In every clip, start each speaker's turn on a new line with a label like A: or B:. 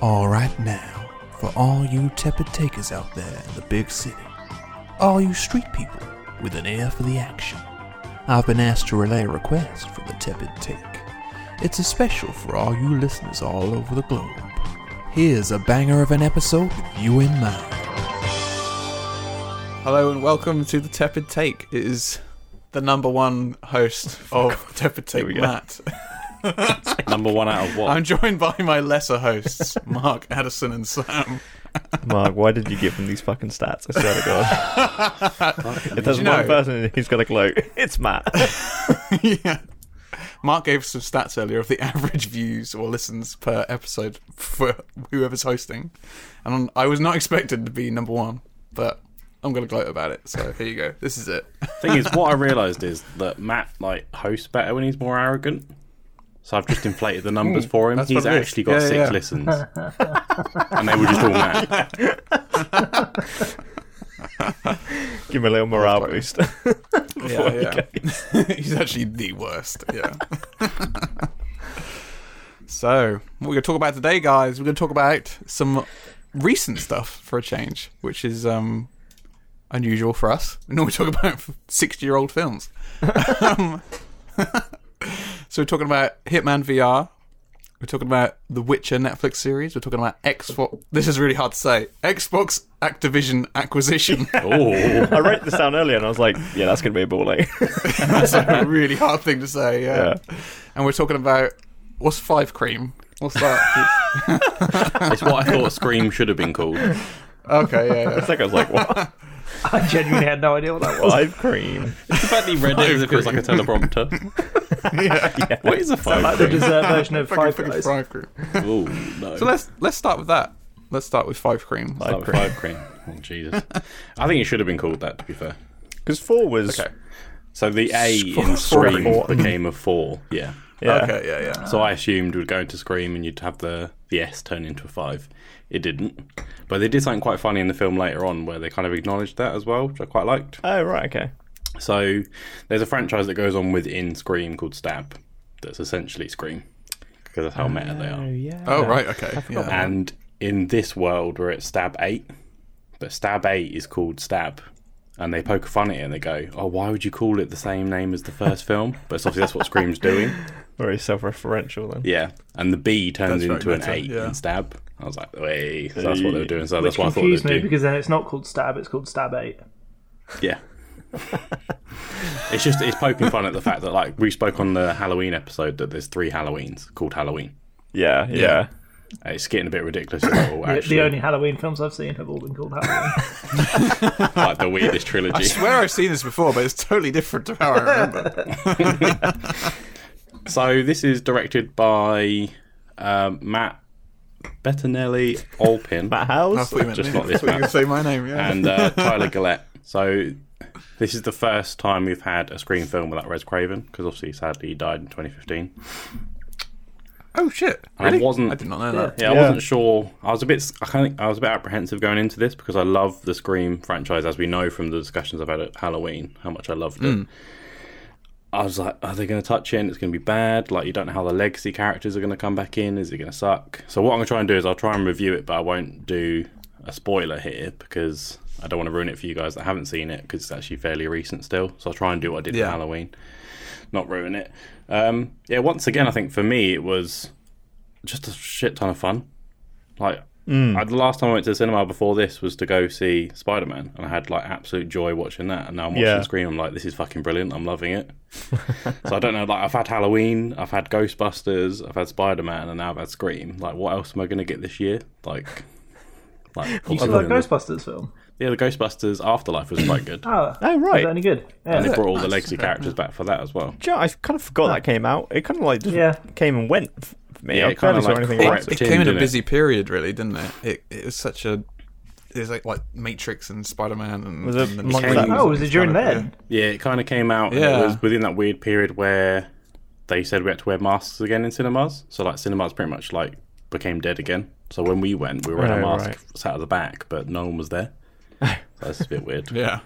A: All right now, for all you tepid takers out there in the big city, all you street people with an ear for the action, I've been asked to relay a request for the tepid take. It's a special for all you listeners all over the globe. Here's a banger of an episode with you in mind.
B: Hello and welcome to the Tepid Take. It is the number one host
A: Oh,
B: of Tepid Take,
C: we go.
B: Matt.
C: Number one out of what?
B: I'm joined by my lesser hosts, Mark, Addison, and Sam.
D: Mark, why did you give him these fucking stats? I swear to God. if there's
B: You
D: one
B: know-
D: person who's got a gloat, it's Matt.
B: yeah. Mark gave us some stats earlier of the average views or listens per episode for whoever's hosting, and I was not expected to be number one, but I'm gonna gloat about it. So here you go. This is it.
C: Thing is, what I realised is that Matt like hosts better when he's more arrogant. So I've just inflated the numbers for him.
B: that's
C: He's
B: what it is.
C: actually got
B: Yeah,
C: six
B: yeah, yeah.
C: listens, and they were just all Matt.
D: give him a little morale boost.
B: yeah, yeah. He's actually the worst. Yeah. so, what we're going to talk about today, guys, we're going to talk about some recent stuff for a change, which is um, unusual for us. We normally talk about 60 year old films. um, so, we're talking about Hitman VR. We're talking about the Witcher Netflix series. We're talking about Xbox. This is really hard to say. Xbox Activision acquisition.
C: Oh,
D: I wrote this down earlier and I was like, yeah, that's going to be a ball eh?
B: That's a really hard thing to say. Yeah.
D: Yeah.
B: And we're talking about what's five cream? What's that?
C: it's what I thought Scream should have been called.
B: okay, yeah, yeah.
D: It's like I was like, what?
E: I genuinely had no idea what that was.
D: Five cream.
C: It's about the red it feels like a teleprompter. What is a five?
E: the dessert version of
B: Fucking-
E: Five
B: fucking
E: Guys.
B: five cream.
C: Oh no.
B: So let's let's start with that. Let's start with five cream.
C: Start with five cream. Oh Jesus! I think it should have been called that. To be fair.
D: Because four was.
B: Okay.
C: So the A
B: Four-
C: in Scream
D: four.
C: became a four. Yeah.
D: Yeah.
B: Okay, yeah, yeah.
C: So I assumed we'd go into Scream and you'd have the, the S turn into a five. It didn't. But they did something quite funny in the film later on where they kind of acknowledged that as well, which I quite liked.
D: Oh, right, okay.
C: So there's a franchise that goes on within Scream called Stab that's essentially Scream because that's how meta they are.
D: yeah.
B: Oh right, okay. Yeah.
E: Uh-huh.
C: And in this world, we're at Stab 8. But Stab 8 is called Stab. And they poke fun at it and they go, oh, why would you call it the same name as the first film? But it's obviously that's what Scream's doing.
D: Very self referential then.
C: Yeah, and the B turns
B: That's right,
C: into an
B: that's right,
C: eight
B: yeah.
C: in stab. I was like, hey, so that's what they were doing. So that's
E: Which
C: what I thought they'd
E: confused me
C: do.
E: because then it's not called Stab, it's called Stab 8.
C: Yeah. it's just it's poking fun at the fact that like we spoke on the Halloween episode that there's three Halloweens called Halloween.
D: Yeah,
C: Uh,
D: yeah.
C: It's getting a bit ridiculous. as well,
E: The-
C: actually,
E: The only Halloween films I've seen have all been called Halloween.
C: like the weirdest
B: I
C: trilogy.
B: swear I've seen this before, but it's totally different to how I remember.
C: So this is directed by um, Matt Bettinelli Olpin.
D: Matt House?
B: Thought you meant
C: Just
B: me.
C: not this
B: Thought you were
C: man.
B: gonna say my name, yeah.
C: and uh, Tyler Gillette. So this is the first time we've had a screen film without Wes Craven because obviously, sadly, he died in 2015.
B: oh shit!
C: I
B: Really?
C: wasn't-
B: I did not know that.
C: Yeah, I
D: Yeah.
C: wasn't sure. I was a bit. I kind of, I was a bit apprehensive going into this because I love the Scream franchise, as we know from the discussions I've had at Halloween, how much I loved it. I was like, are they going to touch it? And it's going to be bad. Like, you don't know how the legacy characters are going to come back in. Is it going to suck? So what I'm going to try and do is I'll try and review it, but I won't do a spoiler here because I don't want to ruin it for you guys that haven't seen it because it's actually fairly recent still. So I'll try and do what I did
B: Yeah.
C: for Halloween, not ruin it. Um, yeah, once again, I think for me it was just a shit ton of fun. Like I, the last time I went to the cinema before this was to go see Spider Man, and I had like absolute joy watching that. And now I'm watching
D: Yeah.
C: Scream. I'm like, this is fucking brilliant. I'm loving it. so I don't know. Like I've had Halloween, I've had Ghostbusters, I've had Spider Man, and now I've had Scream. Like what else am I gonna get this year? Like, like
E: You saw
C: other
E: that
C: than-
E: Ghostbusters film?
C: yeah, the Ghostbusters Afterlife was quite good.
E: Oh,
D: Oh,
E: is
D: right.
E: that any good?
C: And
E: Yeah.
C: they brought all the legacy characters back for that as well.
D: Do you know, I kind of forgot that came out. It kind of like just
E: Yeah.
D: came and went f- for me.
C: Yeah,
D: I
C: it kinda
D: barely saw
C: like
D: anything
C: cracked
D: about
B: It
C: Right,
D: it.
B: came in a
C: didn't it?
B: busy period, really, didn't it? It, it was such a. It was like like Matrix and Spider Man and.
D: Was it
B: and the
D: among
B: Matrix
D: that-
B: movies.
E: Oh, was it during
B: kind of-
E: then?
C: Yeah, it kind of came out. Yeah.
B: Yeah.
C: It was within that weird period where they said we had to wear masks again in cinemas. So like cinemas pretty much like became dead again. So when we went, we were in a
D: Oh,
C: mask,
D: right.
C: sat at the back, but no one was there. So that's a bit weird.
B: Yeah.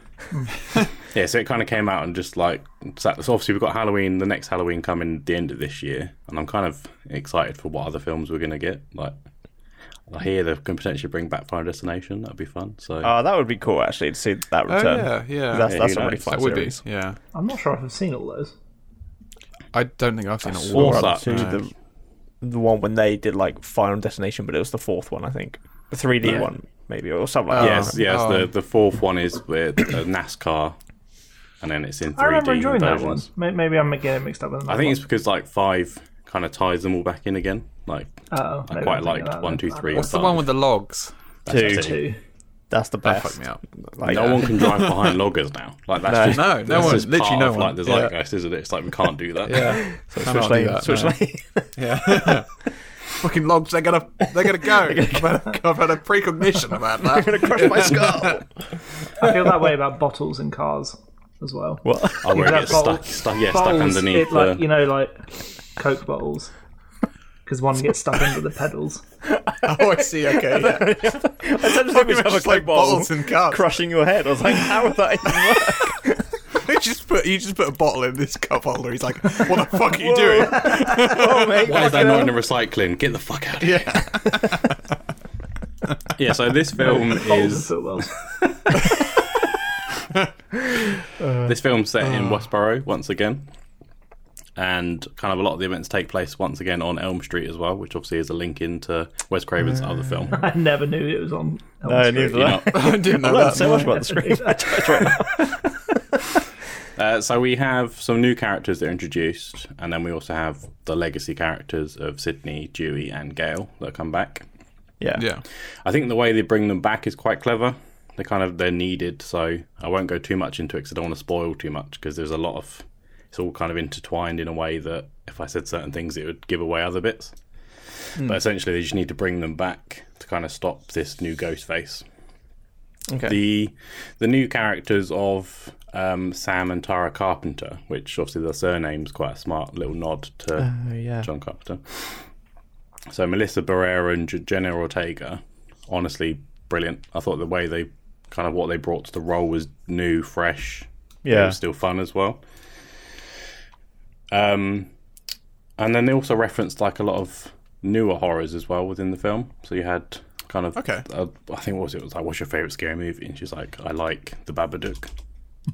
C: Yeah, so it kind of came out and just like sat. So obviously we've got Halloween, the next Halloween coming at the end of this year, and I'm kind of excited for what other films we're gonna get. Like, I hear they can potentially bring back Final Destination. That'd be fun. So
D: Oh, that would be cool actually to see that
B: Oh
D: return.
B: yeah, yeah.
D: That's,
C: Yeah,
D: that's
C: who
D: a really
C: knows?
D: fun
B: that would
D: series.
B: be. Yeah,
E: I'm not sure if I've seen all those.
B: I don't think I've seen it.
C: saw
B: all.
D: Or
C: that,
D: up to
B: no.
D: the the one when they did like Final Destination, but it was the fourth one, I think, the 3D
B: Yeah.
D: one maybe or something like that.
C: yes, yes.
B: oh.
C: The the fourth one is with uh, NASCAR, and then it's in
E: I
C: three
E: remember
C: D
E: enjoying that one.
C: versions.
E: May- Maybe I'm getting it mixed up with another
C: I think it's because like five kind of ties them all back in again. Like
E: one. Oh,
C: I
E: maybe
C: quite
E: I'm thinking of
C: liked
E: that
C: one,
E: then.
C: two, three.
B: What's the
C: and
B: one
C: five.
B: with the logs?
D: Two.
C: That's it.
E: Two.
D: That's the
B: That
D: best.
B: fucked me up.
D: Like,
C: No one can drive behind loggers now. Like that's
D: No.
C: just
B: No, no
C: that's
B: one-
C: just
B: literally
C: part
B: no
C: of,
B: one.
C: Like the
B: Yeah.
C: zeitgeist, isn't it? It's like we can't do that.
B: Yeah. So
D: Switch lane. Switch lane.
B: Yeah. Fucking logs. They're gonna. They're gonna go. I've, had, I've had a precognition about that.
D: Crush my skull.
E: I feel that way about bottles and cars as well.
D: What?
C: I where it
E: that
C: gets
E: bottle-
C: stuck, stuck, yeah, stuck
E: bottles,
C: underneath
E: it, like,
C: the.
E: you know, like Coke bottles, because one gets stuck under the pedals.
B: oh, I see. Okay. Yeah.
D: I just think we should have a
B: Just like
D: Coke bottle
B: bottles and cups.
D: crushing your head. I was like, how would that even work?
B: you just put. You just put a bottle in this cup holder. He's like, "What the fuck are you doing?"
D: Oh, mate,
C: Why is that
D: fucking
C: not
E: uh,
D: hell.
C: in the recycling? Get the fuck out of here.
B: Yeah.
C: Yeah, so this film
E: Bottles
C: is
E: and footballs.
C: this film's set in Westboro once again, and kind of a lot of the events take place once again on Elm Street as well, which obviously is a link into Wes Craven's other film.
E: I never knew it was on. Elm
D: No,
E: Street.
D: neither do
C: You
D: I.
C: know,
B: I didn't know
D: I learned
B: that.
D: so much about the screen.
C: Uh, so we have some new characters that are introduced, and then we also have the legacy characters of Sydney, Dewey, and Gail that come back.
D: Yeah.
B: Yeah.
C: I think the way they bring them back is quite clever. They kind of they're needed, so I won't go too much into it because I don't want to spoil too much because there's a lot of it's all kind of intertwined in a way that if I said certain things, it would give away other bits. But essentially, they just need to bring them back to kind of stop this new ghost face.
D: Okay.
C: The the new characters of um, Sam and Tara Carpenter, which obviously their surname's quite a smart little nod to
D: Oh, yeah.
C: John Carpenter. So Melissa Barrera and J- Jenna Ortega, honestly, brilliant. I thought the way they kind of what they brought to the role was new, fresh. It
D: Yeah.
C: was still fun as well. Um, and then they also referenced like a lot of newer horrors as well within the film. So you had kind of
B: Okay.
C: uh, I think what was it? it was like what's your favorite scary movie? And she's like, I like The Babadook.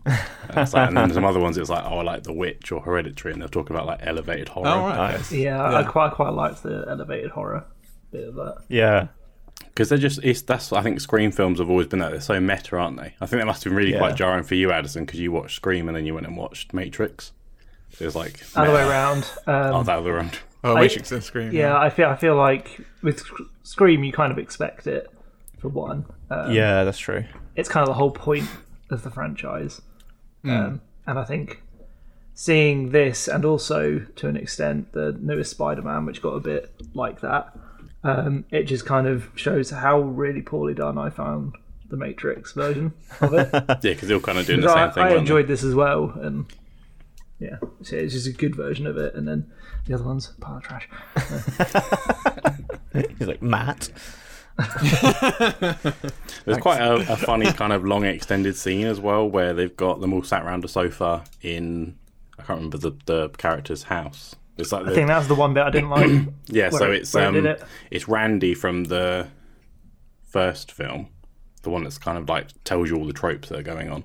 C: and, it's like- and then some other ones. It's like, oh, I like The Witch or Hereditary, and they're talking about like elevated horror.
D: Oh,
B: All right. okay.
E: Yeah, I quite quite liked the elevated horror bit of that.
D: Yeah.
C: Because they're just it's that's I think Scream films have always been that they're so meta, aren't they? I think that must have been really
D: Yeah.
C: quite jarring for you, Addison, because you watched Scream and then you went and watched Matrix. So it's like
E: Other
C: meh.
E: way around. Um,
C: Oh, that other round.
B: Oh,
E: I-
B: Matrix and Scream.
E: yeah, I feel I feel like with Sc- Scream, you kind of expect it. For one, uh,
D: Yeah, that's true.
E: it's kind of the whole point of the franchise. Um, and I think seeing this, and also to an extent the newest Spider-Man, which got a bit like that, um, it just kind of shows how really poorly done I found the Matrix version of it.
C: Yeah, because they were kind of doing the
E: So
C: same
E: I,
C: thing.
E: I
C: weren't they?
E: enjoyed this as well, and yeah, so it's just a good version of it. And then the other ones pile of trash.
D: He's like, Matt.
C: There's quite a, a funny kind of long extended scene as well where they've got them all sat around a sofa in I can't remember the, the character's house. It's like
E: I think
C: the,
E: that was the one bit I didn't like.
C: yeah, so
E: where-
C: it's
E: where
C: um
E: did it?
C: it's Randy from the first film, the one that's kind of like tells you all the tropes that are going on.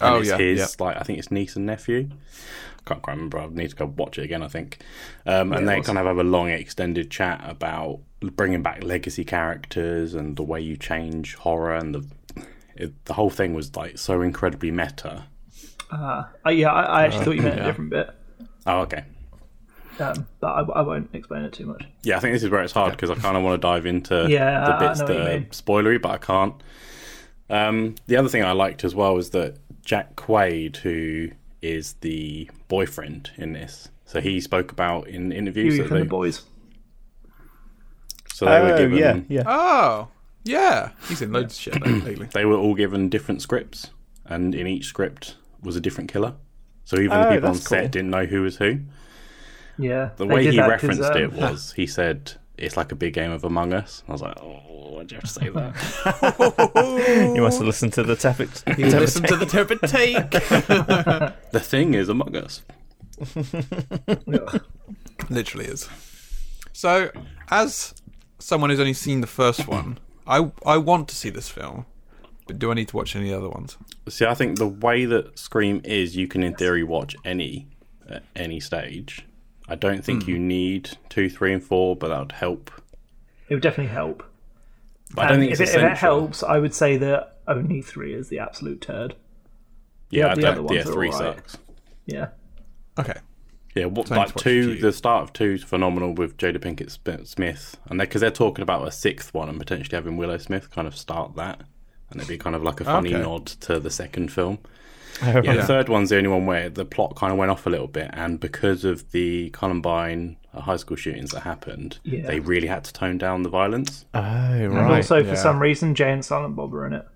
C: And
B: Oh
C: it's
B: yeah.
C: his
B: yeah.
C: like I think it's niece and nephew. I can't quite remember. I need to go watch it again. I think, um, and they kind of have a long extended chat about bringing back legacy characters and the way you change horror and the it, the whole thing was like so incredibly meta.
E: Uh, yeah, I, I actually thought you meant a different bit,
C: Oh, okay.
E: um, but I, I won't explain it too much.
C: Yeah, I think this is where it's hard because I kind of want to dive into
E: Yeah, I- I
C: the bits
E: know
C: that
E: what you
C: are
E: mean.
C: spoilery, but I can't. Um, the other thing I liked as well was that Jack Quaid, who is the boyfriend in this, so he spoke about in
E: You
C: interviews that
E: from
C: they,
E: the boys.
C: so they were given
D: Oh, yeah, yeah.
B: Oh. Yeah. He's in loads of shit though, lately.
C: they were all given different scripts, and in each script was a different killer. So even
D: Oh,
C: the people on
D: that's cool.
C: set didn't know who was who.
E: Yeah,
C: The
E: they
C: way
E: did
C: he
E: that 'cause,
C: referenced
E: um,
C: it was, he said, "It's like a big game of Among Us." I was like, "Oh, why'd you have to say that?"
D: You must have listened to the topic.
B: Listen to the tepid take.
C: the thing is Among Us.
E: ugh.
B: Literally is. So, as someone who's only seen the first one, I I want to see this film, but do I need to watch any other ones?
C: See, I think the way that Scream is, you can in theory watch any at any stage. I don't think
E: Hmm.
C: you need two, three, and four, but that would help.
E: It would definitely help.
C: But I don't
E: Um,
C: think
E: if,
C: it's
E: it, if
C: essential.
E: it helps, I would say that only three is the absolute turd.
C: yeah,
E: yeah,
C: I
E: the
C: don't-
E: other ones
C: yeah,
E: are
C: three
E: alright.
C: sucks.
E: Yeah.
B: Okay,
C: Yeah, what,
B: Thanks
C: like
B: for
C: two,
B: watching.
C: the start of two is phenomenal with Jada Pinkett Sp- Smith, and because they're, talking about a sixth one and potentially having Willow Smith kind of start that, and it'd be kind of like a funny
B: Okay.
C: nod to the second film. Yeah, the third one's the only one where the plot kind of went off a little bit, and because of the Columbine uh, high school shootings that happened,
E: Yeah.
C: they really had to tone down the violence.
D: Oh
E: And
D: right.
E: also,
B: yeah.
E: for some reason, Jay and Silent Bob are in it.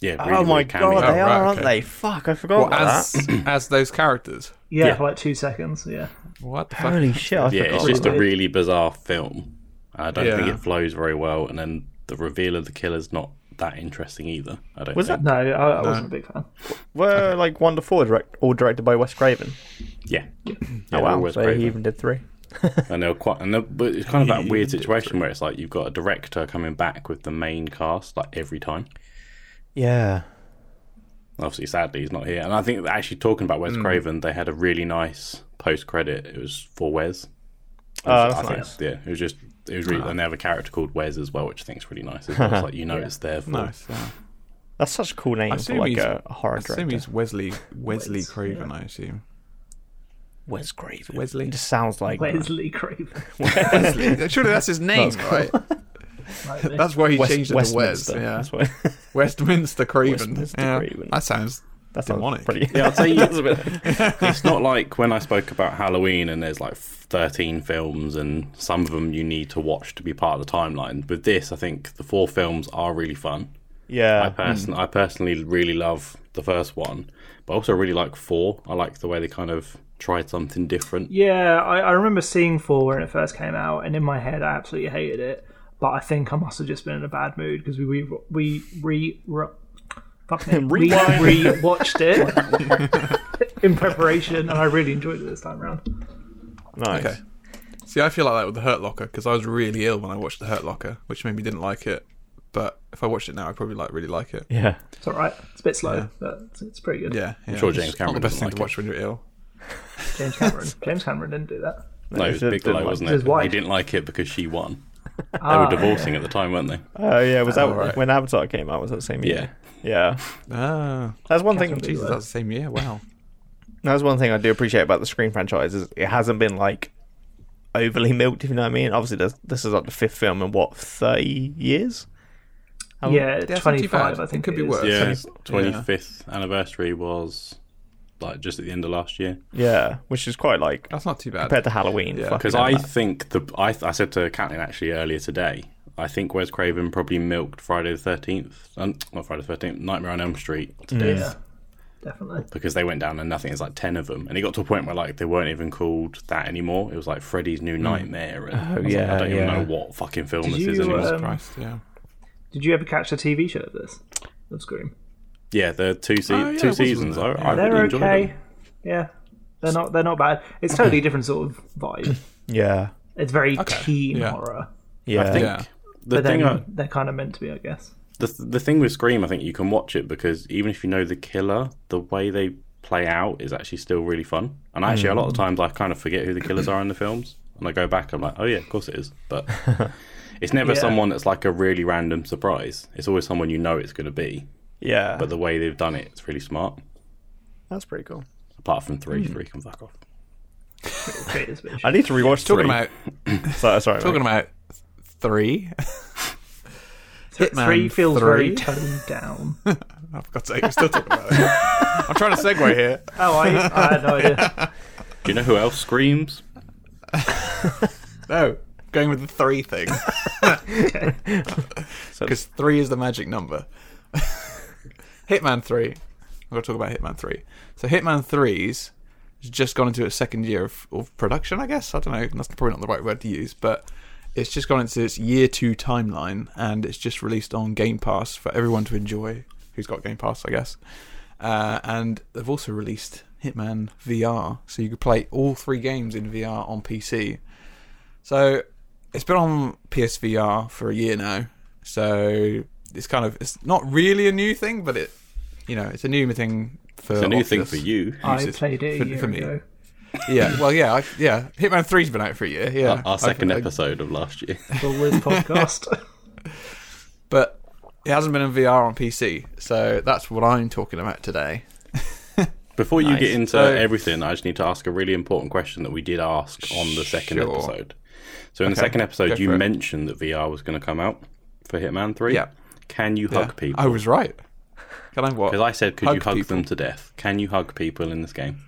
C: Yeah, really,
D: oh my
C: really cammy.
D: god, they
B: Oh,
D: are,
B: right,
D: aren't
B: okay.
D: they? Fuck, I forgot
B: well,
D: about
B: as
D: that.
B: as those characters,
E: Yeah,
C: Yeah.
E: for like two seconds. Yeah.
B: what the fuck?
D: Holy shit, I
C: yeah,
D: forgot.
C: it's just a
E: about it.
C: really bizarre film. I don't think
B: Yeah.
C: it flows very well, and then the reveal of the killer's not that interesting either. I don't.
D: Was
C: think.
E: No, I, I wasn't a big fan.
D: Were like one to four direct, all directed by Wes Craven.
C: Yeah. yeah
D: Oh wow,
C: Wes
D: so
C: Craven.
D: he even did three.
C: and they're quite, and they're, but it's kind of that weird situation where it's like you've got a director coming back with the main cast like every time.
D: Yeah.
C: Obviously, sadly, he's not here. And I think that actually talking about
D: Hmm.
C: Wes Craven, they had a really nice post credit. It was for Wes.
D: Oh, that's
C: I think,
D: nice. Ah.
C: yeah, it was just it was really, and they have a character called Wes as well, which I think is really nice. As well. It's like you know it's there for.
B: Nice. Yeah.
D: That's such a cool name for
B: assume
D: like
B: he's-
D: a, a horror
B: I assume
D: director.
B: he's Wesley Wesley Craven. I assume
D: Wes Craven.
B: Wesley.
D: It just sounds like
E: Wesley Craven.
B: Wesley. Surely that's his name, right?
E: Like,
B: That's why he
D: West,
B: changed it to Wes.
D: Westminster.
B: Yeah,
D: That's what.
B: Westminster Craven.
D: Westminster
B: yeah.
D: Craven.
B: That sounds
D: That's
B: Demonic.
D: pretty.
C: Yeah, I'll tell you, it's not like when I spoke about Halloween and there's like 13 films and some of them you need to watch to be part of the timeline. With this, I think the four films are really fun. I,
D: Yeah.
C: person- I personally really love the first one, but I also really like four. I like the way they kind of tried something different.
E: yeah, I, I remember seeing four when it first came out, and in my head, I absolutely hated it. But I think I must have just been in a bad mood because we we we re, re, fuck me, we
D: Rewind.
E: re-watched it in preparation, and I really enjoyed it this time round.
D: Nice.
B: Okay. See, I feel like that with the Hurt Locker because I was really ill when I watched the Hurt Locker, which made me didn't like it. But if I watched it now, I'd probably like really like it.
D: Yeah.
E: It's all right. It's a bit slow, but it's, it's pretty good.
B: Yeah, yeah.
C: sure James
B: It's
C: Cameron
B: Not the best
C: doesn't
B: thing
C: like
B: to watch when you're ill.
E: James Cameron. James Cameron didn't do that.
C: No, it was
D: did-
C: Big
D: did
C: Low,
D: like-
C: wasn't
E: This is
C: it?
E: why.
C: He didn't like it because she won. They
E: Ah,
C: were divorcing at the time, weren't they?
D: Oh yeah. Was that
B: right.
D: when Avatar came out? Was that the same
C: Yeah.
D: year? Yeah.
B: Ah,
D: That's one thing.
E: Catherine
B: Jesus, that's the same year. Wow.
D: That's one thing I do appreciate about the Scream franchise is it hasn't been like overly milked. If you know what I mean. Obviously, this, this is like the fifth film in what thirty years. How-
E: Yeah,
B: too bad.
E: 25, I
B: It
E: think
B: could
E: it
B: be
E: is.
B: worse.
C: Yeah, 25th anniversary was like just at the end of last year.
D: Yeah. Which is quite like
B: That's not too bad.
D: compared to Halloween.
B: Yeah.
D: fucking
C: Because
D: hell,
C: I
D: that-
C: think the I, I said to Catelyn actually earlier today. I think Wes Craven probably milked Friday the Thirteenth, um, not Friday the Thirteenth, Nightmare on Elm Street
E: Mm.
C: to death
E: Yeah, definitely.
C: because they went down and nothing. It's like ten of them, and it got to a point where like they weren't even called that anymore. It was like Freddy's New Nightmare, and I, was like,
D: yeah,
C: I don't even
D: yeah.
C: know what fucking film
E: Did
C: this is
E: you,
C: anymore.
E: um,
B: Christ, yeah.
E: Did you ever catch the TV show of this? Of Scream.
C: yeah, the two se-
B: Oh, yeah, it
C: two
B: wasn't
C: seasons. I,
B: that
C: I
E: They're
C: really enjoyed
E: okay.
C: them.
E: Yeah, they're not. They're not bad. It's totally different sort of vibe.
D: Yeah.
E: It's very teen
B: yeah.
E: horror,
D: Yeah.
C: I think
B: Yeah.
C: the
E: but
C: thing
E: then
C: I,
E: they're kind of meant to be, I guess.
C: the the thing with Scream, I think you can watch it because even if you know the killer, the way they play out is actually still really fun. And actually, a lot of
B: Hmm.
C: times I kind of forget who the killers are in the films, and I go back, I'm like, oh yeah, of course it is. But it's never
E: Yeah.
C: someone that's like a really random surprise. It's always someone you know it's going to be.
D: Yeah.
C: But the way they've done it, it's really smart.
D: that's pretty cool.
C: Apart from three,
B: Hmm.
C: three can fuck off.
E: It is a bit
D: I
E: shit.
D: need to rewatch
B: Talking
D: three.
B: about
D: Sorry, sorry,
B: talking
D: mate.
B: about three. Hitman
E: Three feels very
B: three.
E: toned down.
B: I forgot to. We're still talking about it. I'm trying to segue here.
E: Oh, I, I had no idea.
C: Do you know who else screams?
B: No, going with the three thing
D: So-
B: because three is the magic number. Hitman three. I'm going to talk about Hitman three. So Hitman three's has just gone into its second year of, of production. I guess I don't know. That's probably not the right word to use, but it's just gone into its year two timeline, and it's just released on Game Pass for everyone to enjoy. Who's got Game Pass, I guess. Uh, and they've also released Hitman VR, so you could play all three games in VR on PC. So it's been on PSVR for a year now, so it's kind of it's not really a new thing, but it you know it's a new thing for
C: It's a new thing
B: Oculus.
C: for you.
E: I
B: uses
E: played it a
B: for-
E: year
B: for me.
E: ago.
B: Yeah, well, yeah, I, yeah. Hitman Three's been out for a year. Yeah,
C: Our- Our
B: I've-
C: second
B: I-
C: episode of last year.
E: For Wiz podcast.
B: but it hasn't been in VR on PC, so that's what I'm talking about today.
C: Before you
D: Nice.
C: get into
B: So-
C: everything, I just need to ask a really important question that we did ask on the second
B: Sure.
C: episode. So, in the
B: Okay,
C: second
B: go
C: episode, you
B: for it.
C: mentioned that VR was going to come out for Hitman 3.
B: Yeah.
C: Can you hug
B: Yeah.
C: people?
B: I was right. Can I what?
C: Because I said, could you
B: Hug
C: hug
B: people.
C: them to death? Can you hug people in this game?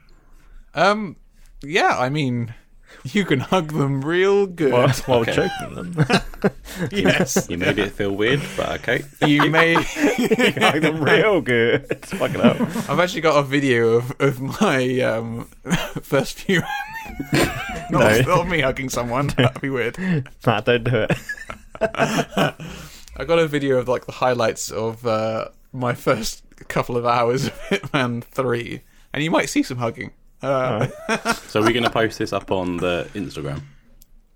B: Um, yeah. I mean, you can hug them real good.
D: While, while
C: Okay.
D: choking them.
B: Yes,
C: You made it feel weird, but okay.
B: you may.
D: like them real good. Fucking hell.
B: I've actually got a video of, of my um, first few. not,
D: No.
B: not me hugging someone. That'd be weird.
D: Matt, don't do it.
B: I got a video of like the highlights of uh, my first couple of hours of Hitman Three, and you might see some hugging. Uh,
C: So, we're going to post this up on the Instagram.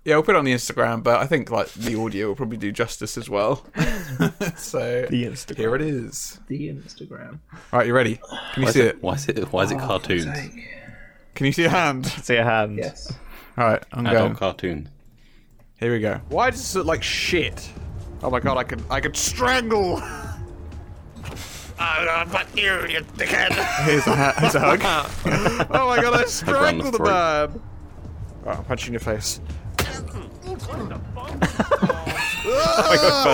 B: Yeah, we'll put it on the Instagram, but I think like the audio will probably do justice as well. so
D: The Instagram.
B: here it is.
E: the Instagram.
B: Right, you ready? Can you
C: Why is
B: see it?
C: it, why is it, why is it cartoons?
E: Sake.
B: Can you see a hand?
D: See your hand.
E: Yes.
B: All right, I'm
C: Adult
B: going.
C: cartoons.
B: Here we go. Why does this look like shit? Oh my god, I could I could strangle. Ah,
F: Oh, fuck you, you dickhead.
B: Here's a, ha- here's a hug. oh my god, I strangled the
C: throat.
B: man. Oh, I'm punching your face.
D: Fell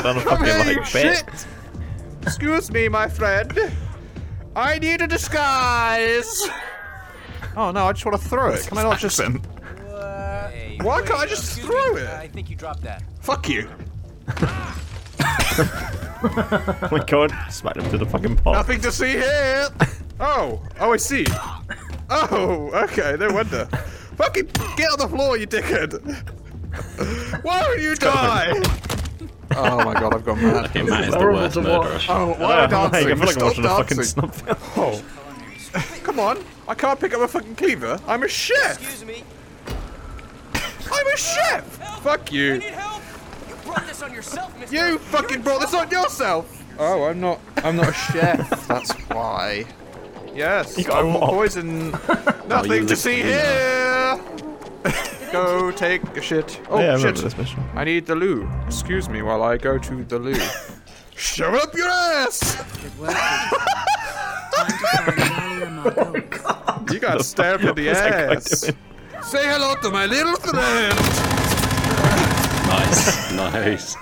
D: down a fucking
B: Hey,
D: like
B: shit.
D: bit.
B: Excuse me, my friend. I need a disguise. Oh no, I just want to throw it. Can I not just? Why can't I just throw it?
G: I think you dropped that.
B: Fuck you.
D: Oh my god. Smacked him to the fucking pot.
B: Nothing to see here. Oh, oh, I see. Oh, okay, no wonder. Fucking get on the floor, you dickhead. Why don't you die? Oh my god, I've gone mad.
C: Okay, Matt is the
E: horrible
C: worst
E: to
C: murderer.
E: watch.
B: Oh,
D: Oh,
B: why am I
D: like, I
B: dancing?
D: feel like I'm
B: Stop
D: watching a fucking
B: dancing.
D: snuff film.
B: Come on, I can't pick up a fucking cleaver. I'm a chef.
G: Excuse me.
B: I'm a chef. Fuck
G: I
B: you.
G: need help. You brought this on yourself, Mister.
B: You fucking brought this on yourself. Oh, I'm not. I'm not a chef. That's why. Yes,
D: got
B: I'm
D: mobbed.
B: poison.
D: Oh,
B: Nothing to
C: licked
B: see
C: me
B: here. go take a shit. Oh
D: yeah, I remember
B: shit!
D: this mission.
B: I need the loo. Excuse me while I go to the loo. Shove up your ass! You got stabbed in the
D: was that guy
B: ass. Say hello to my little friend.
C: Nice, nice.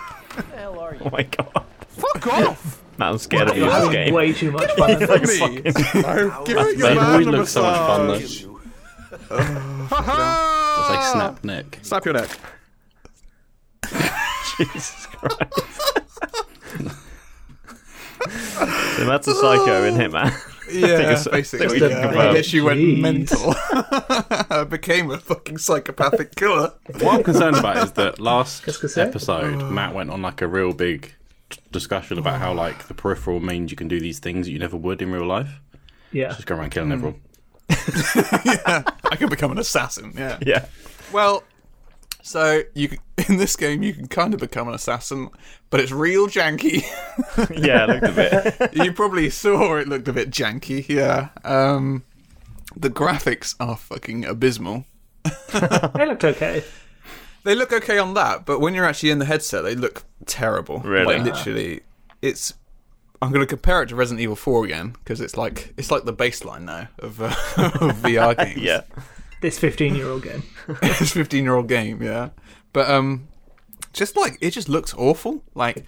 D: Oh my god.
B: Fuck off!
D: Matt, I'm scared of you in this game.
E: Way too much fun.
B: Me. I'm giving your
C: Mate, it always
B: man a
C: looks so much fun though.
B: massage.
C: It's
B: Ha ha!
C: like snap neck.
B: Snap your neck.
D: Jesus Christ. so that's a psycho in Hitman.
B: Yeah,
D: it's- I
B: basically.
D: think we can
B: yeah. I
D: confirm.
B: guess she went
E: Jeez.
B: mental. Became a fucking psychopathic killer.
C: What I'm concerned about is that last
E: que c'est?
C: episode,
B: Ah.
C: Matt went on like a real big t- discussion about how like the peripheral means you can do these things that you never would in real life.
E: yeah.
C: Just go around
B: Hmm.
C: killing everyone.
B: I could become an assassin. Yeah.
D: Yeah.
B: Well, so you can, in this game you can kind of become an assassin, but it's real janky.
D: Yeah, I looked a bit.
B: you probably saw it looked a bit janky. Yeah. Um, the graphics are fucking abysmal.
E: They looked okay.
B: They look okay on that, but when you're actually in the headset, they look terrible.
D: Really?
B: like, literally, it's. I'm going to compare it to Resident Evil 4 again because it's like it's like the baseline now of, uh, of VR games.
D: Yeah.
E: This 15 year old game.
B: this 15 year old game yeah but um just like it just looks awful like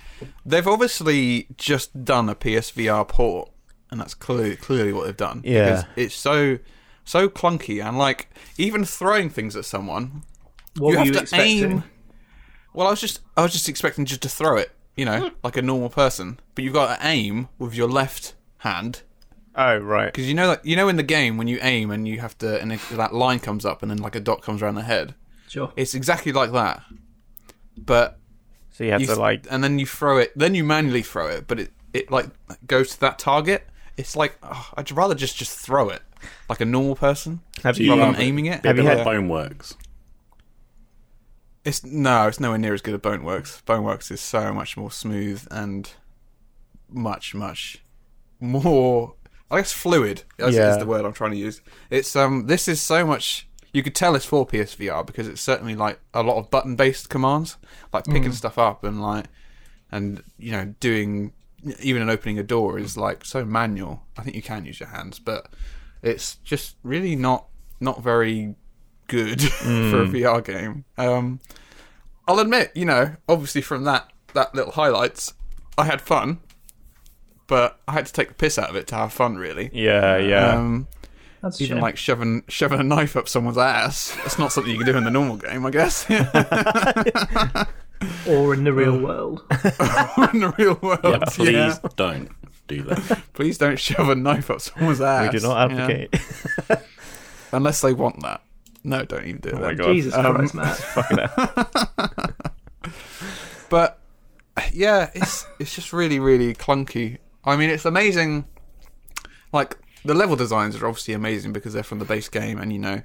B: they've obviously just done a psvr port and that's clearly clearly what they've done
D: Yeah.
B: because it's so so clunky and like even throwing things at someone
E: What
B: you
E: were
B: have
E: you
B: to
E: expecting?
B: aim well i was just i was just expecting just to throw it you know
E: Hmm.
B: like a normal person but you've got to aim with your left hand
D: Oh, right.
B: because you know that you know in the game when you aim and you have to and if that line comes up and then like a dot comes around the head
E: Sure.
B: it's exactly like that, but
D: So you had
B: you
D: to, like,
B: and then you throw it, then you manually throw it, but it it like goes to that target. It's like oh, I'd rather just just throw it like a normal person
D: have
B: rather
D: you, um,
B: than aiming it.
D: Have you
B: Yeah.
D: had-
C: Bone works.
B: It's no, it's nowhere near as good as Boneworks. Boneworks is so much more smooth and much, much more. I guess fluid is,
D: Yeah.
B: is the word I'm trying to use. It's um, this is so much. You could tell it's for PSVR because it's certainly like a lot of button-based commands, like picking stuff up and like, and you know, doing even an opening a door is like so manual. I think you can use your hands, but it's just really not not very good for a VR game. Um, I'll admit, you know, obviously from that that little highlights, I had fun, but I had to take the piss out of it to have fun. Really,
C: Yeah, yeah.
B: um,
E: That's a
B: even
E: shame.
B: like shoving shoving a knife up someone's ass. That's not something you can do in the normal game, I guess.
E: or in the real
B: Oh,
E: world.
B: in the real world,
C: yeah,
B: yeah,
C: please don't do that.
B: please don't shove a knife up someone's
D: We
B: ass.
D: do
B: you
D: not
B: know,
D: advocate.
B: unless they want that. No, don't even do it.
C: Oh my
B: then.
C: god.
E: Jesus
B: Um,
E: Christ, Matt.
B: but yeah, it's it's just really really clunky. I mean, it's amazing. Like the level designs are obviously amazing because they're from the base game, and you know,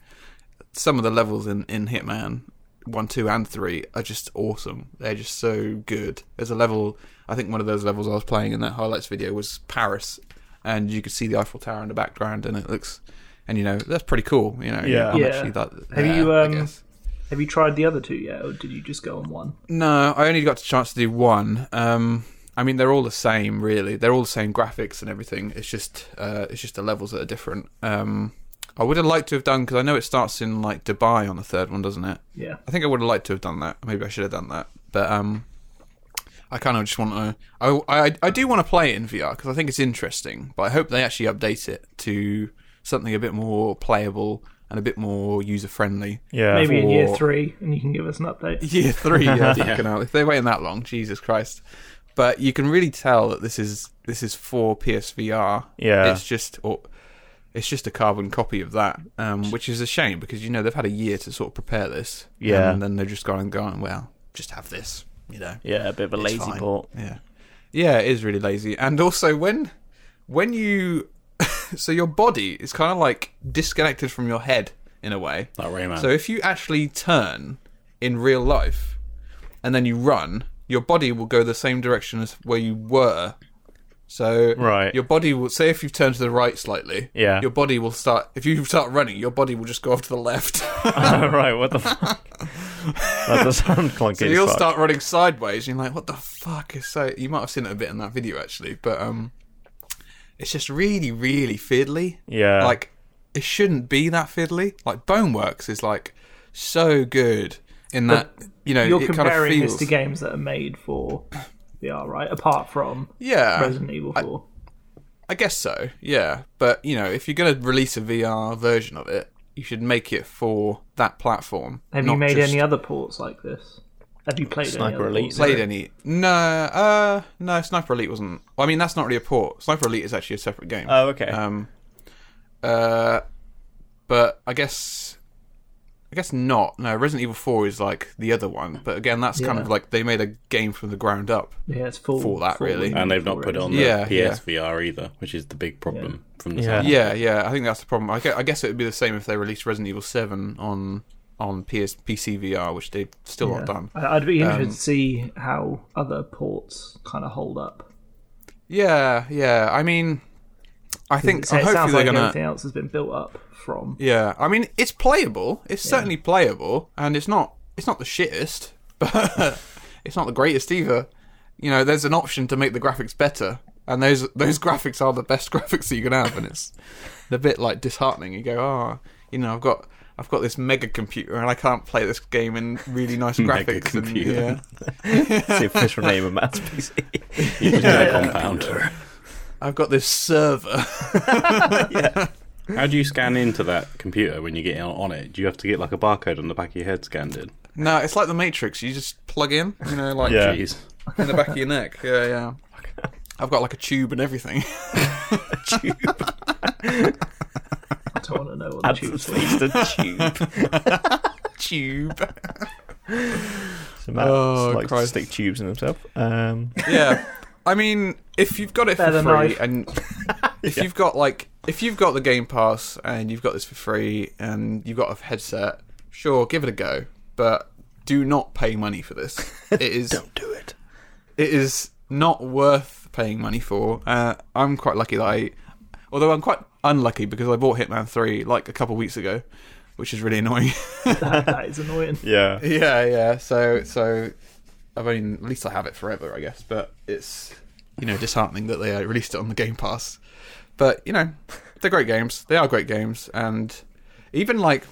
B: some of the levels in in Hitman one, two, and three are just awesome. They're just so good. There's a level. I think one of those levels I was playing in that highlights video was Paris, and you could see the Eiffel Tower in the background, and it looks, and you know, that's pretty cool. You know,
D: Yeah.
B: I'm
E: Yeah.
B: actually that.
E: Have
B: there,
E: you,
B: I
E: um,
B: guess.
E: Have you tried the other two yet, or did you just go on one?
B: No, I only got the chance to do one. Um, I mean, they're all the same, really. They're all the same graphics and everything. It's just, uh, it's just the levels that are different. Um, I would have liked to have done because I know it starts in like Dubai on the third one, doesn't it?
E: Yeah.
B: I think I would have liked to have done that. Maybe I should have done that, but um, I kind of just want to. I, I I do want to play it in VR because I think it's interesting, but I hope they actually update it to something a bit more playable and a bit more user friendly.
D: yeah.
E: Maybe in year
B: Or-
E: three, and you can give us an update.
B: Year three, yeah, fucking hell. If they're waiting that long, Jesus Christ. But you can really tell that this is this is for PSVR.
D: Yeah.
B: It's just or it's just a carbon copy of that, um, which is a shame because you know they've had a year to sort of prepare this.
D: Yeah.
B: And then they've just gone and gone, well, just have this, you know.
D: Yeah, a bit of a
B: It's
D: lazy
B: fine.
D: port.
B: Yeah, yeah, it is really lazy. And also when when you so your body is kind of like disconnected from your head in a way.
C: Like Rayman.
B: So if you actually turn in real life and then you run, your body will go the same direction as where you were. So
D: Right.
B: your body will say if you've turned to the right slightly,
D: Yeah.
B: your body will start if you start running, your body will just go off to the left.
D: right, what the fuck? that does sound clunky.
B: So
D: as
B: you'll
D: fuck.
B: start running sideways, and you're like, "What the fuck is so?" You might have seen it a bit in that video actually, but um, it's just really, really fiddly.
D: Yeah.
B: like it shouldn't be that fiddly. Like Boneworks is like so good in that you know
E: You're
B: it
E: comparing
B: kind of feels
E: this to games that are made for VR, right? Apart from
B: yeah.
E: Resident Evil 4.
B: I guess so, yeah. But you know, if you're going to release a VR version of it, you should make it for that platform.
E: Have you
B: not
E: made
B: just-
E: any other ports like this? Have you played any
D: Sniper
E: other
D: Elite.
E: ports?
B: played any? No, uh, no. Sniper Elite wasn't. Well, I mean, that's not really a port. Sniper Elite is actually a separate game.
D: Oh, okay.
B: Um, uh, but I guess, I guess not. No, Resident Evil Four is like the other one, but again, that's kind
E: Yeah.
B: of like they made a game from the ground up.
E: Yeah, it's full.
B: For that,
E: full
B: really.
E: Wing
C: and they've not put it on the
B: Yeah, yeah.
C: PSVR either, which is the big problem from the
D: Yeah.
C: sound.
B: Yeah, yeah. I think that's the problem. I gue- I guess it would be the same if they released Resident Evil Seven on on PS PC VR, which they've still not done. Um,
E: I- I'd be interested to see how other ports kind of hold up.
B: Yeah, yeah. I mean, I think
E: So it
B: hopefully
E: sounds
B: they're
E: like
B: gonna.
E: everything else has been built up from.
B: Yeah, I mean it's playable. It's certainly playable, and it's not it's not the shittest, but it's not the greatest either. You know, there's an option to make the graphics better, and those those graphics are the best graphics that you can have, and it's a bit like disheartening. You go, oh, you know, I've got I've got this mega computer, and I can't play this game in really nice
C: Mega
B: graphics. And,
C: computer.
B: yeah,
D: It's the official name of Matt's PC.
C: You just get a compound.
B: I've got this server.
C: How do you scan into that computer when you get on- on it? Do you have to get like a barcode on the back of your head scanned in?
B: no, it's like the Matrix. You just plug in, you know, like
D: Yeah.
C: Jeez.
B: in the back of your neck. Yeah, yeah. I've got like a tube and everything.
E: I don't want to know what the
D: That's
E: tube's
D: at
E: for.
D: least a tube.
B: tube.
D: So Matt
B: Oh,
D: likes
B: Christ.
D: to stick tubes in himself. Um,
B: yeah. I mean, if you've got it for
E: Better
B: free,
E: knife.
B: and if you've got like, if you've got the Game Pass and you've got this for free, and you've got a headset, sure, give it a go. But do not pay money for this. It is
D: do it.
B: it is not worth paying money for. Uh, I'm quite lucky that I, although I'm quite unlucky because I bought Hitman Three like a couple weeks ago, which is really annoying.
E: that is annoying.
C: Yeah.
B: yeah, yeah. So so, I mean, at least I have it forever, I guess. But it's you know disheartening that they uh, released it on the Game Pass. But you know, they're great games. They are great games, and even like,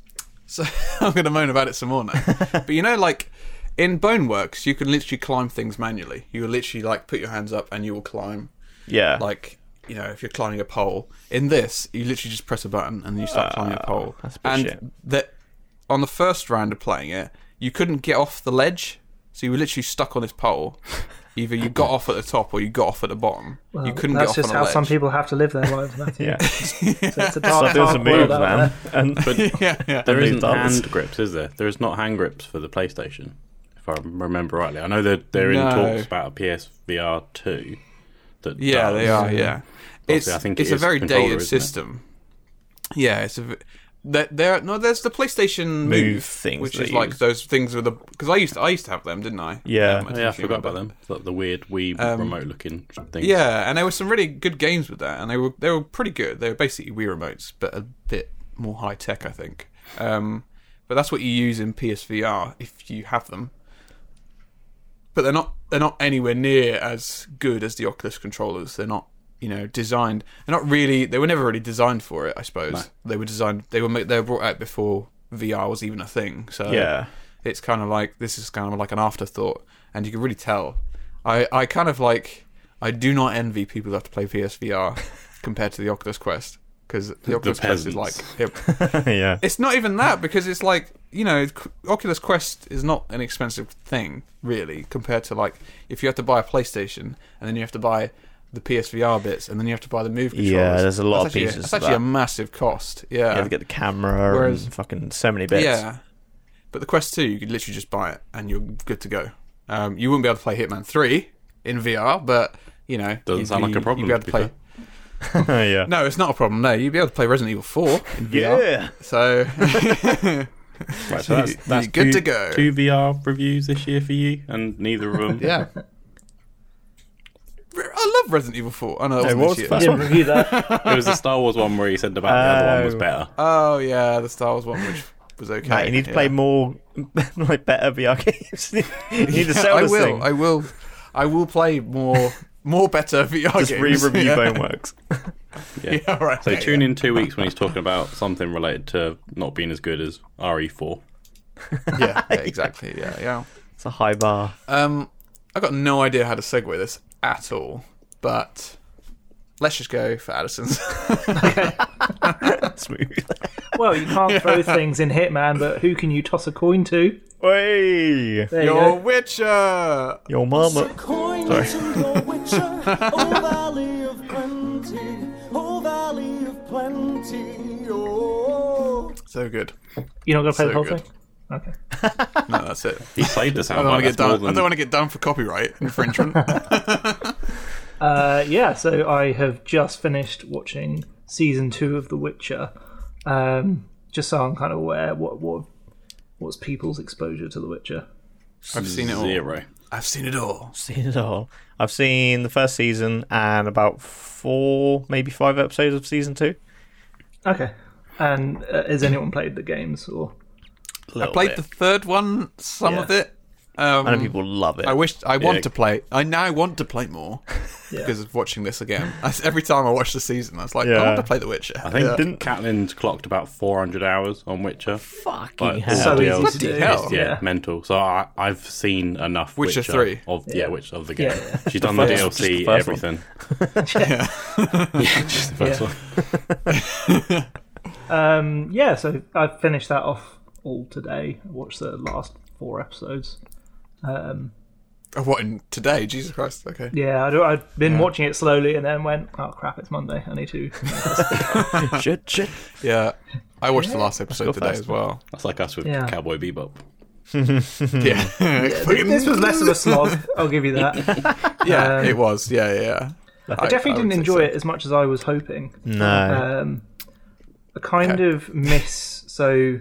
B: so I'm going to moan about it some more now. but you know, like in Boneworks, you can literally climb things manually. You will literally like put your hands up and you will climb
D: Yeah.
B: like you know if you're climbing a pole in this you literally just press a button and you start
C: Ah,
B: climbing a pole and
D: bullshit.
B: that on the first round of playing it you couldn't get off the ledge so you were literally stuck on this pole either you got off at the top or you got off at the bottom you couldn't
E: That's
B: get off
E: just
B: on
E: how
B: a ledge.
E: some people have to live their lives, Matthew.
D: yeah.
E: It's, it's a dark,
D: There's
E: dark
D: some
E: world
D: moves,
E: out
D: man.
E: there.
D: And
B: yeah yeah
C: There isn't
D: those.
C: hand grips, is there? There is not hand grips for the PlayStation, if I remember rightly. I know they're, they're
B: No.
C: in talks about a PSVR 2. That
B: Yeah,
C: does.
B: they are. Yeah, it's
C: I think it
B: it's a
C: is
B: very
C: controller,
B: dated
C: isn't it?
B: system. Yeah, it's a v- that there. No, there's the PlayStation Move,
D: things
B: which
D: they
B: is like
D: use.
B: those things with the because I used to, I used to have them, didn't I?
D: Yeah.
B: I
C: Oh, yeah, I forgot about them. It's Like the weird Wii remote looking thing.
B: Um, Yeah, and there were some really good games with that, and they were they were pretty good. They were basically Wii remotes, but a bit more high tech, I think. Um, but that's what you use in PSVR if you have them. But they're not they're not anywhere near as good as the Oculus controllers. They're not you know designed. They're not really. They were never really designed for it. I suppose they were designed. They were ma- they were brought out before VR was even a thing. So
D: Yeah.
B: it's kind of like this is kind of like an afterthought, and you can really tell. I, I kind of like I do not envy people who have to play PSVR compared to the Oculus Quest because the, Oculus Quest is like
C: peasants.
B: it-
D: yeah.
B: it's not even that because it's like you know Q- Oculus Quest is not an expensive thing really compared to like if you have to buy a PlayStation and then you have to buy the PSVR bits and then you have to buy the Move controllers.
D: there's a lot
B: That's
D: of
B: actually
D: pieces
B: It's
D: to
B: actually a
D: that.
B: massive cost.
D: You
B: Yeah,
D: have to get the camera
B: Whereas-
D: and fucking so many bits.
B: yeah. But the Quest 2, you could literally just buy it and you're good to go. Um, you wouldn't be able to play Hitman 3 in VR, but, you know.
C: Doesn't
B: you'd
C: sound like
B: be-
C: a problem,
B: You'd be able to
C: to be
B: play.
D: yeah.
B: No, it's not a problem, no. You'd be able to play Resident Evil 4 in VR.
D: Yeah.
B: So,
C: Right, so that's,
B: You're
C: that's
B: good
C: two,
B: to go.
C: Two VR reviews this year for you, and neither of them.
B: yeah. I love Resident Evil 4. I know that
D: Hey,
B: wasn't
D: what
B: this
D: was
B: year.
D: the first
E: uh, Didn't review that.
C: It was the Star Wars one where he said about the other one was
D: Oh.
C: better.
B: Oh, yeah, the Star Wars one, which was okay.
D: Nah, you need to
B: yeah.
D: play more, like better VR games. you need to sell
B: I
D: this
B: will.
D: thing.
B: I will. I will play more, more better VR
D: Just
B: games.
D: re-review
B: yeah.
D: Boneworks.
C: Yeah.
B: Yeah, right.
C: So tune in two weeks when he's talking about something related to not being as good as E RE4.
B: Yeah, yeah, exactly. Yeah, yeah.
D: It's a high bar.
B: Um, I got no idea how to segue this at all, but let's just go for Addison's.
D: Smooth.
E: Well, you can't throw things in Hitman, but who can you toss a coin to?
D: Hey,
E: There you
B: Your
E: go.
B: Witcher.
D: your mama.
H: Sorry. oh valley of plenty, oh valley of plenty, oh.
B: So good.
E: You're not going to play
B: So
E: the whole
B: good.
E: thing? Okay.
B: No, that's it.
C: He played the
B: I don't want
C: soundbite.
B: to get
C: That's
B: done.
C: more
B: I
C: than
B: don't want to get done for copyright infringement.
E: Uh, yeah, so I have just finished watching season two of The Witcher. Um, just so I'm kind of aware what what what's people's exposure to The Witcher.
B: I've seen it all.
C: zero.
B: I've seen it all.
D: Seen it all. I've seen the first season and about four, maybe five episodes of season two.
E: Okay. And uh, has anyone played the games or?
D: Little
B: Played
D: bit.
B: the third one. Some
D: Yeah.
B: of it. Um,
D: I know people love it.
B: I wish I want
C: Yeah.
B: to play. I now want to play more because of watching this again. I, every time I watch the season, I was like, I
D: Yeah.
B: want to play The Witcher.
C: I think
B: Yeah.
C: didn't Catelyn's clocked about 400 hours on Witcher.
D: fucking
C: Like,
D: hell.
E: So
C: Bloody
E: easy
C: hell.
E: to
B: Bloody
E: do.
B: hell.
C: yeah, mental. So I, I've seen enough
B: Witcher
C: Witcher,
B: 3.
C: of yeah, Witch of the game.
E: Yeah, yeah.
C: She's done the
D: first- just
C: DLC,
D: the first one.
C: everything.
E: Yeah. um, yeah, so I finished that off all today. I watched the last four episodes.
B: Oh, what in today? Jesus Christ. Okay.
E: Yeah, I'd, I'd been watching it slowly and then went, oh crap, it's Monday. I need to.
D: Shit, shit.
B: Yeah. I watched the last episode
D: go
B: today
D: fast.
B: as well.
C: That's like us with
E: Yeah.
C: Cowboy Bebop.
B: Yeah.
E: this was less of a slog, I'll give you that.
B: yeah, it was. Yeah, yeah, yeah.
E: I definitely didn't enjoy it as much as I was hoping.
D: No.
E: Um, I kind
B: Okay.
E: of miss so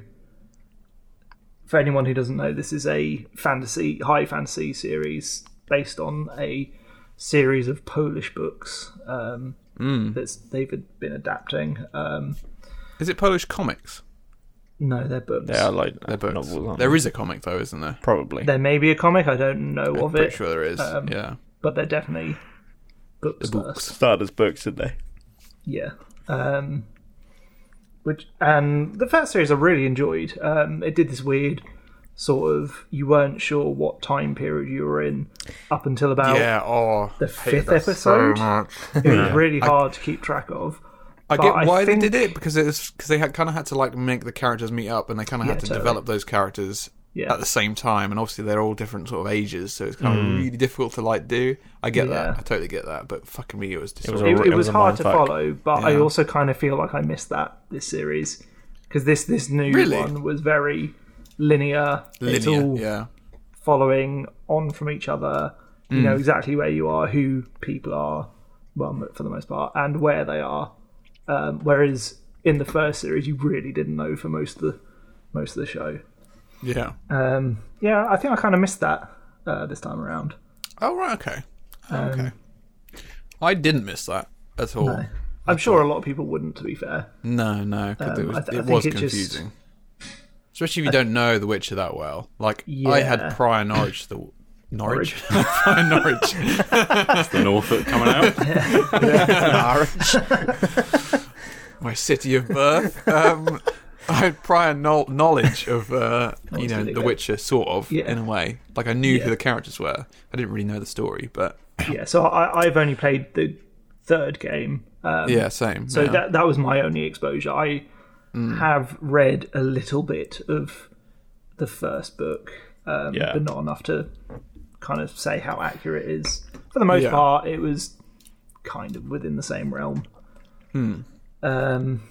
E: for anyone who doesn't know, this is a fantasy, high fantasy series based on a series of Polish books um, that they've been adapting. Um,
B: Is it Polish comics?
E: no, they're books.
D: They are like
B: They're books.
D: novels. Aren't
B: there is a comic though, isn't there?
D: probably.
E: There may be a comic, I don't know of
B: Pretty
E: it, Um,
B: sure there is. yeah.
E: but they're definitely books first.
D: started as books, didn't they?
E: Yeah. Um, which and the first series I really enjoyed. Um, it did this weird sort of you weren't sure what time period you were in up until about
B: Yeah. Oh,
E: the
B: hated
E: fifth
B: that So
E: episode.
B: much.
E: it was really hard to keep track of.
B: I
E: But
B: get
E: I
B: why
E: think-
B: they did it because it was because they had, kind of had to like make the characters meet up, and they kind of had
E: Yeah,
B: to
E: totally.
B: develop those characters
E: Yeah.
B: at the same time. And obviously, they're all different sort of ages, so it's kind of really difficult to like do. I get
E: Mm. Yeah.
B: that. I totally get that. But fucking me, it was just.
D: was
E: It,
D: a-
E: it,
D: it
E: was
D: was a
E: hard to
D: mindfuck.
E: follow, but I
B: Yeah.
E: also kind of feel like I missed that this series because this this new
B: Really?
E: one was very linear. It's
B: linear.
E: all
B: Yeah.
E: following on from each other. You know exactly where you are, who people are, well, m- for the most part, and where they are. Um, whereas in the first series, you really didn't know for most of the most of the show.
B: Yeah.
E: Um, yeah, I think I kind of missed that uh, this time around.
B: Oh right. Okay.
E: Um,
B: okay. I didn't miss that at all. No.
E: I'm sure a lot of people wouldn't, to be fair.
B: No, no, 'cause
E: Um,
B: it was,
E: I th- I
B: it
E: think
B: was
E: it just-
B: confusing. Especially if you don't know The Witcher that well. Like, I had
E: Yeah.
B: prior knowledge to the. Norwich? prior Norwich.
C: The Norfolk coming out.
B: My city of birth. Um, I had prior no- knowledge of, uh, you know,
E: really
B: The
E: good.
B: Witcher, sort of,
E: Yeah.
B: in a way. Like, I knew
E: Yeah.
B: who the characters were. I didn't really know the story, but.
E: Yeah, so I, I've only played the third game, um,
B: Yeah, same.
E: so
B: yeah. Mm.
E: that that was my only exposure. I have read a little bit of the first book, um,
D: Yeah.
E: but not enough to kind of say how accurate it is. For the most
B: Yeah.
E: part, it was kind of within the same realm.
B: Hmm.
E: Um,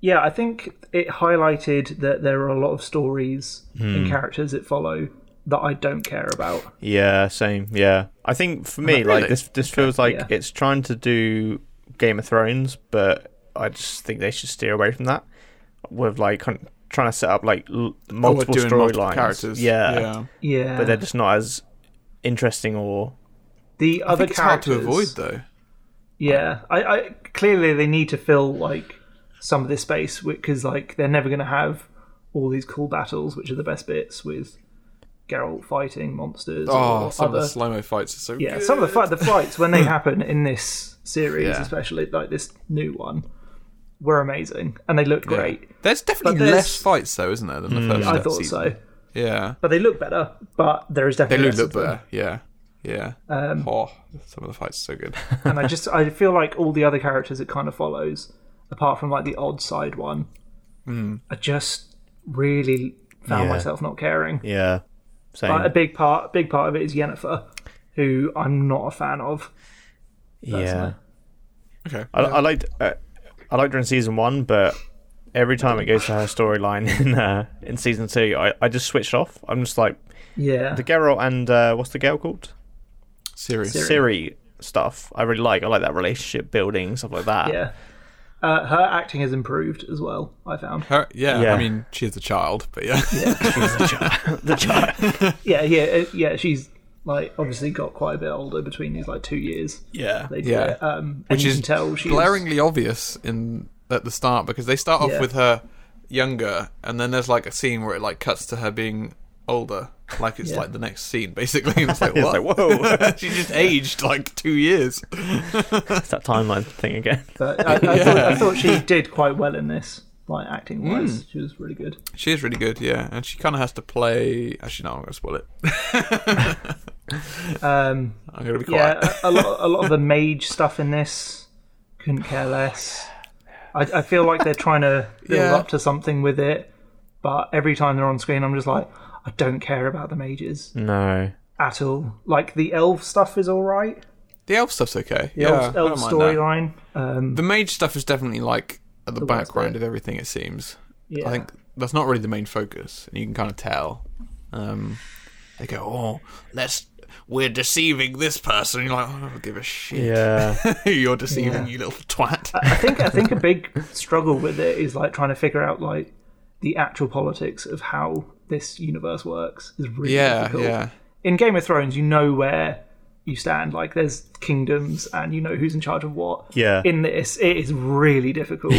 E: yeah, I think it highlighted that there are a lot of stories
B: Hmm.
E: and characters that follow that I don't care about.
D: Yeah, same. Yeah, I think for me, like this, this feels like
E: yeah.
D: it's trying to do Game of Thrones, but I just think they should steer away from that. With like kind of trying to set up like l-
B: Oh, we're
D: multiple
B: doing multiple
D: storylines,
B: characters.
D: Yeah,
B: yeah.
E: Yeah,
D: but they're just not as interesting or
E: the
B: I
E: other
B: think it's hard
E: characters
B: to avoid, though.
E: Yeah, I, I clearly they need to fill like some of this space because like they're never going to have all these cool battles, which are the best bits with Geralt fighting monsters.
B: Oh,
E: or
B: some
E: other,
B: of the slow mo fights are so
E: yeah,
B: good.
E: some of the fight, the fights when they happen in this series, especially like this new one, were amazing and they looked
B: Yeah.
E: great.
B: There's definitely
E: there's-
B: less fights, though, isn't there, than the
D: Mm.
B: first
E: I thought
B: season?
E: so,
B: Yeah.
E: but they look better. But there is
B: They
E: definitely
B: do
E: less
B: look
E: of them.
B: better. Yeah. Yeah.
E: Um,
B: oh, some of the fights are so good.
E: and I just I feel like all the other characters it kind of follows, apart from like the odd side one, I just really found
D: Hmm. Yeah.
E: myself not caring.
D: yeah. Same.
E: Like, a big part, big part of it is Yennefer, who I'm not a fan of.
D: yeah,
B: Okay.
D: I, I liked uh, I liked her in season one, but every time it goes to her storyline in uh, in season two, I, I just switched off. I'm just like
E: Yeah,
D: the Geralt and uh, what's the girl called?
B: Serious.
E: Serious.
D: Siri stuff. I really like. I like that relationship building stuff like that.
E: yeah. Uh, her acting has improved as well. I found.
B: Her, yeah,
D: Yeah.
B: I mean, she is a child, but yeah.
E: Yeah, yeah, uh, yeah. She's like obviously got quite a bit older between these like two years.
D: yeah.
E: They did
B: Yeah.
E: it, um, and
B: Which
E: you
B: is
E: can tell she's
B: glaringly obvious in at the start because they start off
E: Yeah.
B: with her younger, and then there's like a scene where it like cuts to her being older, like it's
E: Yeah.
B: like the next scene basically. And it's like
D: It's
B: what?
D: like whoa,
B: she just aged like two years.
D: it's that timeline thing again.
E: But I, I, thought, I thought she did quite well in this, like acting wise.
D: Hmm.
E: She was really good.
B: She is really good, yeah, and she kind of has to play. Actually, no, I'm gonna spoil it.
E: Um,
B: I'm gonna be quiet.
E: yeah, a, a lot, a lot of the mage stuff in this couldn't care less. I, I feel like they're trying to build
B: Yeah.
E: up to something with it, but every time they're on screen, I'm just like, I don't care about the mages
D: Hmm. No.
E: at all. Like the elf stuff is all right,
B: The elf stuff's okay.
E: the
B: yeah, I
E: elf,
B: don't
E: elf
B: mind that.
E: storyline. Um,
B: The mage stuff is definitely like at the,
E: worst
B: background
E: bit.
B: of everything. It seems.
E: yeah.
B: I think that's not really the main focus, and you can kind of tell. Um, they go, "Oh, let's we're deceiving this person." You're like, "Oh, I don't give a shit.
D: Yeah.
B: You're deceiving
E: Yeah.
B: you little twat."
E: I think I think a big struggle with it is like trying to figure out like the actual politics of how this universe works is really
B: Yeah,
E: difficult.
B: yeah.
E: In Game of Thrones, you know where you stand. Like there's kingdoms, and you know who's in charge of what.
D: Yeah.
E: In this, it is really difficult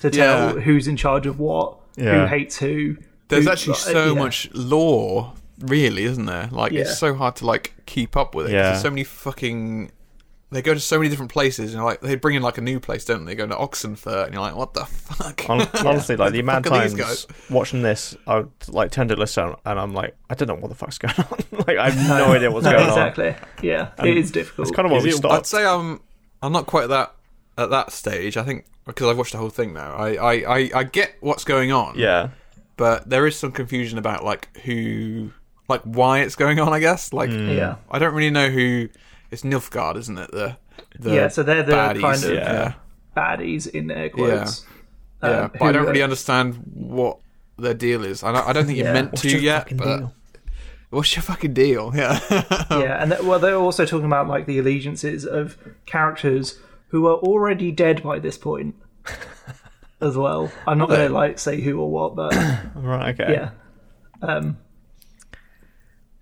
E: to tell
B: Yeah.
E: who's in charge of what,
D: Yeah.
E: who hates who.
B: There's
E: who-
B: actually
E: like,
B: so
E: yeah.
B: much lore, really, isn't there? Like
E: Yeah.
B: it's so hard to like keep up with it. 'cause
D: Yeah.
B: There's so many fucking. They go to so many different places, and like they bring in like a new place, don't they? They go to Oxenfurt, and you're like, what the fuck?
D: Hon- Honestly, like the amount of
B: fuck are these
D: times
B: guys?
D: watching this, I would, like turned it list down and I'm like, I don't know what the fuck's going on. like I have no idea what's going on.
E: Exactly. Yeah, it is difficult.
D: It's kind of why
C: Is
D: we
C: it-
B: I'd
D: stopped.
B: say I'm. I'm not quite at that at that stage. I think because I've watched the whole thing now. I I, I, I get what's going on.
D: Yeah,
B: But there is some confusion about like who, like why it's going on. I guess like
E: yeah.
B: I don't really know who. It's Nilfgaard, isn't it? The, the
E: Yeah, so they're the
B: baddies.
E: kind of-
B: yeah.
E: Baddies in air quotes.
B: Yeah,
E: um,
B: but I
E: who
B: don't really
E: are-
B: understand what their deal is. I don't, I don't think you
E: Yeah.
B: meant
E: What's
B: to yet, but what's your fucking deal? Yeah,
E: Yeah, and that, well, they're also talking about like the allegiances of characters who are already dead by this point, as well. I'm not going to like say who or what, but
D: right, okay.
E: yeah, um,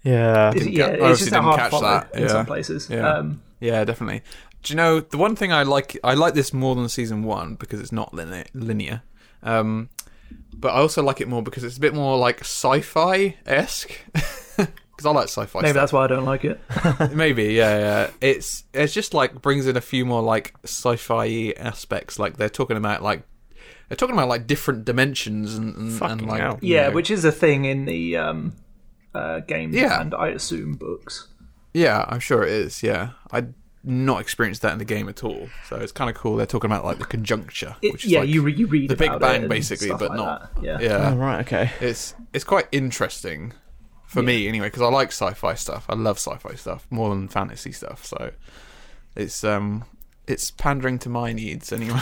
D: yeah.
E: it's, yeah,
B: I
E: it's
B: obviously
E: just a
B: didn't
E: hard
B: catch
E: follow
B: that,
E: in
B: yeah.
E: some places.
B: Yeah.
E: Um,
B: yeah, definitely. Do you know the one thing I like? I like this more than season one because it's not linear. linear. Um, but I also like it more because it's a bit more like sci-fi esque. Because I like sci-fi.
E: maybe
B: stuff.
E: that's why I don't like it.
B: Maybe, yeah, yeah. It's it's just like brings in a few more like sci-fi aspects. Like they're talking about like they're talking about like different dimensions and and, and
D: Fucking
B: like
D: hell.
B: you
E: Yeah,
B: know-
E: which is a thing in the um, uh, games
B: Yeah.
E: and I assume books.
B: yeah, I'm sure it is. Yeah, I not experienced that in the game at all. So it's kind of cool. They're talking about like the conjuncture,
E: It-
B: which is
E: yeah,
B: like,
E: you re- you read
B: the Big
E: about it
B: Bang
E: and
B: basically,
E: stuff
B: but
E: like
B: not
E: that, yeah.
D: Oh,
B: yeah.
D: right, okay.
B: It's it's quite interesting for me anyway because I like sci-fi stuff. I love sci-fi stuff more than fantasy stuff. So it's um it's pandering to my needs anyway.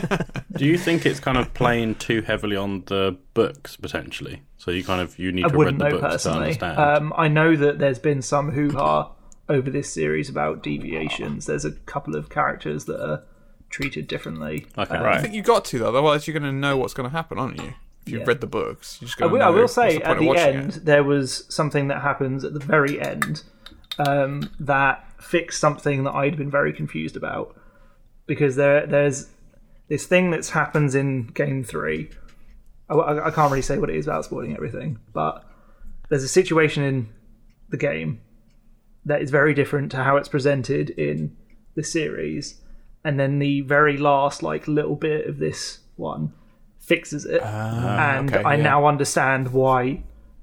C: Do you think it's kind of playing too heavily on the books potentially? So you kind of you need
E: I
C: to read
E: wouldn't
C: the
E: know
C: books to
E: personally.
C: understand.
E: Um, I know that there's been some hoo ha over this series about deviations. There's a couple of characters that are treated differently.
C: okay,
B: I
C: right.
B: think you got to though, otherwise you're going to know what's going to happen, aren't you? If you've
E: Yeah.
B: read the books, you just
E: I
B: going
E: will,
B: to
E: I
B: know.
E: will
B: what's
E: say
B: the point
E: at
B: of
E: the
B: watching
E: end
B: it?
E: there was something that happens at the very end um, that fixed something that I'd been very confused about because there there's this thing that's happens in game three. I, I- I can't really say what it is without spoiling everything, but there's a situation in the game that is very different to how it's presented in the series, and then the very last like little bit of this one fixes it, and
B: Ah, okay,
E: I
B: yeah.
E: now understand why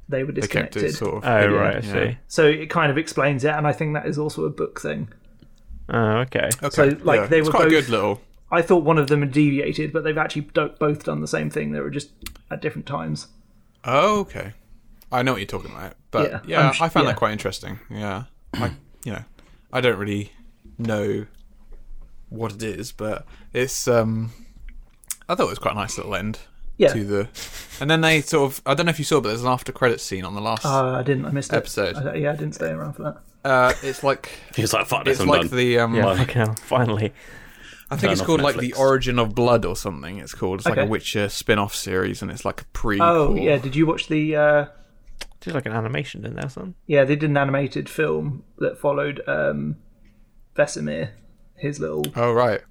E: they were
B: They kept
E: disconnected.
B: it sort of.
D: Oh, right, I see.
E: So it kind of explains it, and I think that is also a book thing.
D: Oh, okay.
B: Okay.
E: So, like, they
B: it's
E: were
B: quite a
E: both-
B: good little.
E: I thought one of them had deviated, but they've actually do- both done the same thing. They were just at different times.
B: Oh, okay. I know what you're talking about, but yeah,
E: Yeah, I'm sh-
B: I found
E: yeah.
B: that quite interesting. Yeah, I, you know, I don't really know what it is, but it's. um I thought it was quite a nice little end
E: Yeah.
B: to the, and then they sort of. I don't know if you saw, but there's an after credit scene on the last.
E: Uh, I didn't. I missed it.
B: Episode.
E: I, yeah, I didn't stay around for that.
B: Uh, it's like
C: He's like, fuck this,
B: it's
C: I'm
B: like
C: done.
B: the um,
D: Yeah, fucking hell. Finally.
B: I think
C: Turn
B: it's
C: off
B: called like the
C: Netflix.
B: Origin of Blood or something. It's called. It's like a
E: Okay.
B: Witcher spin-off series, and it's like a pre.
E: Oh yeah, did you watch the? Uh,
D: Did like an animation in there, son.
E: yeah, they did an animated film that followed um, Vesemir, his little
B: Oh right.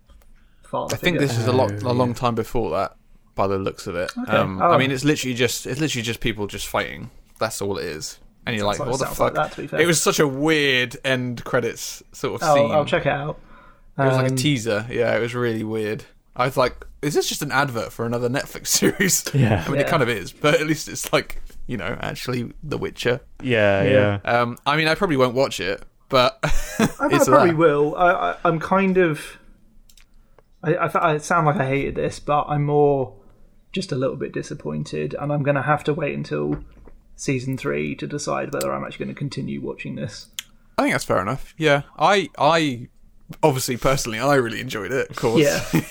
E: father.
B: I think this is a lot a long time before that, by the looks of it. Um, I
E: Oh.
B: mean, it's literally just it's literally just people just fighting. That's all it is. And you're like,
E: like-
B: what the
E: sounds
B: fuck?
E: like that, to be fair. Oh,
B: It was such a weird end credits sort of
E: I'll,
B: scene.
E: I'll check it out.
B: It was like a
E: Um,
B: teaser. Yeah, it was really weird. I was like, is this just an advert for another Netflix series?
D: Yeah.
B: I mean, it
E: Yeah.
B: kind of is, but at least it's like you know actually The Witcher.
D: Yeah, yeah.
B: Um, I mean, I probably won't watch it, but
E: I
B: it's
E: probably
B: there.
E: will. I, I, I'm kind of. I, I, I sound like I hated this, but I'm more just a little bit disappointed, and I'm going to have to wait until season three to decide whether I'm actually going to continue watching this.
B: I think that's fair enough. Yeah, I, I obviously personally, I really enjoyed it. Of course.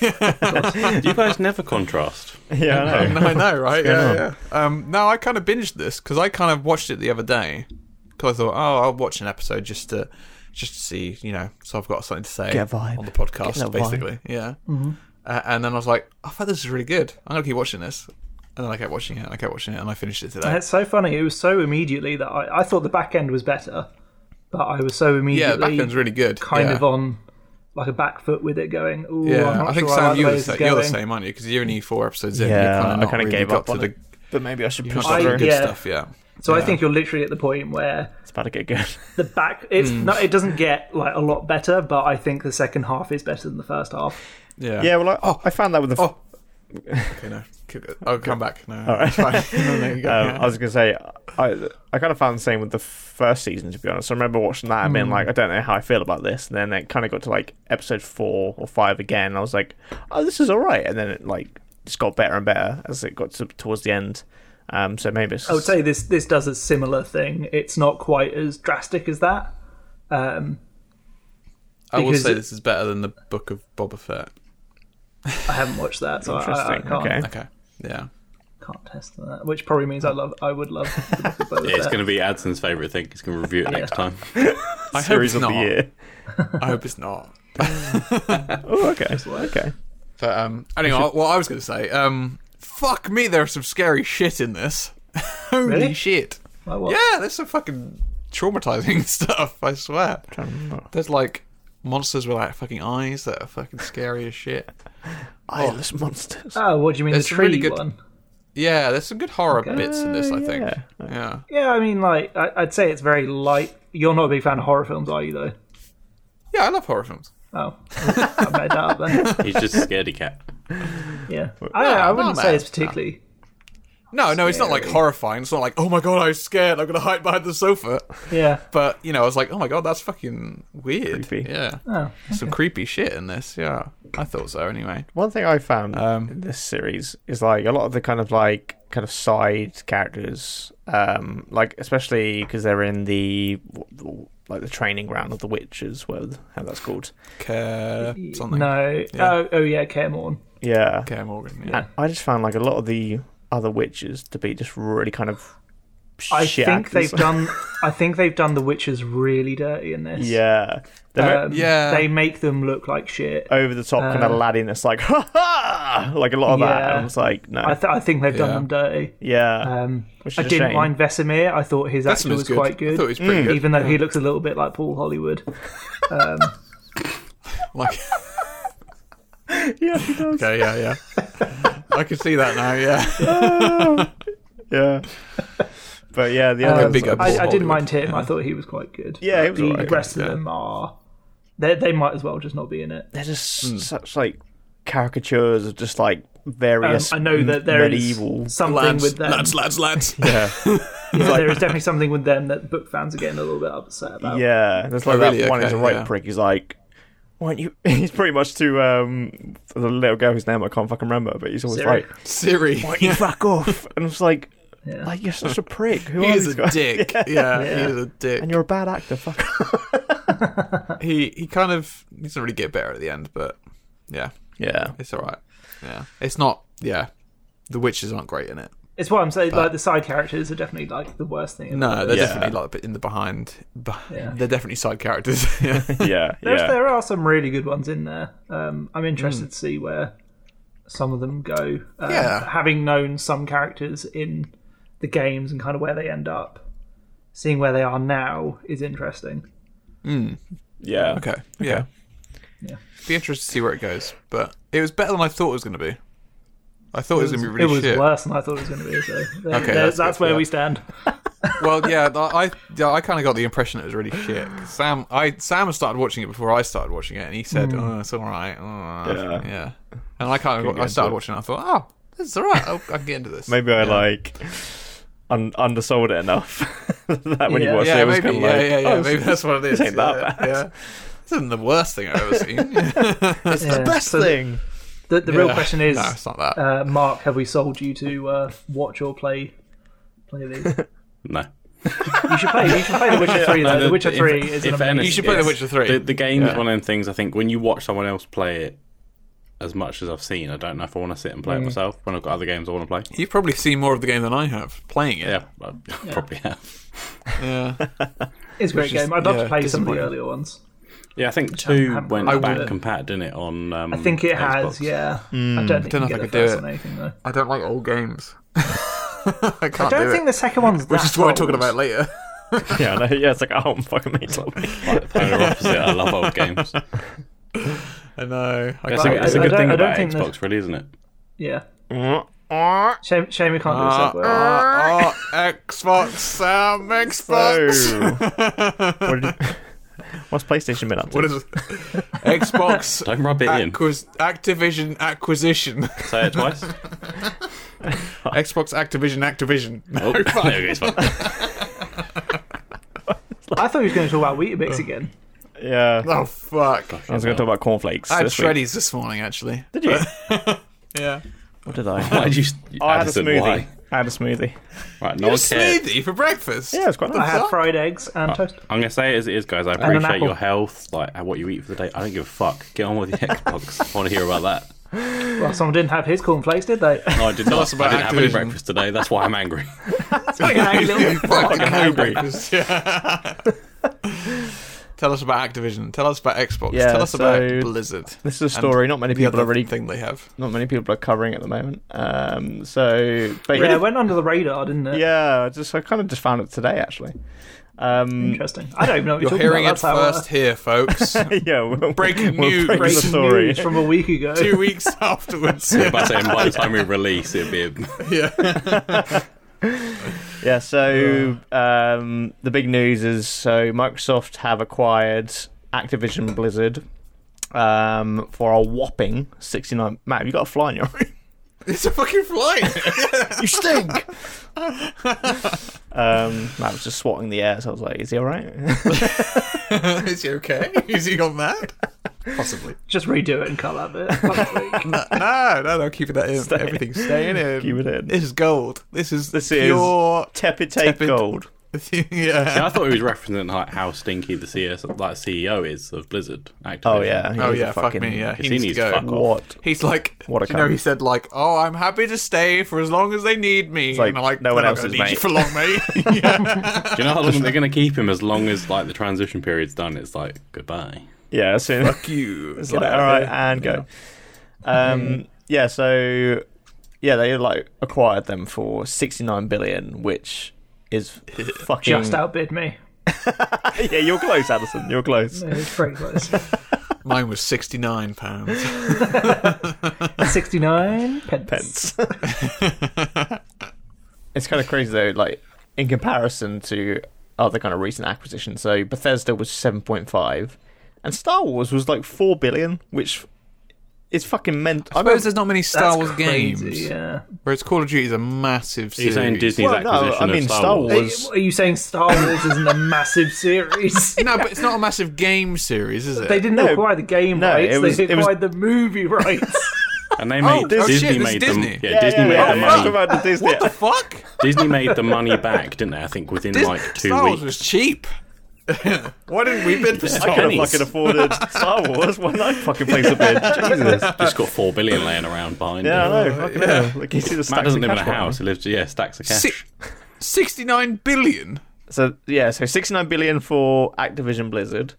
E: Yeah,
C: you guys never contrast.
D: Yeah, I know.
B: I know, right? Yeah, yeah. Um, no, I kind of binged this because I kind of watched it the other day because I thought, oh, I'll watch an episode just to just to see, you know, so I've got something to say
D: Get a vibe.
B: on the
D: Get a
B: podcast,
D: vibe. Mm-hmm.
B: basically. Yeah. Uh, and then I was like, I thought this is really good. I'm gonna keep watching this. And then I kept watching it, and I kept watching it, and I finished it today.
E: It's so funny. It was so immediately that I, I thought the back end was better, but I was so
B: yeah, the
E: immediately
B: back end's really good.
E: kind
B: yeah.
E: of on like a back foot with it going. Ooh,
B: Yeah,
E: I'm not
B: I think
E: sure I
B: Sam,
E: like the
B: you're,
E: way
B: the
E: this is
B: same, you're the
E: going.
B: same, aren't you? Because you're only four episodes in.
D: Yeah,
B: you're kinda
D: I
B: not
D: kinda
B: really
D: gave
B: got
D: up
B: to
D: on
B: the,
D: it. But maybe I should
B: You're
D: push
B: not got
E: I-
B: to the
D: through.
B: good
E: yeah.
B: stuff. Yeah,
E: So I think you're literally at the point where
D: It's about to get good.
E: the back it's
B: Hmm.
E: not it doesn't get like a lot better, but I think the second half is better than the first half.
B: yeah,
D: yeah, well, I, I found that with the. uh,
B: Oh. Okay, no. Keep it. I'll come back. No, it's fine. No, there you go.
D: Um,
B: yeah.
D: I was gonna say, I I kind of found the same with the first season to be honest. I remember watching that and being like, I don't know how I feel about this, and then it kind of got to like episode four or five again. And I was like, oh, this is all right, and then it like just got better and better as it got to, towards the end. Um, so maybe it's
E: I would say this this does a similar thing. It's not quite as drastic as that. Um,
B: I will
E: because
B: say
E: it-
B: this is better than the Book of Boba Fett.
E: I haven't watched that, so I, I, I
D: interesting.
E: can't,
D: okay,
B: Okay. Yeah.
E: can't test on that. Which probably means I love I would love the Book of Boba
C: Yeah, it's
E: Fett.
C: going to be Adson's favourite thing. He's going to review it next time.
B: I hope
D: series
B: it's
D: of
B: not.
D: the year.
B: I hope it's not.
D: Oh, okay, okay.
B: But um, anyway, what I was going to say, um, fuck me, there's some scary shit in this. Holy
E: Really?
B: shit!
E: Like, what?
B: Yeah, there's some fucking traumatizing stuff. I swear. There's like monsters with like fucking eyes that are fucking scary as shit.
D: Eyeless monsters.
E: Oh, what do you mean
B: It's
E: the tree
B: really good-
E: one?
B: Yeah, there's some good horror bits in this. I think.
D: yeah.
B: Yeah.
E: Yeah, I mean, like I, I'd say it's very light. You're not a big fan of horror films, are you? Though.
B: Yeah, I love horror films.
E: Oh, I made that up then.
C: He's just a scaredy cat.
E: Yeah, I, I wouldn't
B: no,
E: say
B: man.
E: it's particularly.
B: No, no, it's not like horrifying. It's not like, oh my god, I'm scared. I'm gonna hide behind the sofa.
E: Yeah,
B: But you know, I was like, oh my god, that's fucking weird.
D: Creepy.
B: Yeah,
E: oh,
B: some creepy shit in this. Yeah, I thought so. Anyway,
D: One thing I found
E: Uh,
B: Um,
D: in this series is like a lot of the kind of like kind of side characters, um, like especially because they're in the like the training ground of the witches, whatever the hell that's called.
B: care something.
E: no.
B: Yeah.
E: Oh, oh yeah, Cairmorn.
D: Yeah,
B: Care Morgan. Yeah.
D: And I just found like a lot of the other witches to be just really kind of.
E: I
D: shit
E: think
D: actors.
E: they've done. I think they've done the witches really dirty in this.
D: yeah, they're
E: Um,
B: Yeah.
E: They make them look like shit.
D: over the top kind of Aladdin. It's like ha ha, like a lot of that. And
E: Yeah.
D: I was like, no,
E: I, th- I think they've done
B: Yeah.
E: them dirty.
D: yeah,
E: Um,
D: Which
E: I
D: is a
E: didn't
D: shame. Mm.
E: mind Vesemir. I thought his
B: That's
E: acting was quite
B: I thought it
E: good,
B: was pretty good.
E: even though he looks a little bit like Paul Hollywood. Um,
B: Like,
D: yeah, he does.
B: okay, yeah, yeah. I can see that now. Yeah,
D: yeah. But yeah, the
E: Um,
D: other
B: big up.
E: I, I
B: Paul
E: didn't
B: Hollywood,
E: mind him. I thought he was quite good.
D: Yeah, he
E: But
D: was
E: the
D: alright.
E: rest
B: Yeah.
E: of them are. They they might as well just not be in it.
D: they're just such like caricatures of just like various.
E: Um, I know that there is
D: medieval.
E: something with them.
B: lads, lads.
D: Yeah,
E: Yeah, there is definitely something with them that book fans are getting a little bit upset about.
D: yeah. There's like
B: Oh, really?
D: that one who's a
B: Okay,
D: right
B: yeah.
D: prick. He's like, "Why aren't you?" He's pretty much to um the little girl whose name I can't fucking remember, but he's always
E: Siri.
D: like,
B: Siri.
D: "Why don't you fuck off?" And it's like,
E: Yeah.
D: "Like you're such a prick. Who
B: He
D: are
B: is
D: these
B: a
D: guys?"
B: dick. Yeah,
E: Yeah.
B: he is a dick.
D: And you're a bad actor. Fuck. off.
B: he he kind of he doesn't really get better at the end, but yeah,
D: Yeah.
B: it's all right. Yeah, it's not. Yeah, the witches aren't great in it.
E: It's what I'm saying. like the side characters are definitely like the worst thing.
B: No, they're
D: Yeah.
B: definitely like in the behind. beh-
E: Yeah.
B: They're definitely side characters. yeah.
D: Yeah.
E: There's,
D: yeah. Mm.
E: there are some really good ones in there. Um, I'm interested to see where some of them go. Um,
B: Yeah.
E: Having known some characters in the games and kind of where they end up, seeing where they are now is interesting.
C: Yeah.
B: Okay. Yeah.
E: Yeah.
B: Be interested to see where it goes, but it was better than I thought it was going to be. I thought it was, going to be
E: it
B: really
E: was
B: shit.
E: worse than I thought it was going to be. So there-
B: Okay,
E: there-
B: that's
E: that's,
B: good,
E: where
B: yeah.
E: we stand.
B: Well, yeah, th- I yeah, I kind of got the impression it was really shit. 'Cause Sam, I Sam started watching it before I started watching it, and he said,
E: Hmm.
B: "Oh, it's all right." Oh,
C: Yeah.
B: yeah. yeah. And I kind of
D: get
B: I started
D: into it.
B: watching, it and I thought, "Oh, this is all right. I'll, I can get into this."
D: Maybe I like un- undersold it enough that when
E: Yeah.
D: you watch
B: yeah,
D: it, it was
B: maybe,
D: kind of
B: yeah,
D: like,
B: yeah, yeah,
D: oh,
B: Maybe
D: this
B: that's what it is.
D: ain't that
B: yeah,
D: bad.
B: yeah. This isn't the worst thing I've ever seen.
D: is the
E: Yeah.
D: best
E: So the-
D: thing.
E: The, the real question is,
B: no, it's not that.
E: uh, Mark, have we sold you to uh, watch or play? Play these. You
C: No.
E: should play. You should play The Witcher Three. Though. The, Witcher
C: if-
E: Three is
C: if
E: an amazing.
C: any-
B: You should play The Witcher 3.
C: The, the game's one of them things. I think when you watch someone else play it, as much as I've seen, I don't know if I want to sit and
E: Mm.
C: play it myself. When I've got other games I want to play.
B: You've probably seen more of the game than I have playing it.
C: Yeah, I probably have.
B: Yeah.
E: It's a great
B: is-
E: game. I'd love
B: yeah,
E: to play some of the
B: disappointing.
E: earlier ones.
C: Yeah, I think
E: I
C: two
E: haven't
C: went
E: played
C: back
E: it.
C: compat, didn't it? On um,
E: I think it has,
C: Xbox?
E: yeah. I don't
B: Hmm,
E: think,
B: Don't know
E: you
B: if I
E: get
B: could
E: the
B: do it.
E: first one or anything, though.
B: I don't like old games. I can't
E: I don't
B: do
E: think
B: it.
E: the second one's
B: Which
E: that
B: is what we're talking
E: old.
B: about later.
D: yeah, I know. yeah. It's like, oh, I'm fucking me.
C: Polar opposite. I love old games.
B: I know. I
C: That's
B: can't
C: a, that's a
E: I
C: good
E: don't-
C: thing
E: I don't
C: about
E: think
C: Xbox,
E: there's-
C: really, isn't it?
E: Yeah.
D: oh,
E: Shame, shame we can't do a
B: Uh,
E: Subway.
B: uh, uh, Xbox, Sam, Xbox.
D: What did- what's PlayStation been up to?
B: What is it? Xbox
C: Don't rub it in.
B: acquis- Activision acquisition.
C: Say it twice.
B: Xbox Activision Activision.
C: Oh, there we go, it's fine.
E: I thought he was going to talk about
B: uh,
E: Weetabix again.
D: yeah,
B: Oh fuck!
D: I was going to talk about cornflakes.
B: I had
D: this week.
B: shreddies this morning actually.
D: Did you?
B: Yeah.
D: What did I?
C: Why did you?
D: Oh, I had a
C: Addison,
D: smoothie.
C: why?
D: I had a smoothie.
C: Right, no one
B: A
C: cares.
B: smoothie for breakfast.
D: Yeah, it's quite
E: I
D: nice.
E: had fried eggs and
B: Uh,
E: toast.
C: I'm gonna say it as it is, guys. I
E: an
C: appreciate
E: apple.
C: your health, like and what you eat for the day. I don't give a fuck. Get on with the Xbox. I want to hear about that.
E: Well, someone didn't have his cornflakes, did they?
C: No, I did not. I
B: about
C: didn't have any
B: Activision.
C: breakfast today. That's why I'm angry.
B: fucking hungry. Yeah. Tell us about Activision. Tell us about Xbox.
D: Yeah,
B: Tell us
D: so
B: about Blizzard.
D: This is a story not many
B: The
D: people
B: other
D: are really,
B: thing they have.
D: not many people are covering at the moment. Um, so, but
E: Yeah,
D: yeah,
E: it went under the radar, didn't it?
D: yeah, I just I kind of just found it today actually.
B: Mm.
D: Um,
E: Interesting. I don't even know what
B: You're
E: you're, talking
B: hearing
E: about. uh,
B: it first here, folks.
D: yeah, we're,
B: Breaking
D: we're
B: news.
E: Breaking
D: breaking the story.
E: news from a week ago.
B: Two weeks afterwards.
C: But I'm saying by the time we release, it'd be a
D: Yeah, so um, the big news is so Microsoft have acquired Activision Blizzard um, for a whopping sixty nine. Matt, have you got a fly in your room?
B: It's a fucking flight.
D: you stink. um, Matt was just swatting the air, so I was like, "Is he all right?"
B: Is he okay? Is he gone mad? Possibly.
E: Just redo it and cut that bit. Fuck me.
B: No, no, no. Keep it that in. Everything's staying in.
D: Keep it in.
B: This Um, is gold. This is
D: This is-
B: pure.
D: Tepid take
B: Tepid.
D: gold.
B: yeah.
C: Yeah, I thought he was referencing like how stinky the CS like CEO is of Blizzard. Activision.
D: Oh yeah. he
B: Oh
D: is a
B: yeah. Fuck
D: fucking-
B: me. Yeah.
C: He
B: He needs to
C: needs
B: go.
C: fuck off.
D: What?
B: He's like,
D: What a
B: you know,
D: cunt.
B: he said like, "Oh, I'm happy to stay for as long as they need me."
D: like,
B: and I'm like,
D: no one
B: "They're
D: else
B: not
D: is,
B: gonna need you
D: mate."
B: for long, mate. yeah.
C: Do you know how long they're going to keep him? As long as like the transition period's done, it's like goodbye.
D: Yeah. As soon.
B: Fuck you.
D: It's
B: Get
D: like,
B: out of
D: all right,
B: here. Mm-hmm.
D: and go. Um, yeah, so yeah, they like acquired them for sixty nine billion, which is fucking.
E: Just outbid me.
D: yeah, you're close, Addison. You're close.
E: It was pretty close.
B: Mine was sixty nine pounds.
E: 69 pence.
D: Pence. it's kind of crazy though, like in comparison to other kind of recent acquisitions. So Bethesda was seven point five, and Star Wars was like four billion, which is fucking meant.
B: I suppose there's not many Star
E: That's
B: Wars
E: crazy,
B: games,
E: Yeah.
B: whereas Call of Duty is a massive
C: He's
B: series.
C: saying Disney's
D: Well, no,
C: acquisition
D: I mean,
C: of Star,
D: Star
C: Wars.
D: Wars-
E: Are you saying Star Wars isn't a massive series?
B: No, but it's not a massive game series, is it?
E: They didn't acquire the game
D: no,
E: rights.
D: it was-
E: they
D: it was-
E: acquired the movie rights.
C: and they made
B: this-
C: Disney
B: oh, shit, this
C: made
B: is
C: them.
B: Disney.
C: Yeah, Disney made the
D: yeah,
C: money.
D: about the Disney.
B: the fuck?
C: Disney made the money back, didn't they? I think within
B: Dis-
C: like two
B: Star
C: weeks.
B: Wars was cheap. Why didn't we bid for Star
D: I
B: Wars?
D: could have
C: pennies.
D: fucking afforded Star Wars. Why not fucking place a bid? Jesus.
C: Just got four billion laying around behind.
D: Yeah,
C: him.
D: I know. fucking hell. Like you see the
C: Matt
D: stacks
C: doesn't
D: of
C: live in a
D: cash behind
C: house. He lives yeah stacks of cash.
B: Si- Sixty-nine billion.
D: him. So yeah, so sixty nine billion for Activision Blizzard,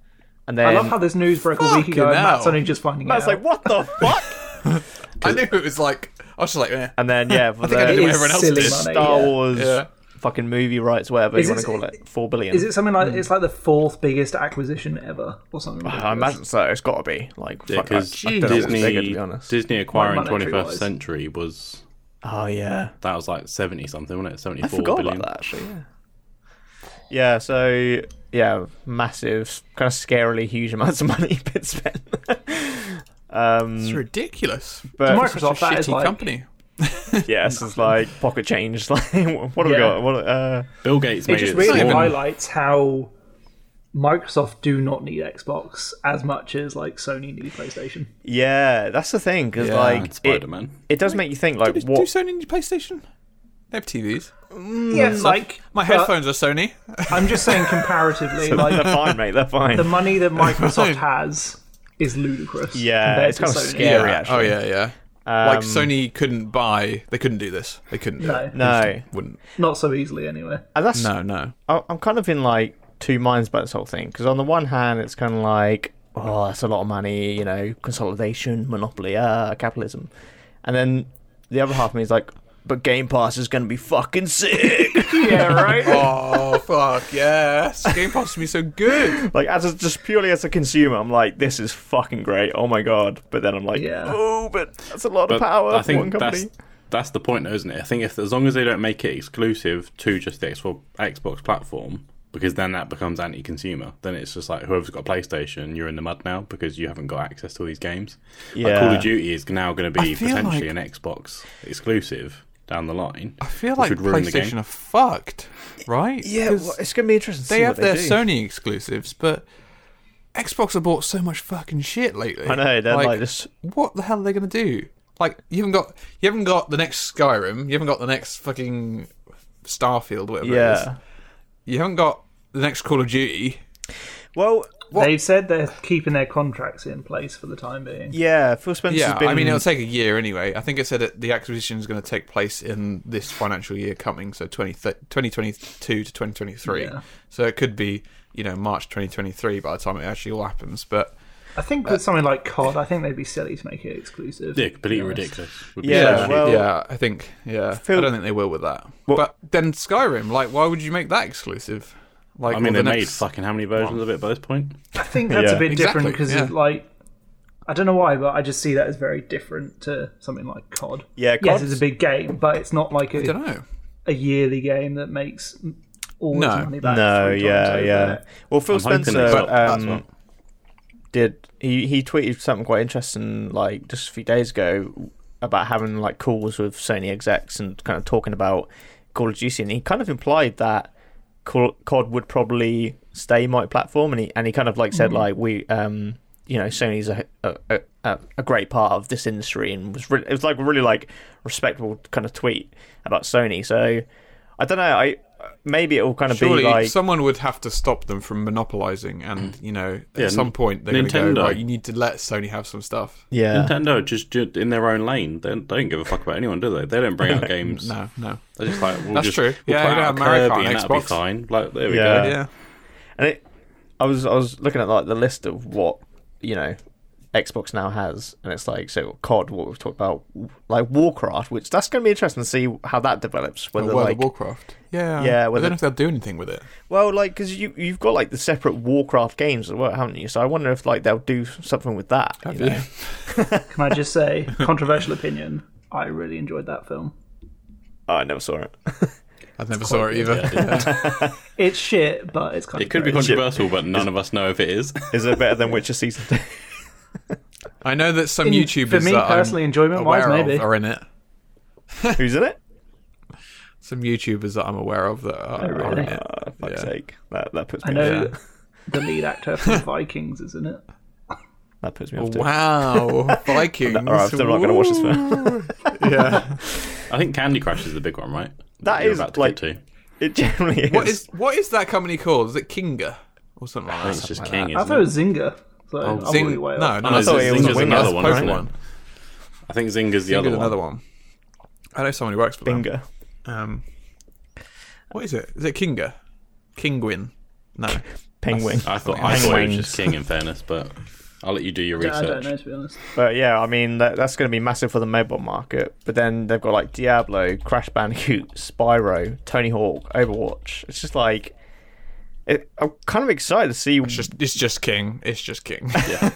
D: and then
E: I love how this news broke a week
B: Fucking
E: ago and Matt's
B: hell.
E: only just finding
D: I was
E: out.
D: like, what the fuck?
B: I knew it was like. I was just like, eh.
D: And then yeah, for
B: think I
D: the
B: did
E: It
B: what
E: is
B: everyone else
E: silly
B: did.
E: money,
D: Star
E: yeah.
D: Wars
B: Yeah.
D: fucking movie rights, whatever
E: Is
D: you
E: it-
D: want to call it, four billion.
E: Is it something like
D: Hmm.
E: it's like the fourth biggest acquisition ever or something?
D: I imagine so. It's got to be like
C: Yeah,
D: fuck, I, I
C: because
D: don't know what's
C: Disney,
D: bigger, to be honest.
C: Disney acquiring
E: Like, monetary
C: 21st
E: wise.
C: Century was
D: Oh yeah,
C: that was like 70 something, wasn't it?
D: I
C: 74
D: forgot
C: billion.
D: about that actually. Yeah. Yeah. So yeah, massive, kind of scarily huge amounts of money been spent. um,
B: It's
D: Mm.
B: ridiculous.
D: but
E: Microsoft
B: Such a
E: that
B: shitty
E: is like
B: company.
D: yes, it's like pocket change. Like what have we
E: Yeah.
D: got? What, uh,
C: Bill Gates
E: it
C: made
E: just
C: it
E: really
C: small.
E: highlights how Microsoft do not need Xbox as much as like Sony need PlayStation.
D: yeah, that's the thing because
B: Yeah,
D: like it,
C: Spider Man.
D: it does make you think like
B: Do, do
D: what
B: Sony need PlayStation? They have TVs.
E: Yeah, like
B: My
E: but
B: headphones are Sony.
E: I'm just saying comparatively,
D: they're
E: like
D: fine, mate. They're fine.
E: the money that Microsoft has is ludicrous.
D: Yeah,
E: compared
D: it's
E: to
D: kinda
E: Sony.
D: scary.
B: Oh
D: Yeah, actually.
B: yeah, yeah.
D: Um,
B: like Sony couldn't buy. They couldn't do this. They couldn't. Do
E: No.
B: it.
D: no,
B: Wouldn't.
E: Not so easily anyway.
D: and that's
B: No, no.
D: I- I'm kind of in like two minds about this whole thing because on the one hand, it's kind of like, oh, that's a lot of money, you know, consolidation, monopoly, ah, capitalism, and then the other half of me is like, but Game Pass is going to be fucking sick. yeah, right.
B: Oh fuck yes! Game Pass would be so good.
D: Like as a, just purely as a consumer, I'm like, this is fucking great. Oh my god! But then I'm like,
E: Yeah.
D: oh, but that's a lot
C: But
D: of power.
C: I
D: for one
C: think
D: company.
C: that's that's the point, though, isn't it? I think if as long as they don't make it exclusive to just the Xbox Xbox platform, because then that becomes anti-consumer. Then it's just like whoever's got a PlayStation, you're in the mud now because you haven't got access to all these games. Like Call
D: Yeah.
C: of Duty is now going to
B: I
C: be
B: feel
C: potentially
B: like-
C: an Xbox exclusive down the line.
B: I feel
C: which
B: like
C: would ruin the game.
B: PlayStation are fucked, right?
D: yeah,
B: 'Cause
D: well, it's going to be interesting. To
B: they
D: see
B: have
D: what they
B: their
D: do.
B: Sony exclusives, but Xbox have bought so much fucking shit lately.
D: I know, they're like this-
B: What the hell are they gonna do? Like you haven't got you haven't got the next Skyrim, you haven't got the next fucking Starfield, whatever it is.
D: Yeah.
B: You haven't got the next Call of Duty.
D: Well,
E: They've said they're keeping their contracts in place for the time being.
D: yeah. Phil Spencer's
B: yeah,
D: been.
B: I mean it'll take a year anyway. I think it said that the acquisition is going to take place in this financial year coming, so 20, 2022 to 2023.
E: Yeah.
B: So it could be, you know, March 2023 by the time it actually all happens, but
E: I think with something like COD, I think they'd be silly to make it exclusive.
C: Yeah, completely
E: Yes.
C: ridiculous. Would be
D: Yeah,
C: so
D: well-
C: stupid.
B: yeah, I think. Yeah, I
D: Phil-
B: don't think they will with that.
D: Well-
B: but then Skyrim, like, why would you make that exclusive? Like,
C: I
B: or
C: mean, they
B: the
C: made
B: next-
C: fucking how many versions of it by this point?
E: I think that's
D: Yeah.
E: a bit
B: Exactly,
E: different because
B: yeah.
E: like I don't know why, but I just see that as very different to something like COD.
D: Yeah,
E: yes,
D: COD's-
E: it's a big game, but it's not like
B: I
E: a,
B: don't know.
E: a yearly game that makes all
B: No.
E: its money back.
D: No,
E: three times
D: yeah,
E: over.
D: yeah. Well, Phil
C: I'm hoping
D: Spencer
C: it's not that
D: um, did he he tweeted something quite interesting like just a few days ago about having like calls with Sony execs and kind of talking about Call of Duty, and he kind of implied that Call- COD would probably stay multi-platform, and he and he kind of like said like we um you know Sony's a a, a a great part of this industry, and was re- it was like really like respectable kind of tweet about Sony. So I don't know, I maybe it will kind of
B: Surely
D: be like
B: someone would have to stop them from monopolizing, and you know, at
C: Mm. Yeah,
B: some point they're going to
C: Nintendo.
B: go right. You need to let Sony have some stuff.
D: yeah.
C: Nintendo just, just in their own lane. They don't, they don't give a fuck about anyone, do they? They don't bring out games.
B: No, no.
C: They're just like, we'll
B: That's
C: just,
B: true.
C: We'll
B: Yeah,
C: put
B: you don't
C: out
B: have Mario Kart
C: Kirby
B: on
C: and that'll be
B: Xbox.
C: fine. Like, there we
D: Yeah.
C: go.
B: Yeah,
D: And it, I was I was looking at like the list of what you know Xbox now has, and it's like so COD, what we've talked about, like Warcraft, which that's going to be interesting to see how that develops.
B: Or
D: Whether
B: World
D: like
B: of Warcraft. Yeah,
D: Yeah,
B: I
D: whether-
B: don't know if they'll do anything with it.
D: well, like because you you've got like the separate Warcraft games as well, haven't you? So I wonder if like they'll do something with that. you know?
E: Can I just say, controversial opinion? I really enjoyed that film.
D: Oh, I never saw it.
B: I never saw it either.
E: It's shit, but it's kind
C: It
E: of
C: could be
E: great.
C: controversial, but none of us know if it is.
D: Is it better than Witcher season two?
B: I know that some
E: In- for
B: YouTubers
E: me
B: that I'm
E: personally, enjoyment-wise,
B: aware of
E: maybe.
B: are in it.
D: Who's in it?
B: Some YouTubers that I'm aware of that are,
E: really?
B: are in it.
D: Oh, fuck's
B: Yeah.
D: sake! That that puts me.
E: I know
B: Yeah.
E: the lead actor from Vikings, isn't it?
D: That puts me off. too.
B: Wow, Vikings!
D: All right, I'm still not going to watch this film.
B: Yeah.
C: I think Candy Crush is the big one, right?
D: That
C: You're
D: is,
C: about to
D: like-
C: get to.
D: It generally is.
B: What is what is that company called? Is it Kinga or something like that?
C: It's just
B: Something
C: King,
B: like
E: I
C: isn't
E: thought it
C: it?
E: was Zynga. So Oh, I'm
B: that. Zing-
E: really way
B: no,
E: off.
B: no,
C: I
B: no,
C: thought it was
B: Zynga's
C: a winger.
B: another
C: That's
B: one.
C: Pokemon.
B: Pokemon.
C: I think Zynga's the
B: Zinga's
C: other one.
B: another one. I know someone who works for them.
D: Bingo.
B: Um, what is it? Is it Kinga? Kinguin? No.
D: Penguin.
C: I thought I thought it was
D: Penguins.
C: just King. In fairness, but I'll let you do your
E: I don't
C: research.
E: know to be honest.
D: But yeah, I mean that, that's going to be massive for the mobile market. But then they've got like Diablo, Crash Bandicoot, Spyro, Tony Hawk, Overwatch. It's just like it, I'm kind of excited to see
B: It's just it's just King. It's just King.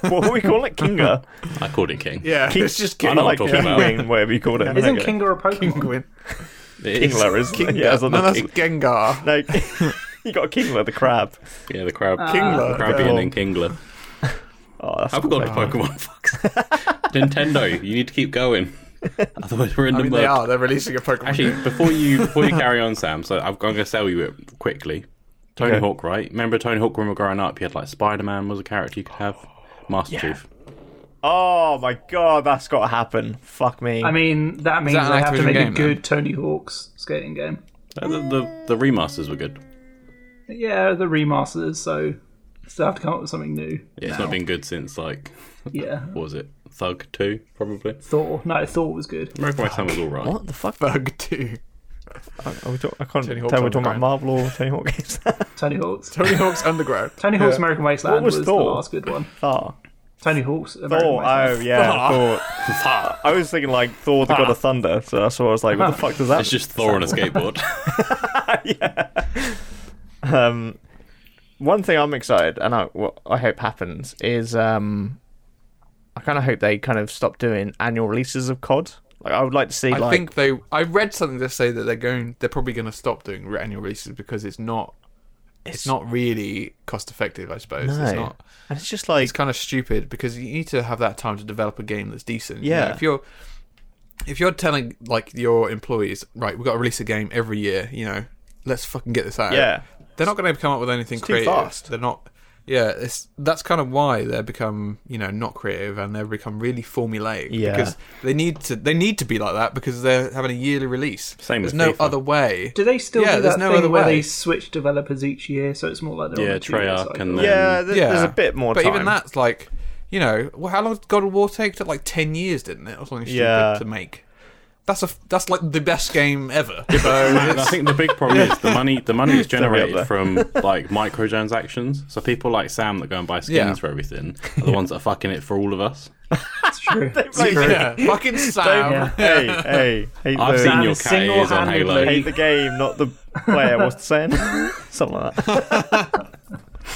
D: what are we calling it, Kinga,
C: I called it King.
B: Yeah,
D: King-
B: it's just
C: I
B: King.
C: know
D: like
C: what I'm talking about.
D: Kingwing, whatever you called it.
E: Isn't
D: Okay.
E: Kinga a Pokemon?
B: Kinguin.
C: It is.
D: Kingler? Isn't it? Yeah, it's not
B: no, that's
D: King-
B: Gengar.
D: no, you got Kingler the crab.
C: Yeah, the crab.
B: Kingler.
C: The crabby
D: Okay.
C: and then Kingler.
D: Oh, that's
C: I've got Pokemon. Fucks. Nintendo, you need to keep going. Otherwise, we're in
B: I
C: the
B: mean, they
C: mud.
B: are. They're releasing a Pokemon.
C: Actually, before you before you carry on, Sam, so I've, I'm going to sell you it quickly. Tony
D: Okay.
C: Hawk, right? Remember Tony Hawk when we were growing up? You had like Spider Man was a character you could have. Master Chief.
D: oh my god, that's got to happen. Fuck me.
E: I mean, that means
B: that an
E: they have to
B: Activision
E: make
B: game,
E: a
B: then?
E: good Tony Hawk's skating game.
C: Uh, The, the the remasters were good.
E: But yeah, the remasters, so still have to come up with something new.
C: Yeah, it's
E: now.
C: not been good since like
E: Yeah,
C: what was it Thug Two probably.
E: Thor. No, Thor was good.
C: American White Sam was all right.
D: what the fuck?
B: Bug two.
D: Are we talk- I can't
B: Tony
D: tell
B: Hawk's
D: we're talking about
B: Underground.
D: Marvel or Tony Hawk games.
E: Tony Hawk's.
B: Tony Hawk's Underground.
E: Tony Hawk's American Wasteland
D: What was
E: the
D: Thor?
E: last good one.
D: Thor.
E: Tony Hawk's American
D: Thor.
E: Wasteland.
D: Oh yeah. Thor. I was thinking like Thor, the God of Thunder. So that's what I was like. What the fuck does that?
C: It's just Thor on a skateboard.
D: um, one thing I'm excited, and I, what I hope happens is, um, I kind of hope they kind of stop doing annual releases of COD. Like, I would like to see,
B: I
D: like,
B: think they. I read something to say that they're going. They're probably going to stop doing re- annual releases because it's not. It's, not really cost effective. I suppose
D: no,
B: it's not.
D: and it's just like,
B: It's kind of stupid because you need to have that time to develop a game that's decent. you know?
D: Yeah.
B: if you're if you're telling like your employees, right, we've got to release a game every year. You know, let's fucking get this out.
D: Yeah.
B: They're not going to come up with anything
D: too
B: creative.
D: fast.
B: They're not. Yeah, it's that's kind of why they become you know not creative and they become really formulaic.
D: Yeah.
B: because they need to they need to be like that because they're having a yearly release.
C: Same
B: There's
C: with
B: no
C: FIFA.
B: other way.
E: Do they still
B: Yeah,
E: do
B: there's
E: that
B: no
E: thing
B: other
E: where
B: way.
E: they switch developers each year, so it's more like they're on
C: Yeah,
E: a two-year
C: Treyarch
E: cycle?
C: and then-
D: yeah, th-
B: yeah,
D: there's a bit more
B: But
D: time.
B: even that's like, you know, well, how long did God of War take? Took like ten years, didn't it, or something stupid
D: Yeah.
B: to make? That's a f- that's like the best game ever. So
C: And I think the big problem is the money. The money is
D: there.
C: generated from like microtransactions. So people like Sam that go and buy skins
B: Yeah.
C: for everything are the ones that are fucking it for all of us.
E: It's true.
D: Like,
B: yeah, fucking Sam.
E: Yeah.
D: hey, hey, hate
C: I've
D: the,
C: seen your cat
E: Sam
C: ears on Halo.
E: single-handedly-
D: hate the game, not the player. What's the saying? Something like that.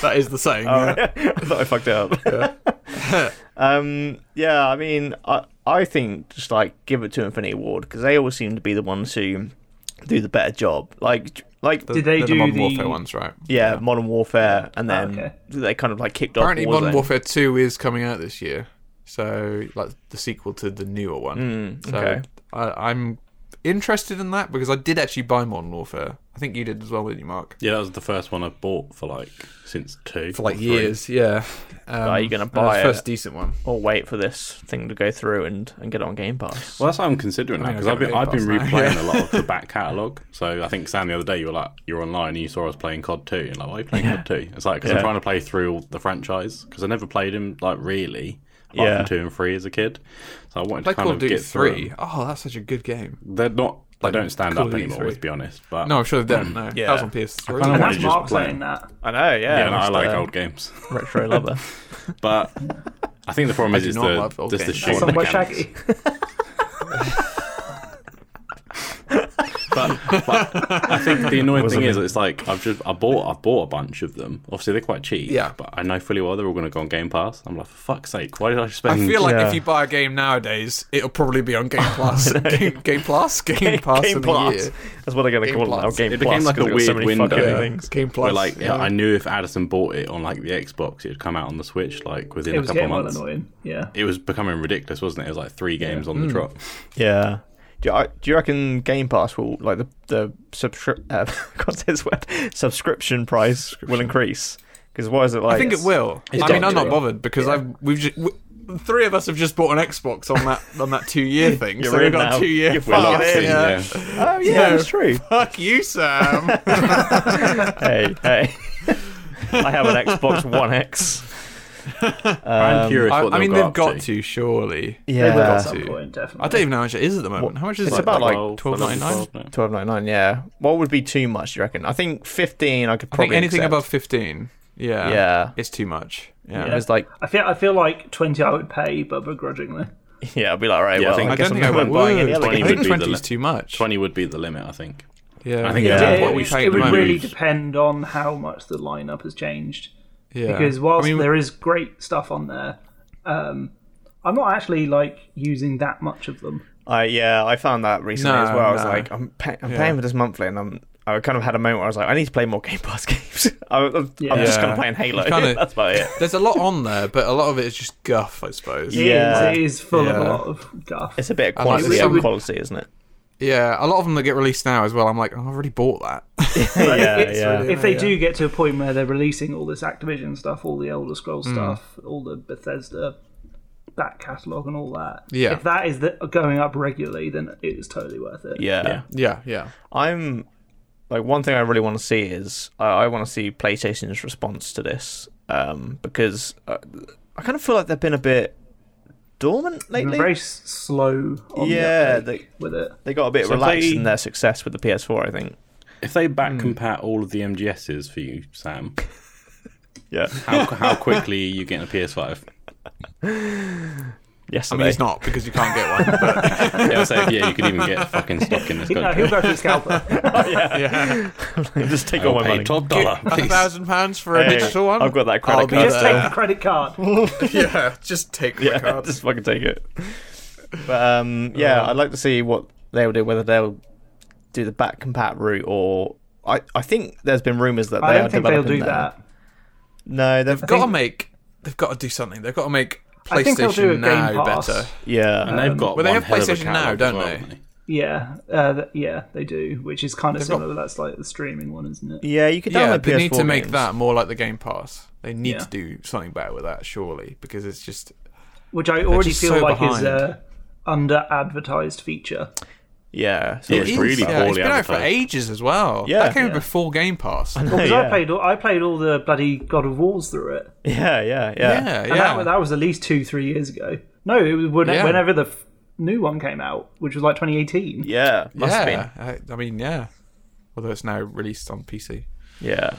B: That is the saying. yeah.
D: I thought I fucked it up. um, yeah, I mean, I I think just like give it to Infinity Ward because they always seem to be the ones who do the better job. Like, like
E: Did they
B: They're
E: do
B: the Modern
E: the-
B: Warfare ones, right?
D: yeah, Modern Warfare, and then
E: Okay.
D: they kind of like kicked
B: Apparently,
D: off.
B: Modern
D: Warzone.
B: Warfare Two is coming out this year, so like the sequel to the newer one. so
D: Hmm, okay.
B: I, I'm interested in that because I did actually buy Modern Warfare. I think you did as well, didn't you, Mark?
C: Yeah, that was the first one I bought for like since two.
B: For like
C: or three.
B: years, yeah. Um,
D: Are you gonna
B: and
D: buy
B: the
D: it?
B: First decent one.
D: Or Oh, wait for this thing to go through and and get it on Game Pass.
C: Well, that's what I'm considering now
B: mean,
C: because
B: I've
C: I've been
B: got
C: I've been
B: Game Pass now,
C: replaying a lot of the back catalogue. So I think Sam the other day you were like you're online and you saw I was playing COD two. You're like, why are you playing COD two? It's like because
D: Yeah.
C: I'm trying to play through all the franchise because I never played him like really. Apart
D: Yeah.
C: from two and three as a kid, so I wanted
B: Play
C: to kind
B: Call of
C: of
B: Duty
C: get through. 'em.
B: Three. Oh, that's such a good game.
C: They're not. They don't stand
B: Call
C: up
B: of Duty
C: anymore,
B: three.
C: to be honest. But
B: No, I'm sure they
C: Mm.
B: don't. No,
D: Yeah.
B: that was on PS3.
C: I
E: And
C: wanna
E: that's
C: just
E: Mark
C: play.
E: saying that.
D: I know, yeah.
C: yeah, no, I
D: just,
C: like
D: uh,
C: old games,
D: retro lover.
C: but I think the problem is
B: do
C: is
B: not
C: the
B: love old
C: just the
B: games.
C: shooting
E: Song by
C: mechanics.
E: Shaggy.
C: but, but I think the annoying thing is, it's like I've just I bought I bought a bunch of them. Obviously, they're quite cheap.
B: Yeah.
C: but I know fully well they're all going to go on Game Pass. I'm like, for fuck's sake, why did I
B: I
C: spend?
B: feel like
D: Yeah.
B: if you buy a game nowadays, it'll probably be on Game Plus. game, game Plus? Game Pass
D: Game
B: in a
D: Plus.
B: year.
D: That's what they're going to
B: Game
D: call it now.
B: Plus.
D: Game
C: It
D: Plus.
C: became like
D: 'cause
C: a
D: they've got
C: weird
D: so many
C: window.
D: fucking
C: Yeah.
D: things.
B: Game
C: Where,
B: Plus.
C: like
B: yeah.
C: I knew if Addison bought it on like the Xbox, it'd come out on the Switch like within
E: It
C: a
E: was
C: couple of
E: getting well
C: months.
E: annoying. Yeah.
C: It was becoming ridiculous, wasn't it? It was like three games on the
E: Hmm.
C: drop.
D: Yeah. Do you, do you reckon Game Pass will like the the subscri- uh, God says what subscription price will increase? Because what is it like?
B: I think it will. I
D: got
B: mean, I'm
D: to.
B: not bothered because I've we've just, we, the three of us have just bought an Xbox on that on that two year thing.
D: You're
B: so
D: in
B: we've got
D: now.
B: a two year.
D: You're fucking in,
B: yeah.
E: Um,
D: Oh yeah,
B: No.
D: that's true.
B: Fuck you, Sam.
D: hey, hey. I have an Xbox One X. Um,
C: I'm curious
B: I,
C: what
B: I
C: they'll
B: mean,
C: go
B: they've
C: up
B: got to surely.
E: They will at
D: Yeah,
E: some
B: Yeah.
E: point, definitely.
B: I don't even know how much it is at the moment. How much is
D: It's
B: it?
D: about, like,
B: twelve ninety nine.
C: 12, no.
D: twelve ninety nine. Yeah. What would be too much? Do you reckon? I think fifteen. I could
B: I think
D: probably
B: anything
D: accept.
B: above fifteen. Yeah,
D: Yeah.
B: it's too much.
D: Yeah.
B: Yeah,
D: It was like
E: I feel I feel like twenty I would pay, but begrudgingly.
D: yeah, I'd be like, right,
C: Yeah, I
D: well,
C: think-
D: I,
B: I
D: guess
B: don't
D: I'm
B: think I
D: not
B: would.
D: buying any other
B: I
C: Twenty
D: game.
C: would
B: think
C: be the
B: twenty is
C: limit.
B: too much.
C: Twenty would be the limit, I think.
B: Yeah,
C: I think
D: Yeah.
C: it depends
D: Yeah,
C: what we pay.
E: it would
C: at the
E: really
C: moment.
E: depend on how much the lineup has changed.
B: Yeah.
E: Because whilst
B: I mean,
E: there is great stuff on there, um, I'm not actually like using that much of them.
D: I yeah, I found that recently
B: No,
D: as well. I was
B: no.
D: like, I'm, pay- I'm paying for this monthly, and I'm I kind of had a moment where I was like, I need to play more Game Pass games. I, I'm I'm just
B: Yeah.
D: kind of playing Halo.
B: You kinda-
D: That's about it.
B: there's a lot on there, but a lot of it is just guff, I suppose.
E: It is-
D: Yeah.
E: it is full of a
B: Yeah.
E: lot of guff.
D: It's a bit of
B: like
D: quantity
B: the
D: over
B: summer-
D: quality, isn't it?
B: Yeah, a lot of them that get released now as well. I'm like, oh, I've already bought that.
D: yeah,
E: It's-
D: yeah.
E: If they do get to a point where they're releasing all this Activision stuff, all the Elder Scrolls stuff, all the Bethesda back catalogue, and all that,
B: Yeah.
E: if that is the, going up regularly, then it is totally worth it.
D: yeah.
B: yeah, yeah.
D: I'm like one thing I really want to see is I, I want to see PlayStation's response to this um, because uh, I kind of feel like they've been a bit dormant
E: They've
D: lately.
E: been very s- slow on
D: Yeah,
E: the uptake with it.
D: They got a bit
C: So
D: relaxed
C: they-
D: in their success with the PS4, I think.
C: If they
B: Hmm.
C: back compat all of the MGSs for you, Sam,
D: Yeah,
C: how, how quickly are you getting a PS5?
B: I
D: yesterday.
B: mean, it's not because you can't get one. But
C: Yeah, I'll say, yeah, you could even get a fucking stock in this
E: No,
C: country.
E: he'll go for the scalper.
B: yeah,
D: Just take all
C: I'll
D: my
C: pay
D: money.
C: top dollar.
B: a
C: please.
B: thousand pounds for a
D: Hey,
B: digital one.
D: I've got that credit
B: I'll be
D: card.
E: Just
B: there.
E: take the credit card.
B: yeah, just take my
D: yeah,
B: card.
D: just fucking take it. But um, yeah,
E: Uh-huh.
D: I'd like to see what they'll do. Whether they'll do the back compat route, or I, I think there's been rumors that they
E: I
D: are
E: don't think they'll
D: developing
E: do
D: their-
E: that.
D: No, they've
B: They've got to make. They've got to do something. They've got to make
E: I think they'll do a
B: PlayStation
E: Game
B: Now
E: Pass. um,
B: better.
D: yeah.
C: And they've got
B: Well, they
C: one
B: have
C: hell of a
B: PlayStation Now,
C: catalogue as
B: don't
C: well,
B: they?
C: haven't
E: Yeah, uh, th- yeah, they do, which is kind of
B: got-
E: similar. That's like the streaming one, isn't it?
D: yeah, you could download
B: Yeah, they
D: PS4
B: need to make
D: games.
B: that more like the Game Pass. They need
E: Yeah.
B: to do something better with that, surely, because it's just
E: Which I already
B: just
E: feel
B: so
E: like is
B: behind.
E: a under advertised feature.
D: Yeah, so
C: It
D: it's
C: is.
D: really
C: really
B: yeah,
C: poorly
B: it's been out for
C: advertised.
B: ages as well.
D: Yeah.
B: that came
D: Yeah.
B: before Game Pass. Yeah,
E: Because I
D: Yeah.
E: played, all, I played all the bloody God of Wars through it,
D: yeah, yeah, yeah.
B: yeah.
E: and that, that was at least two, three years ago. No, it was when,
B: Yeah.
E: whenever the f- new one came out, which was like 2018.
D: Yeah, must have been.
B: yeah. I, I mean, yeah. Although it's now released on PC,
D: Yeah,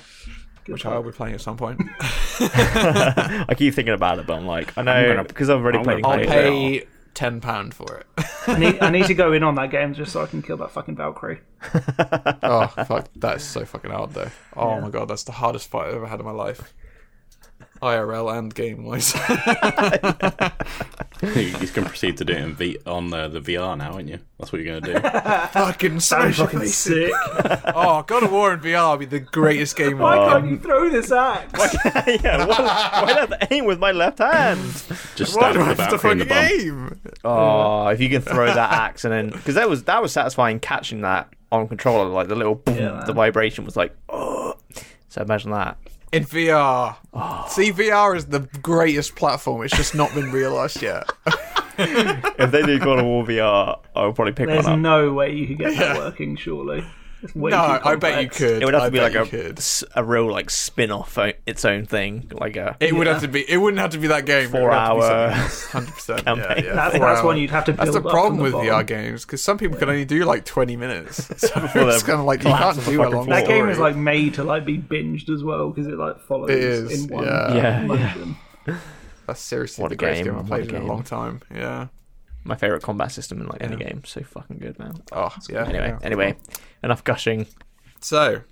B: which I will be playing at some point.
D: I keep thinking about it, but I'm like, I
C: I'm
D: know
C: gonna-
D: because I've already
C: I'm
D: played.
C: gonna
B: I'll
D: it.
C: Yeah. pay-
B: pay ten pound for it.
E: I need, I need to go in on that game just so I can kill that fucking Valkyrie.
B: oh fuck, that is so fucking hard though. Oh my god, that's the hardest fight I've ever had in my life, IRL and game wise.
C: they? you can proceed to do it in v- on the, the VR now, aren't you? That's what you're going to do.
B: fucking
E: I'm
B: smash
E: fucking
B: face.
E: sick.
B: Oh, God of War in VR would be the greatest game of all
E: Why
B: time.
E: can't you throw this axe?
D: yeah, why, why not aim with my left hand?
C: Just stab the
B: It's a
C: Valkyrie in the
B: fucking
C: bum.
B: game.
D: Oh, if you can throw that axe and then because that was that was satisfying catching that on controller, like the little boom,
E: Yeah.
D: the vibration was like, oh. So imagine that.
B: In VR. See, VR is the greatest platform. It's just not been realised yet.
D: If they do God of War VR, I would probably pick
E: There's
D: one up.
E: no way you could get that working, surely. It's way
B: No,
E: too
B: I bet you
E: complex.
B: could.
D: it would have to
B: I
D: be
B: bet
D: like
B: you
D: a,
B: could.
D: s- a real like spin off its own thing, like a
B: It would have to be. It wouldn't have to be that game.
D: four hour.
B: Hundred percent.
D: campaign.
E: That's, that's one you'd have to build
B: That's the
E: up
B: problem
E: from
B: with
E: bottom.
B: VR games because some people can only do like twenty minutes. So
D: they're
B: it's kind of like you can't
D: collapsed on the
B: do a
D: fucking
B: long.
D: floor.
E: That game is
B: story.
E: like made to like be binged as well because it like follows
B: It is,
E: in one
B: yeah.
D: Yeah,
E: motion.
B: that's seriously
D: What
B: the
D: a
B: greatest
D: game,
B: game, I've
D: what a
B: played in a
D: game.
B: long time. Yeah.
D: my favorite combat system in like any
B: Yeah.
D: game. So fucking good, man.
B: Oh yeah.
D: Anyway,
B: yeah.
D: anyway, enough gushing.
B: So,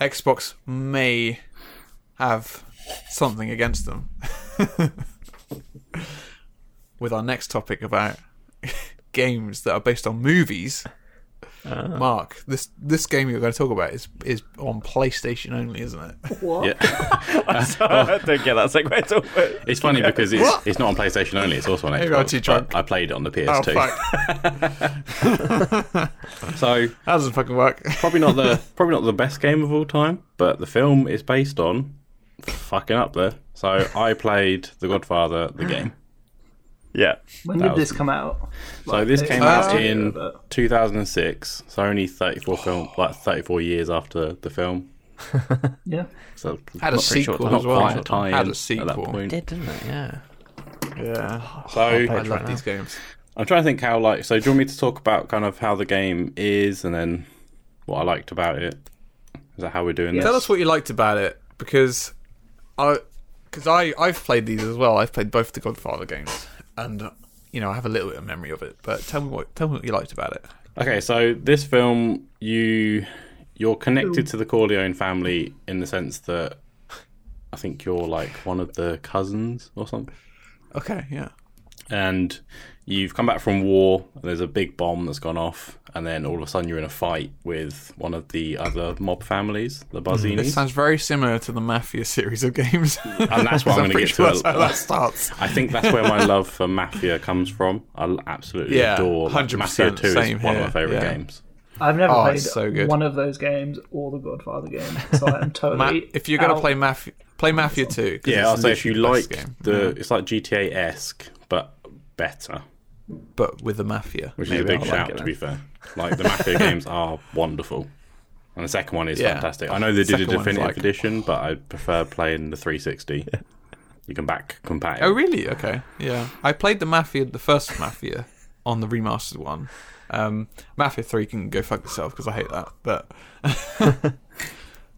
B: Xbox may have something against them. With our next topic about games that are based on movies. Mark, this this game you're going to talk about is is on PlayStation only, isn't it?
C: Yeah.
D: don't get that segue at all. but-
C: It's funny because it's, it's not on PlayStation only, it's also on
B: Maybe I'm
C: Xbox.
B: too
C: but
B: drunk.
C: I played it on the
B: Oh
C: PS2.
B: fuck,
C: so
B: that doesn't fucking work.
C: probably not the probably not the best game of all time, but the film is based on fucking up there. So I played The Godfather, the game.
D: Yeah,
E: When
C: That
E: did this
C: was-
E: come out?
C: So this
E: it's
C: came
E: last
C: out
E: year,
C: in
E: but-
C: 2006. So only 34 film, like 34 years after the film.
E: Yeah.
C: So
B: Had a
C: not pretty
B: sequel
C: sure- not
B: as well.
C: quite a tie-in
B: Had a
C: at that
B: sequel.
C: point.
D: did didn't it? Yeah.
B: Yeah, I
C: So
B: love these games.
C: I'm trying to think how like. So do you want me to talk about kind of how the game is and then what I liked about it? Is that how we're doing
B: Tell
C: this?
B: us what you liked about it because I because I I've played these as well. I've played both the Godfather games and uh, you know I have a little bit of memory of it. But tell me what tell me what you liked about it.
C: Okay, so this film, you you're connected to the Corleone family in the sense that I think you're like one of the cousins or something,
B: Okay, yeah.
C: and you've come back from war. And there's a big bomb that's gone off, and then all of a sudden you're in a fight with one of the other mob families, the
B: Hmm, This
C: Barzinis,
B: sounds very similar to the Mafia series of games.
C: and that's what I'm going to
B: pretty
C: get
B: sure
C: to.
B: that's how that starts.
C: I think that's where my love for Mafia comes from. I l- absolutely
B: Yeah,
C: adore like,
B: 100%
C: Mafia Two. Is
B: same
C: one of
B: here,
C: my favorite
B: yeah.
C: games.
E: I've never
B: Oh,
E: played
B: it's so good.
E: one of those games or the Godfather game, so I am totally.
B: Ma- if you're going to
E: out.
B: play Mafia, play Mafia Two. 'cause
C: Yeah, I'll
B: it's
C: say if you
B: literally
C: like
B: the best game,
C: the, it's like GTA esque but better,
B: but with the Mafia,
C: which is a
B: maybe
C: big
B: I'll
C: shout
B: Like
C: to be fair. Like the Mafia games are wonderful, and the second one is
B: Yeah.
C: fantastic. I know they did
B: Second
C: a
B: one's
C: definitive
B: like-
C: edition, but I prefer playing the 360. You can back compatible.
B: Oh, really? Okay. Yeah. I played the Mafia, the first Mafia, on the remastered one. Um, Mafia 3 can go fuck itself because I hate that. But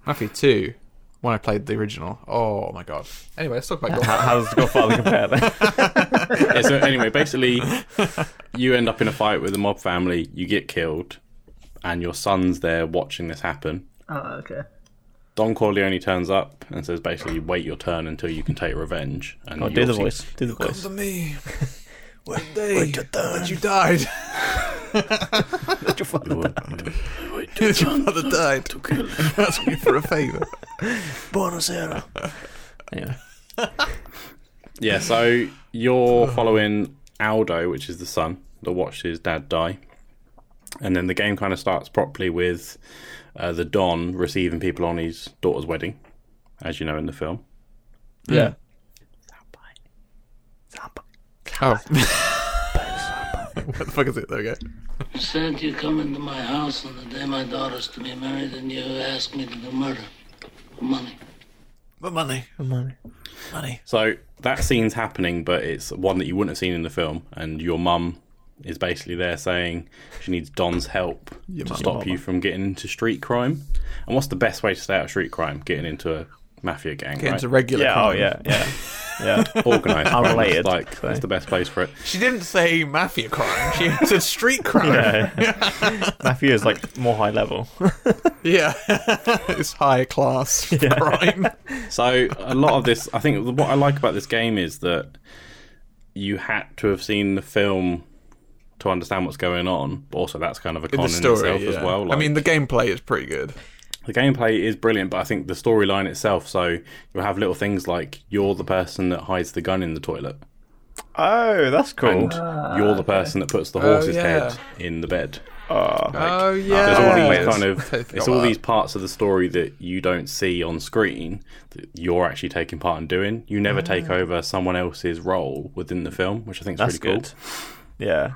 B: Mafia 2, when I played the original, oh my god. Anyway, let's talk about
D: How,
B: God.
D: how does the Godfather compare then?
C: yeah, so anyway, basically, you end up in a fight with a mob family. You get killed, and your son's there watching this happen.
E: Oh, okay.
C: Don Corleone turns up and says, basically, wait your turn until you can take revenge. And
D: Oh,
C: you
D: do the
C: obviously-
D: voice. Do the voice.
B: to me. One day that you died, your father died. To kill Ask me for a favor.
D: Anyway.
C: Yeah, so you're following Aldo, which is the son that watched his dad die. And then the game kind of starts properly with uh, the Don receiving people on his daughter's wedding, as you know in the film.
B: Yeah. Oh. what the fuck is it? There we go.
I: said you come into my house on the day my daughter's to be married and you asked me to do murder for money.
B: The money. The money. Money.
C: So that scene's happening, but it's one that you wouldn't have seen in the film. And your mum is basically there saying she needs Don's help to
B: mum.
C: stop you from getting into street crime. And what's the best way to stay out of street crime? Getting into a mafia gang,
B: Get
C: right?
B: into regular.
D: Yeah, oh
B: crime.
D: yeah, yeah. Yeah.
C: Organised crime. It's
D: Unrelated,
C: Like
D: so.
C: that's the best place for it.
B: She didn't say mafia crime. She said street crime.
D: Mafia is like more high level.
B: Yeah, it's high class crime.
C: So a lot of this, I think, what I like about this game is that you had to have seen the film to understand what's going on. But also, that's kind of a con
B: In
C: in,
B: the story,
C: itself
B: yeah.
C: as well.
B: I
C: like-
B: mean, the gameplay is pretty good.
C: the gameplay is brilliant, but I think the storyline itself. So you'll have little things like you're the person that hides the gun in the toilet,
D: Oh, that's cool.
C: and you're the person that puts the horse's
B: Ah, Oh, yeah.
C: head in the bed.
D: uh,
B: oh yeah,
C: uh, There's all
D: yeah.
C: these kind of
B: Totally forgot
C: it's all
B: about
C: these parts of the story that you don't see on screen that you're actually taking part in doing. You never take over someone else's role within the film, which I think is
D: Mm. That's
C: really cool.
D: good. Yeah.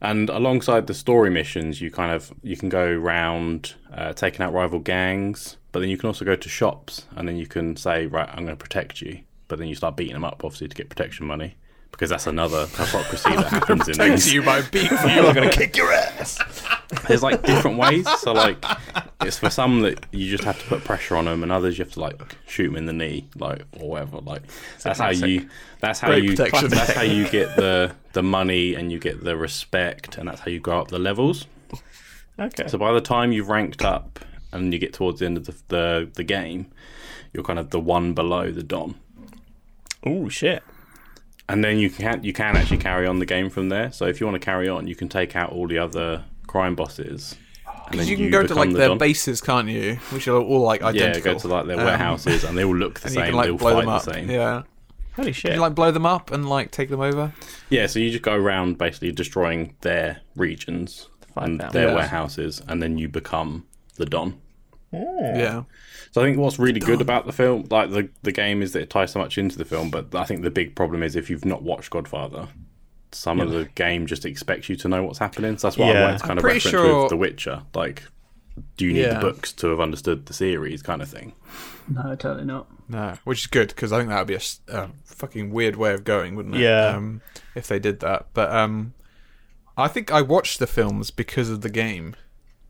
C: And alongside the story missions, you kind of you can go round uh, taking out rival gangs, but then you can also go to shops, and then you can say, right, I'm going to protect you. But then you start beating them up, obviously, to get protection money, because that's another hypocrisy that happens in
B: Thanks
C: these.
B: to you by beat you.
D: gonna kick your ass.
C: There's like different ways. So like, it's for some that you just have to put pressure on them, and others you have to like shoot them in the knee, like or whatever. Like that's how you. That's how
B: Great
C: you.
B: protection.
C: That's how you get the the money, and you get the respect, and that's how you go up the levels.
D: Okay.
C: So by the time you've ranked up and you get towards the end of the the, the game, you're kind of the one below the Don,
D: Oh shit.
C: and then you can you can actually carry on the game from there. So if you want to carry on, you can take out all the other crime bosses. and then
B: Because you can go to
C: become
B: like
C: the
B: their
C: Don.
B: bases, can't you? Which are all like
C: Yeah,
B: identical.
C: go to like their
B: Um,
C: warehouses, and they all look the
B: and
C: same.
B: you can like
C: they all
B: blow
C: fight
B: them
C: the
B: up.
C: same.
B: Yeah,
D: Holy shit.
B: you like blow them up and like take them over.
C: Yeah, so you just go around basically destroying their regions and
D: out.
C: their
B: Yeah.
C: warehouses, and then you become the Don.
B: Yeah,
C: So I think what's really good about the film, like the the game, is that it ties so much into the film. But I think the big problem is if you've not watched Godfather, some of the game just expects you to know what's happening. So that's what I
D: Yeah.
C: wanted to kind
B: I'm
C: of
B: pretty
C: reference
B: sure-
C: with The Witcher. Like, do you need
B: Yeah.
C: the books to have understood the series, kind of thing?
E: No, totally not.
B: no, which is good because I think that would be a s- a fucking weird way of going, wouldn't it?
D: Yeah.
B: um, if they did that. But um, I think I watched the films because of the game.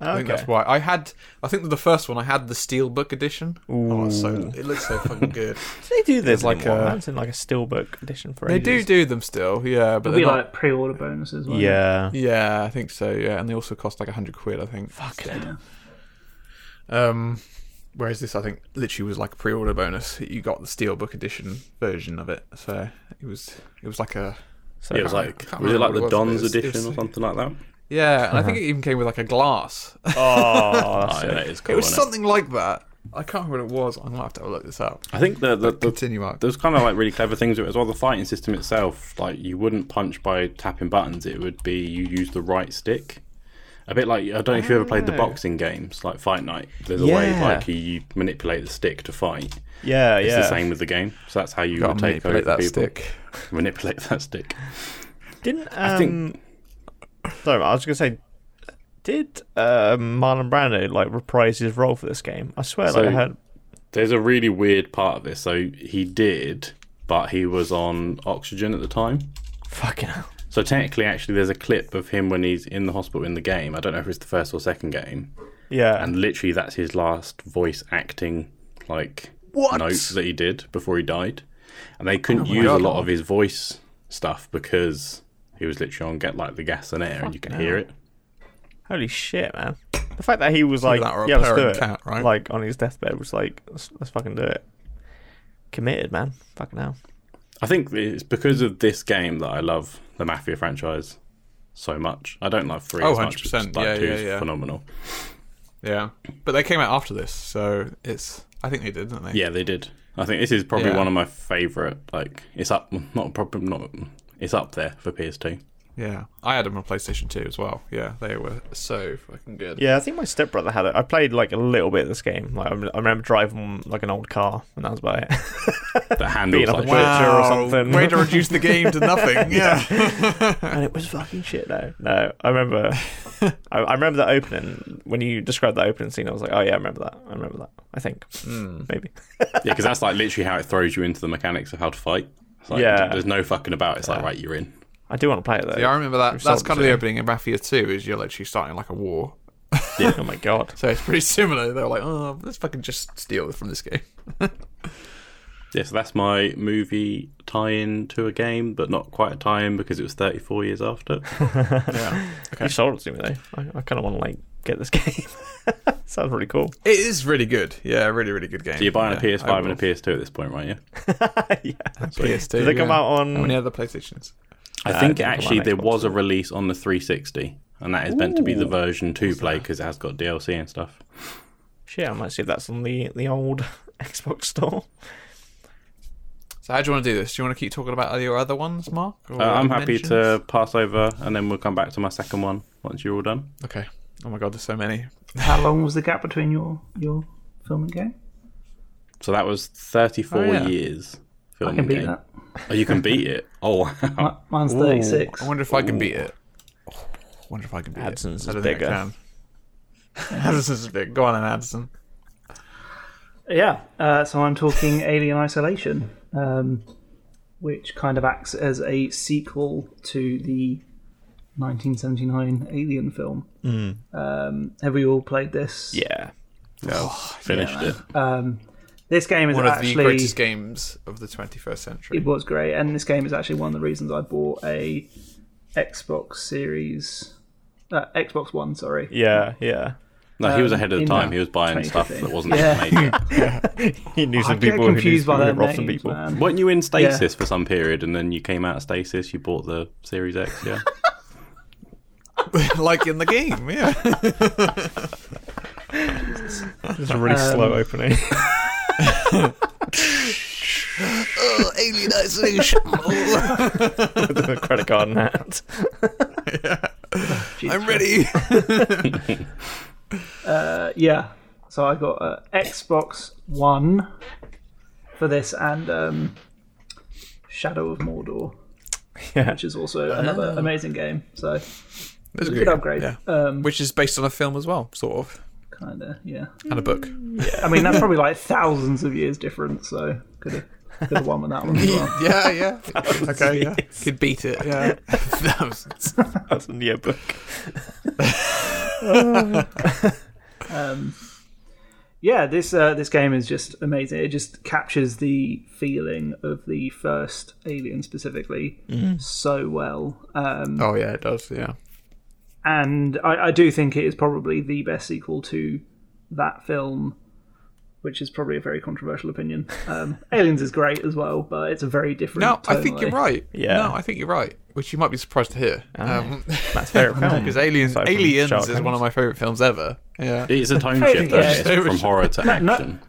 B: I think
D: Okay.
B: that's why I had. I think that the first one I had the steelbook edition. Oh, it's so it looks so fucking good.
D: They do this
B: like
D: like a,
B: a-
D: that's in like a steelbook edition for
B: they do
D: ages.
B: do them still, yeah, but
E: It'll
B: they're
E: be
B: not.
E: like pre-order bonuses. won't it?
D: Yeah.
B: yeah, I think so. Yeah, and they also cost like hundred quid, I think. Fuck
E: Yeah.
B: Um, whereas this, I think, literally was like a pre-order bonus. You got the steelbook edition version of it, so it was it was like a
C: Yeah, it was
B: I
C: like
B: can't
C: was it
B: remember
C: like the
B: what it was,
C: Don's
B: but it's-
C: edition
B: it's-
C: or something like that?
B: yeah, and I think it even came with like a glass.
D: Oh,
C: Oh, yeah, that is cool.
B: it was
C: isn't
B: something like that. I can't remember what it was. I'm gonna have to have a look this up.
C: I think the, the, the
B: Continue, Mark.
C: there's kind of like really clever things with it as well. The fighting system itself, like you wouldn't punch by tapping buttons. It would be you use the right stick. A bit like I don't know if you ever played the boxing games, like Fight Night. There's a way
D: Yeah.
C: like you, you manipulate the stick to fight.
D: yeah, yeah.
C: It's the same with the game, so that's how you
B: Gotta
C: would take over
B: manipulate that
C: people.
B: stick.
C: Manipulate that stick.
D: Didn't um,
C: I think-
D: sorry, I was gonna say, did uh, Marlon Brando like reprise his role for this game? I swear,
C: So-
D: like I heard.
C: There's a really weird part of this. So he did, but he was on oxygen at the time.
D: Fucking hell.
C: So technically, actually, there's a clip of him when he's in the hospital in the game. I don't know if it's the first or second game,
D: Yeah.
C: and literally that's his last voice acting like
D: What?
C: notes that he did before he died. And they
B: Oh
C: couldn't use a lot of his voice stuff because he was literally on get like the gas and air, and you can hear it.
D: Holy shit, man. The fact that he was like,
B: that or a
D: yeah, let's do
B: purring
D: it.
B: cat, right?
D: Like, on his deathbed was like, let's, let's fucking do it. Committed, man. Fucking hell.
C: I think it's because of this game that I love the Mafia franchise so much. I don't love three
B: Oh,
C: as much. as
B: 100%.
C: like
B: Yeah,
C: two's
B: yeah, yeah.
C: phenomenal.
B: Yeah, but they came out after this, so it's. I think they did, didn't they?
C: Yeah, they did. I think this is probably
B: Yeah.
C: one of my favorite. Like, it's up, not probably not. It's up there for PS2.
B: yeah. I had them on PlayStation Two as well. Yeah, they were so fucking good.
D: Yeah, I think my stepbrother had it. I played like a little bit of this game. Like, I rem- I remember driving like an old car, and that was about it.
C: The handles
D: Being up
C: like
D: a wall. Witcher or something.
B: Way to reduce the game to nothing. yeah.
D: and it was fucking shit though. No, I remember. I, I remember that opening when you described that opening scene. I was like, oh yeah, I remember that. I remember that. I think maybe.
C: yeah, because that's like literally how it throws you into the mechanics of how to fight. It's like,
D: Yeah.
C: there's no fucking about. It's like right, you're in.
D: I do want to play it though.
B: Yeah, I remember that.
D: We've
B: That's
D: sold
B: kind of the
D: it.
B: opening in Mafia Two. Is you're literally starting like a war,
D: Oh my god.
B: so it's pretty similar. They were like, oh, let's fucking just steal from this game.
C: Yeah, so that's my movie tie-in to a game, but not quite a tie-in because it was 34 years after.
D: You sold it to me though. I, I kind of want to like get this game. Sounds really cool.
B: It is really good. Yeah, really, really good game.
C: So you're buying
B: Yeah,
C: a PS5 and
B: overall.
C: a PS2 at this point, right? Yeah.
D: yeah.
B: PS2.
D: Did they come
B: yeah.
D: out on-
B: How many other PlayStations?
C: I think
D: it didn't come
C: actually
D: on
C: there
D: Xbox,
C: was a release on the 360, and that is meant to be the version to play because it has got DLC and stuff.
D: Shit, I might see if that's on the the old Xbox store.
B: So how do you want to do this? Do you want to keep talking about your other ones, Mark? Or
C: Uh, I'm
B: other
C: happy
B: mentions?
C: to pass over, and then we'll come back to my second one once you're all done.
B: Okay. Oh my god, there's so many.
E: How long was the gap between your your film and game?
C: So that was 34
B: Oh, yeah.
C: years. Film
E: I can beat
C: game.
E: that.
C: Oh, you can beat it. Oh wow.
E: Mi- Mine's thirty six.
B: I wonder if I can beat it. Oh, I wonder if I can beat
D: Addison's
B: it. I
D: is
B: don't think I
D: bigger.
B: can. Addison's is big. Go on, then, Addison.
E: Yeah, uh, so I'm talking Alien Isolation, um, which kind of acts as a sequel to the 1979 Alien film.
B: Mm.
E: Um, have we all played this?
D: Yeah.
C: Finished it.
E: This game is
B: One of
E: actually
B: the greatest games of the 21st century.
E: it was great, and this game is actually one of the reasons I bought a Xbox Series, uh, Xbox One. Sorry,
D: Yeah. Yeah.
C: No, he was ahead of the
E: in
C: time. He was buying stuff
E: 2015.
C: that wasn't
E: Yeah.
C: made yet.
D: He knew
E: Oh, I get confused by their names, man.
C: Weren't you in stasis for some period, and then you came out of stasis? You bought the Series X, yeah.
B: like in the game, yeah.
D: It's a really slow
E: Um,
D: opening.
B: oh, alien isolation. Oh,
D: with a credit card in hand.
E: Jesus
B: I'm ready.
E: Uh, yeah. So I got a Xbox One for this and um, Shadow of Mordor,
D: Yeah.
E: which is also another amazing game. So
B: Ah. That's a
E: good upgrade.
B: Yeah.
E: Um,
B: Which is based on a film as well, sort of,
E: kind of, yeah.
B: and a book.
E: I mean, that's probably like thousands of years different. So could have could have won with that one as well.
B: Yeah, yeah. okay, yeah. Could beat it. Yeah. Thousands.
D: That's in the yearbook.
E: yeah, this uh, this game is just amazing. It just captures the feeling of the first Alien specifically
B: Mm.
E: so well. Um,
B: Oh yeah, it does. Yeah.
E: and I, I do think it is probably the best sequel to that film, which is probably a very controversial opinion. Um, Aliens is great as well, but it's a very different.
B: No, I
E: tonally.
B: think you're right.
D: Yeah.
B: No, I think you're right. Which you might be surprised to hear. Um,
D: That's favorite film.
B: because Aliens,
D: Aside from
B: Aliens
D: Sherlock
B: is one of my favorite films ever. Yeah.
C: It's a tone
E: Totally,
C: shift
E: yeah.
C: that's just from horror to action.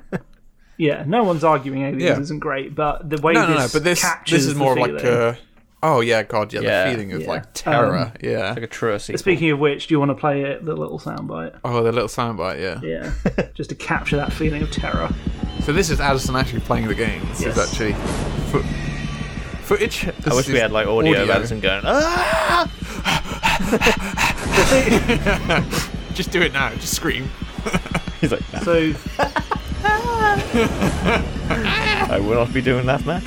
E: Yeah, no one's arguing Aliens
B: Yeah.
E: isn't great, but the way
B: No, no, no.
E: this
B: But this
E: captures
B: this is more
E: the
B: of like
E: feeling-
B: a. Oh yeah, God, yeah,
D: Yeah.
B: the feeling of
E: Yeah.
B: like terror. yeah.
D: Like a truer sequel.
E: Speaking of which, do you want to play it? The little soundbite,
B: Oh, the little soundbite. Yeah.
E: yeah, just to capture that feeling of terror.
B: So this is Addison actually playing the game. This is
E: Yes.
B: actually foot, footage.
D: I wish we had like audio, of Addison going, ah!
B: Just do it now. Just scream.
D: He's like, nah.
E: So
D: I will not be doing that, Matt.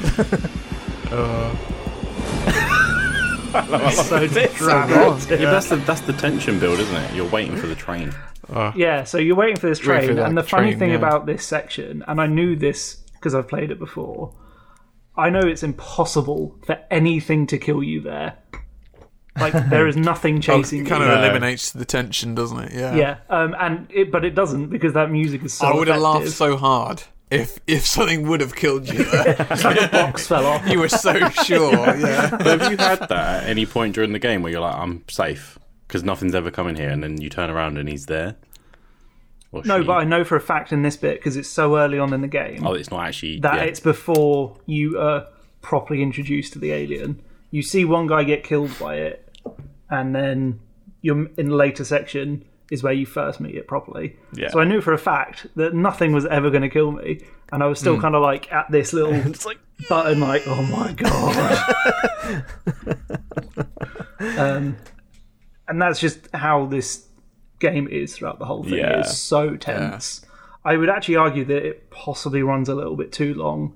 E: so
B: Oh,
E: um,
C: Yeah,
E: dramatic.
C: but that's the that's the tension build, isn't it? You're waiting for the train.
E: Yeah, so you're waiting for this
B: Waiting
E: train,
B: for that
E: and the funny
B: train,
E: thing
B: yeah.
E: about this section, and I knew this because I've played it before. I know it's impossible for anything to kill you there. Like there is nothing chasing
B: It kind
E: you.
B: of eliminates the tension, doesn't it? Yeah.
E: yeah, um, and it, but it doesn't because that music is so.
B: I would have laughed
E: effective.
B: so hard if if something would have killed you. there.
E: Box fell off.
B: you were so sure. Yeah.
C: But have you had that at any point during the game where you're like, I'm safe because nothing's ever coming here, and then you turn around and he's there? Or
E: No,
C: she?
E: but I know for a fact in this bit because it's so early on in the game
C: oh, it's not actually
E: that
C: yeah.
E: it's before you are properly introduced to the alien. You see one guy get killed by it, and then you're in the later section is where you first meet it properly. Yeah. So I knew for a fact that nothing was ever going to kill me, and I was still kind of like at this little button, like, oh my god. um, and that's just how this game is throughout the whole thing.
C: Yeah.
E: It's so tense. I would actually argue that it possibly runs a little bit too long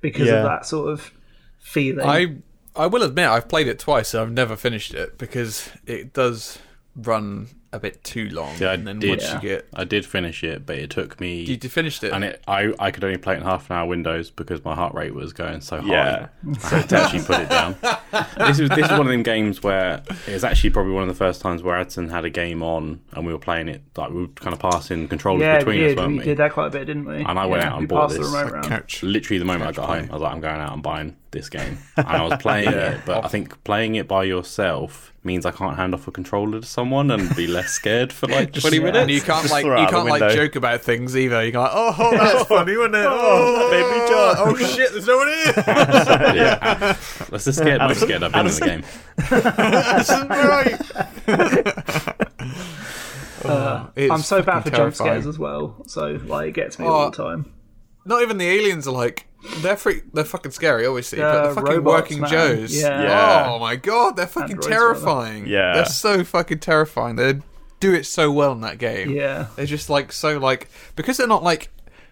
E: because
D: Yeah.
E: of that sort of feeling.
B: I I will admit I've played it twice and I've never finished it because it does run a bit too long.
C: Yeah, I
B: and then
C: did.
B: once you get
C: I did finish it, but it took me.
B: you d- finished it,
C: and it, I, I could only play it in half an hour windows because my heart rate was going so high.
D: Yeah.
C: I had to actually put it down. This is this is one of them games where it's actually probably one of the first times where Adson had a game on and we were playing it like we were kind of passing controllers
E: yeah,
C: between
E: we
C: us,
E: did.
C: weren't
E: we
C: we?
E: did that quite a bit, didn't we?
C: And I went
E: Yeah,
C: out and
E: we
C: bought
E: passed
C: this.
E: The remote round.
B: couch.
C: Literally the moment I got home, I was like, I'm going out and buying this game, and I was playing it. But I think playing it by yourself means I can't hand off a controller to someone and be less scared for like 20
E: yeah.
C: minutes.
B: And you can't like you
D: throw it out the
B: can't like
D: window.
B: joke about things either. You can like, oh, that's funny, wasn't it? Oh,
D: made me jump.
B: Oh shit, there's no one here.
C: yeah. That's the scared, most scared I've been in the game.
B: This isn't right. Oh, it's
E: Uh, I'm so bad for
B: fucking
E: jump
B: terrifying.
E: scares as well, so like it gets me
B: Oh,
E: all the time.
B: Not even the aliens are like they're freak, they're fucking scary, obviously. but
E: They're
B: the fucking
E: robots,
B: working
E: man.
B: Joes.
E: Yeah.
D: Yeah.
B: Oh my god, they're fucking
E: Androids,
B: terrifying.
D: Yeah.
B: They're so fucking terrifying. They do it so well in that game.
E: Yeah.
B: They're just like so like because they're not like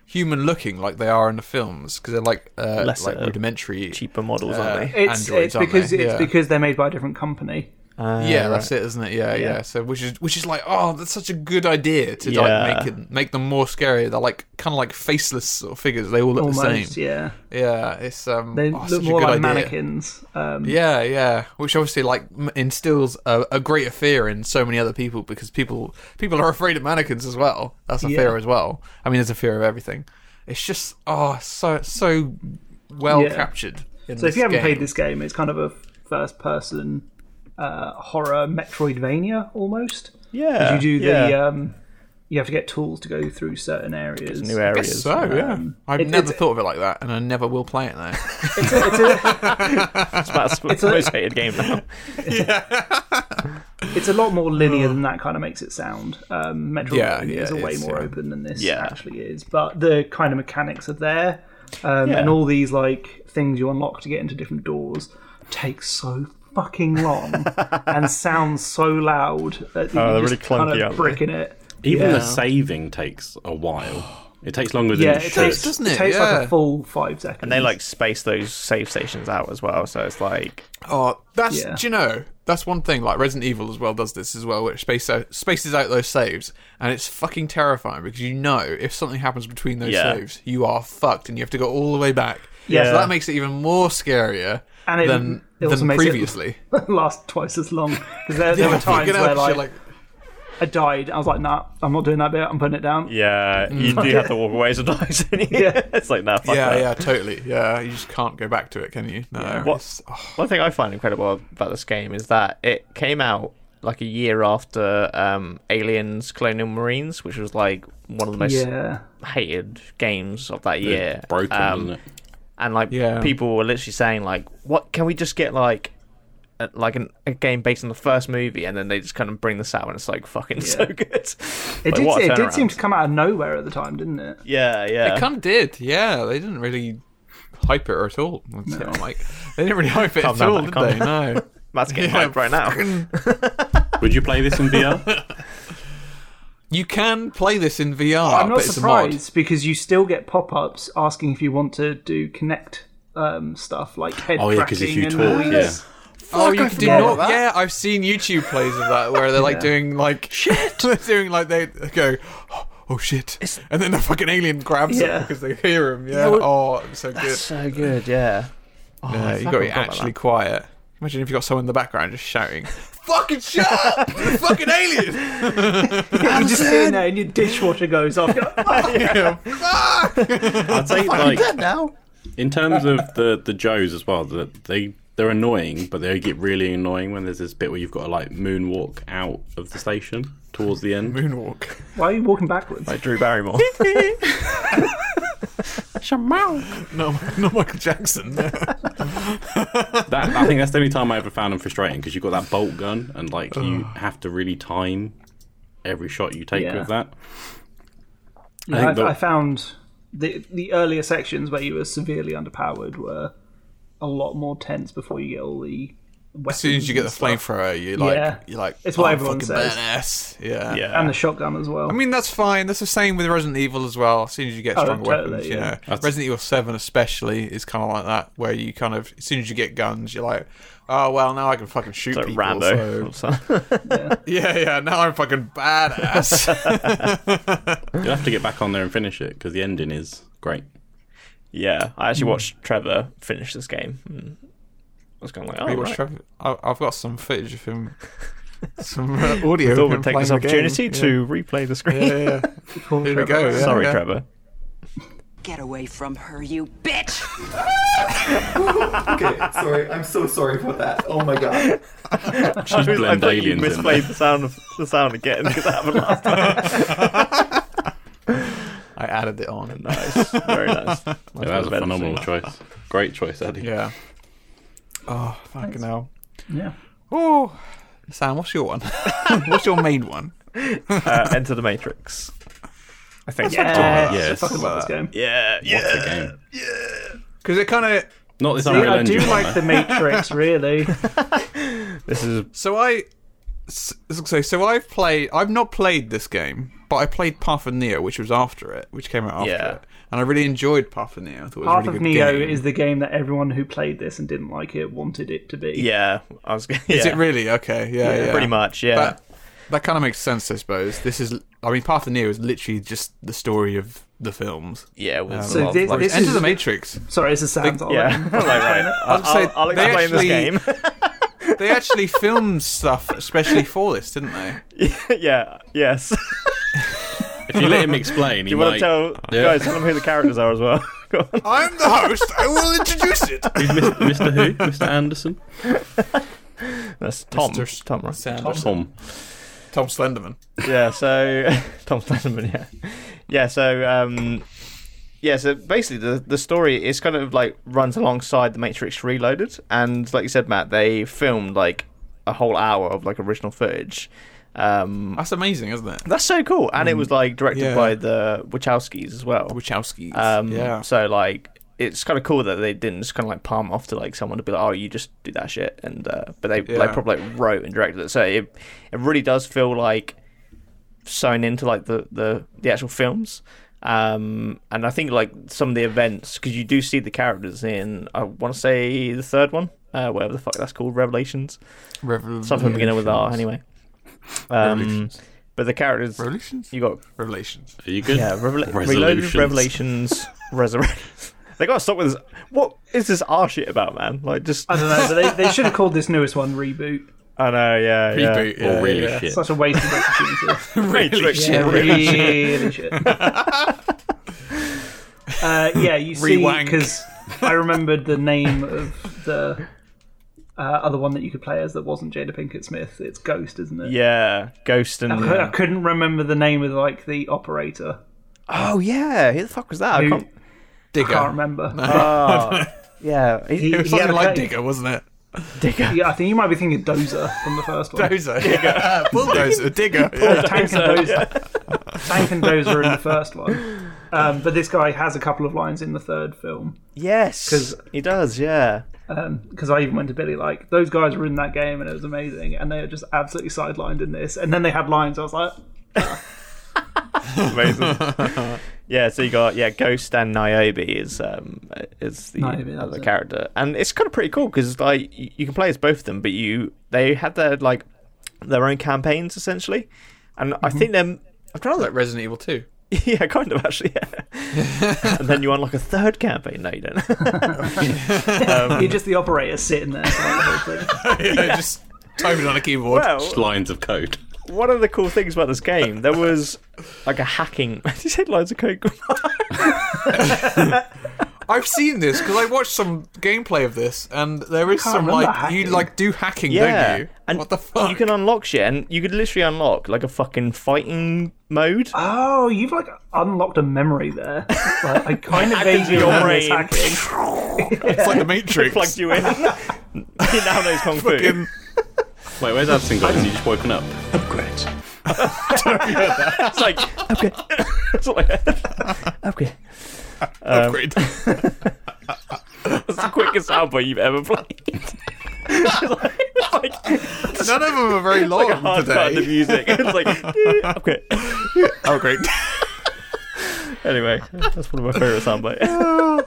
B: human looking like they are in the films because they're like uh,
D: Lesser,
B: like rudimentary.
D: Cheaper models,
B: Uh,
D: aren't they?
E: It's,
B: Androids,
E: it's
B: aren't
E: because
B: they?
E: it's
B: Yeah.
E: because they're made by a different company.
B: yeah, that's it, isn't it? Yeah, yeah, So which is which is like oh, that's such a good idea to like
D: Yeah.
B: make it, make them more scary. They're like kind of like faceless sort of figures. They all look the
E: Almost,
B: same.
E: yeah.
B: Yeah, it's um
E: They
B: oh, such
E: look
B: a
E: more
B: good
E: like
B: idea.
E: mannequins. Um,
B: Yeah, yeah, which obviously like m- instills a, a greater fear in so many other people because people people are afraid of mannequins as well. That's a
E: Yeah.
B: fear as well. I mean, there's a fear of everything. It's just oh, so so well
E: Yeah.
B: captured. in
E: So if
B: this
E: you haven't
B: game.
E: played this game, it's kind of a first-person uh, horror Metroidvania almost.
D: Yeah.
E: You do
D: yeah.
E: the um, you have to get tools to go through certain areas.
D: new
B: I
D: areas.
B: guess so yeah, I've
E: um, it-
B: never
E: it's-
B: thought of it like that, and I never will play it though.
E: It's a, it's, a,
D: It's Matt's
E: a-
D: most hated game now.
E: it's a lot more linear than that kind of makes it sound. Um, Metroidvania
B: Yeah, yeah,
E: is a
B: it
E: way
B: is,
E: more
B: yeah.
E: open than this
D: Yeah.
E: actually is, but the kind of mechanics are there, um,
D: Yeah.
E: and all these like things you unlock to get into different doors take so fucking long and sounds so loud that you're
D: Oh, they're
E: just
D: really clunky,
E: kind of
D: aren't they?
E: bricking it.
C: Even
E: Yeah.
C: the saving takes a while. It takes longer than
E: Yeah,
C: it,
E: it
C: should.
E: takes,
B: doesn't
E: it
B: it?
E: takes like
B: Yeah.
E: a full five seconds.
D: And they like space those save stations out as well, so it's like
B: Oh, that's
E: Yeah.
B: do you know that's one thing. Like Resident Evil as well does this as well, which space out, spaces out those saves, and it's fucking terrifying because you know if something happens between those
D: Yeah.
B: saves, you are fucked, and you have to go all the way back.
E: Yeah.
B: so that makes it even more scarier
E: And it-
B: than
E: it also
B: than
E: makes it-
B: previously.
E: last twice as long because there, there were times
B: Fucking hell,
E: where
B: you're
E: like, I died. I was like, nah, I'm not doing that bit. I'm putting it down.
D: Yeah, you do have to walk away sometimes. yeah. It's like nah,
B: Mm.
D: fuck
B: yeah,
D: that.
B: yeah, totally. Yeah, you just can't go back to it, can you? No.
D: What,
B: it's- oh,
D: one thing I find incredible about this game is that it came out like a year after um, Aliens Colonial Marines, which was like one of the most
E: Yeah,
D: hated games of that year.
C: It's broken,
D: Um,
C: isn't it?
D: and like
B: Yeah.
D: people were literally saying like what can we just get like a, like an, a game based on the first movie and then they just kind of bring this out and it's like fucking so good
E: it
D: Like,
E: did.
D: what a
E: It did seem
D: turnaround.
E: to come out of nowhere at the time, didn't it?
D: yeah yeah
B: It kind of did. Yeah, they didn't really hype it at all. So I'm like, they didn't really hype it at
D: down,
B: all,
D: Matt,
B: did they?
D: calm
B: No.
D: Matt's getting
B: Yeah,
D: hyped right now
C: Would you play this in VR?
B: You can play this in VR,
E: Oh, I'm not
B: Ah, but it's a mod.
E: surprised because you still get pop ups asking if you want to do Connect um, stuff like head
C: Oh yeah, because if
E: cracking
C: you
E: and
C: talk,
E: noise.
C: yeah,
B: Oh, you
E: I
B: can do
E: forgot
B: not.
E: about
B: Yeah, I've seen YouTube plays of that where they're like doing like shit. They're doing like they they go, oh, oh, shit, and then the fucking alien grabs
E: Yeah.
B: them because they hear him. Yeah. oh, it's so good.
D: So good, yeah. Oh,
B: Yeah, you
D: fuck,
B: got to
D: I
B: be
D: forgot about
B: actually
D: that.
B: quiet. Imagine if you got someone in the background just shouting, "Fucking shut up, you're a fucking alien!"
E: You're just sitting there and your dishwasher goes off. You're like,
C: I'd say like
D: now.
C: in terms of the the Joes as well, that they they're annoying, but they get really annoying when there's this bit where you've got to like moonwalk out of the station towards the end.
B: Moonwalk.
E: Why are you walking backwards?
D: Like Drew Barrymore.
B: No, not Michael Jackson.
C: That I think that's the only time I ever found them frustrating because you've got that bolt gun and like you have to really time every shot you take
E: Yeah.
C: with that.
E: I,
C: think that-
E: I found the the earlier sections where you were severely underpowered were a lot more tense before you get all the weapons.
B: As soon as you get the
E: and stuff.
B: flamethrower, you like,
E: Yeah.
B: you're like,
E: It's what
B: "Oh,
E: everyone
B: fucking
E: says."
B: badass. Yeah.
D: yeah.
E: and the shotgun as well.
B: I mean, that's fine. That's the same with Resident Evil as well. As soon as you get
E: Oh,
B: strong
E: totally,
B: weapons,
E: yeah.
B: yeah. Resident Evil Seven especially is kind of like that, where you kind of as soon as you get guns, you're like, oh well, now I can fucking shoot
D: Like
B: people.
D: Rambo.
B: so- yeah, yeah. Now I'm fucking badass.
C: You'll have to get back on there and finish it because the ending is great.
D: yeah, I actually watched Trevor finish this game. and I was kind of like, oh,
B: Hey,
D: right.
B: what's Trevor- I- I've got some footage of him, some uh, audio.
D: thought
B: of
D: we'd
B: him
D: take this
B: playing the game.
D: opportunity to replay the screen.
B: Yeah, yeah, yeah. Here we go. yeah,
D: Sorry,
B: yeah.
D: Trevor.
J: Get away from her, you bitch!
K: sorry, I'm so sorry for that. Oh my god.
C: She's
D: I, was, I
C: blend
D: thought you
C: aliens in there.
D: misplayed the sound of the sound again because that happened last time.
B: I added it on.
D: Nice, very nice. That
C: Yeah, that was a phenomenal choice. Great choice, Eddie.
B: Yeah. Oh fucking hell.
E: yeah.
B: Oh, Sam, what's your one? what's your main one?
D: Uh, Enter the Matrix. I think.
E: Yeah.
C: Yes.
E: Fucking love this game.
D: Yeah.
C: What a game.
B: Because it kind of
C: Not this
E: See,
C: Unreal
E: I do
C: Engine one,
E: like the Matrix, really.
D: This is
B: So I s- so so I've played I've not played this game, but I played Path of Neo, which was after it, which came out after
D: Yeah.
B: it, and I really enjoyed Path of Neo. I thought it was
E: Path
B: a really good
E: of Neo
B: game.
E: is the game that everyone who played this and didn't like it wanted it to be.
D: yeah. I was. Yeah.
B: Is it really okay? Yeah, yeah,
D: Pretty much. Yeah.
B: That that kind of makes sense, I suppose. This is I mean, Path of Neo is literally just the story of the films.
D: yeah. With
B: Um,
D: a
E: So
D: lot of,
E: this-
D: like-
E: this
B: Enter
E: is-
B: the Matrix.
E: Sorry, it's a sound. I'll let
D: yeah.
E: you-
D: like, right. I'll,
B: just say
D: I'll, I'll
B: they
D: explain
B: actually-
D: this game.
B: They actually filmed stuff especially for this, didn't they?
D: yeah. Yes.
C: If you let him explain, he
D: you want
C: might.
D: to tell
C: Yeah.
D: guys? Tell them who the characters are as well. Go on.
B: I'm the host. I will introduce it.
C: Who's Mis- Mr. Who? Mr. Anderson?
D: That's Tom.
B: Mr. S-
D: Tom, right?
C: Tom.
B: Tom Slenderman.
D: yeah, so Tom Slenderman, yeah. Yeah, so um yeah, so basically the the story is kind of like runs alongside the Matrix Reloaded and like you said, Matt, they filmed like a whole hour of like original footage. Um
B: That's amazing, isn't it?
D: that's so cool. And it was like directed
B: yeah.
D: by the Wachowskis as well.
B: Wachowski.
D: Um,
B: yeah.
D: So like, it's kind of cool that they didn't just kind of like palm off to like someone to be like, oh, you just do that shit, and uh, but they
B: Yeah.
D: like probably like, wrote and directed it. So it it really does feel like sewn into like the the the actual films. Um, and I think like some of the events because you do see the characters in I want to say the third one, uh, whatever the fuck that's called, Revelations, something beginning with R anyway. Um,
B: Revolutions.
D: but the characters
B: Revolutions?
D: you got
B: Revelations.
C: Are you good?
D: yeah, Revela-
C: Resolutions.
D: Reloaded Revelations Resurrections. they gotta stop with this. What is this R shit about, man? Like, just.
E: I don't know, but they, they should have called this newest one Reboot.
D: I know, yeah.
B: Reboot,
D: yeah.
B: yeah,
C: Or really
B: yeah.
C: shit.
E: Such a wasted opportunity.
D: Matrix.
E: Yeah, really shit. uh, yeah, you see,
B: Rewank.
E: because I remembered the name of the uh, other one that you could play as that wasn't Jada Pinkett Smith. It's Ghost, isn't it?
D: Yeah, Ghost and.
E: I cou- I couldn't remember the name of like the operator.
D: Oh, yeah. Who the fuck was that? I
E: Who-
D: can't.
B: Digger.
E: Can't remember. Uh,
D: Yeah. He,
B: It was
E: He had
B: something
E: a
B: like
E: cake.
B: Digger, wasn't it?
D: Digger.
E: yeah, I think you might be thinking Dozer from the first one.
B: Dozer. Digger.
E: Uh,
B: Bulldozer. Digger.
E: Tank and Dozer. Tank and Dozer in the first one. Um, but this guy has a couple of lines in the third film.
D: Yes.
E: 'Cause-
D: he does, yeah.
E: Because Um, I even went to Billy, like, those guys were in that game and it was amazing. And they are just absolutely sidelined in this. And then they had lines. I was like, ah,
D: Amazing. yeah, so you got yeah, Ghost and Niobe is um is the
E: Niobe, that's
D: other
E: it.
D: character, and it's kind of pretty cool because like y- you can play as both of them, but you they had their like their own campaigns essentially, and I
E: Mm-hmm.
D: think they're I'm trying to
B: Like Resident Evil 2.
D: yeah, kind of actually. Yeah. and then you unlock a third campaign. No, you don't. Um,
E: You're just the operator sitting there. throughout the whole thing.
B: yeah, just typing on a keyboard.
D: well,
C: Just lines of code.
D: one of the cool things about this game, there was like a hacking. Did you say lines of code?
B: I've seen this because I watched some gameplay of this, and there is some
E: remember
B: like you
E: hacking.
B: like do hacking,
D: yeah,
B: don't you?
D: and
B: what the fuck?
D: You can unlock shit, and you could literally unlock like a fucking fighting mode.
E: Oh, you've like unlocked a memory there. Like, I kind of
D: Hacked into
E: vaguely
D: your
E: remember
D: brain.
E: this hacking.
B: it's like the Matrix.
D: Plugged you in. he now knows kung fu.
B: Fucking-
C: Wait, where's Absinthe, guys? You just woken up.
D: It's like okay, it's like okay.
B: Great.
D: That's the quickest soundbite you've ever played. it's like, it's like
B: None of them are very long
D: a hard cut in the
B: today.
D: music. It's like okay.
B: Oh, great.
D: Anyway, that's one of my favorite soundbites.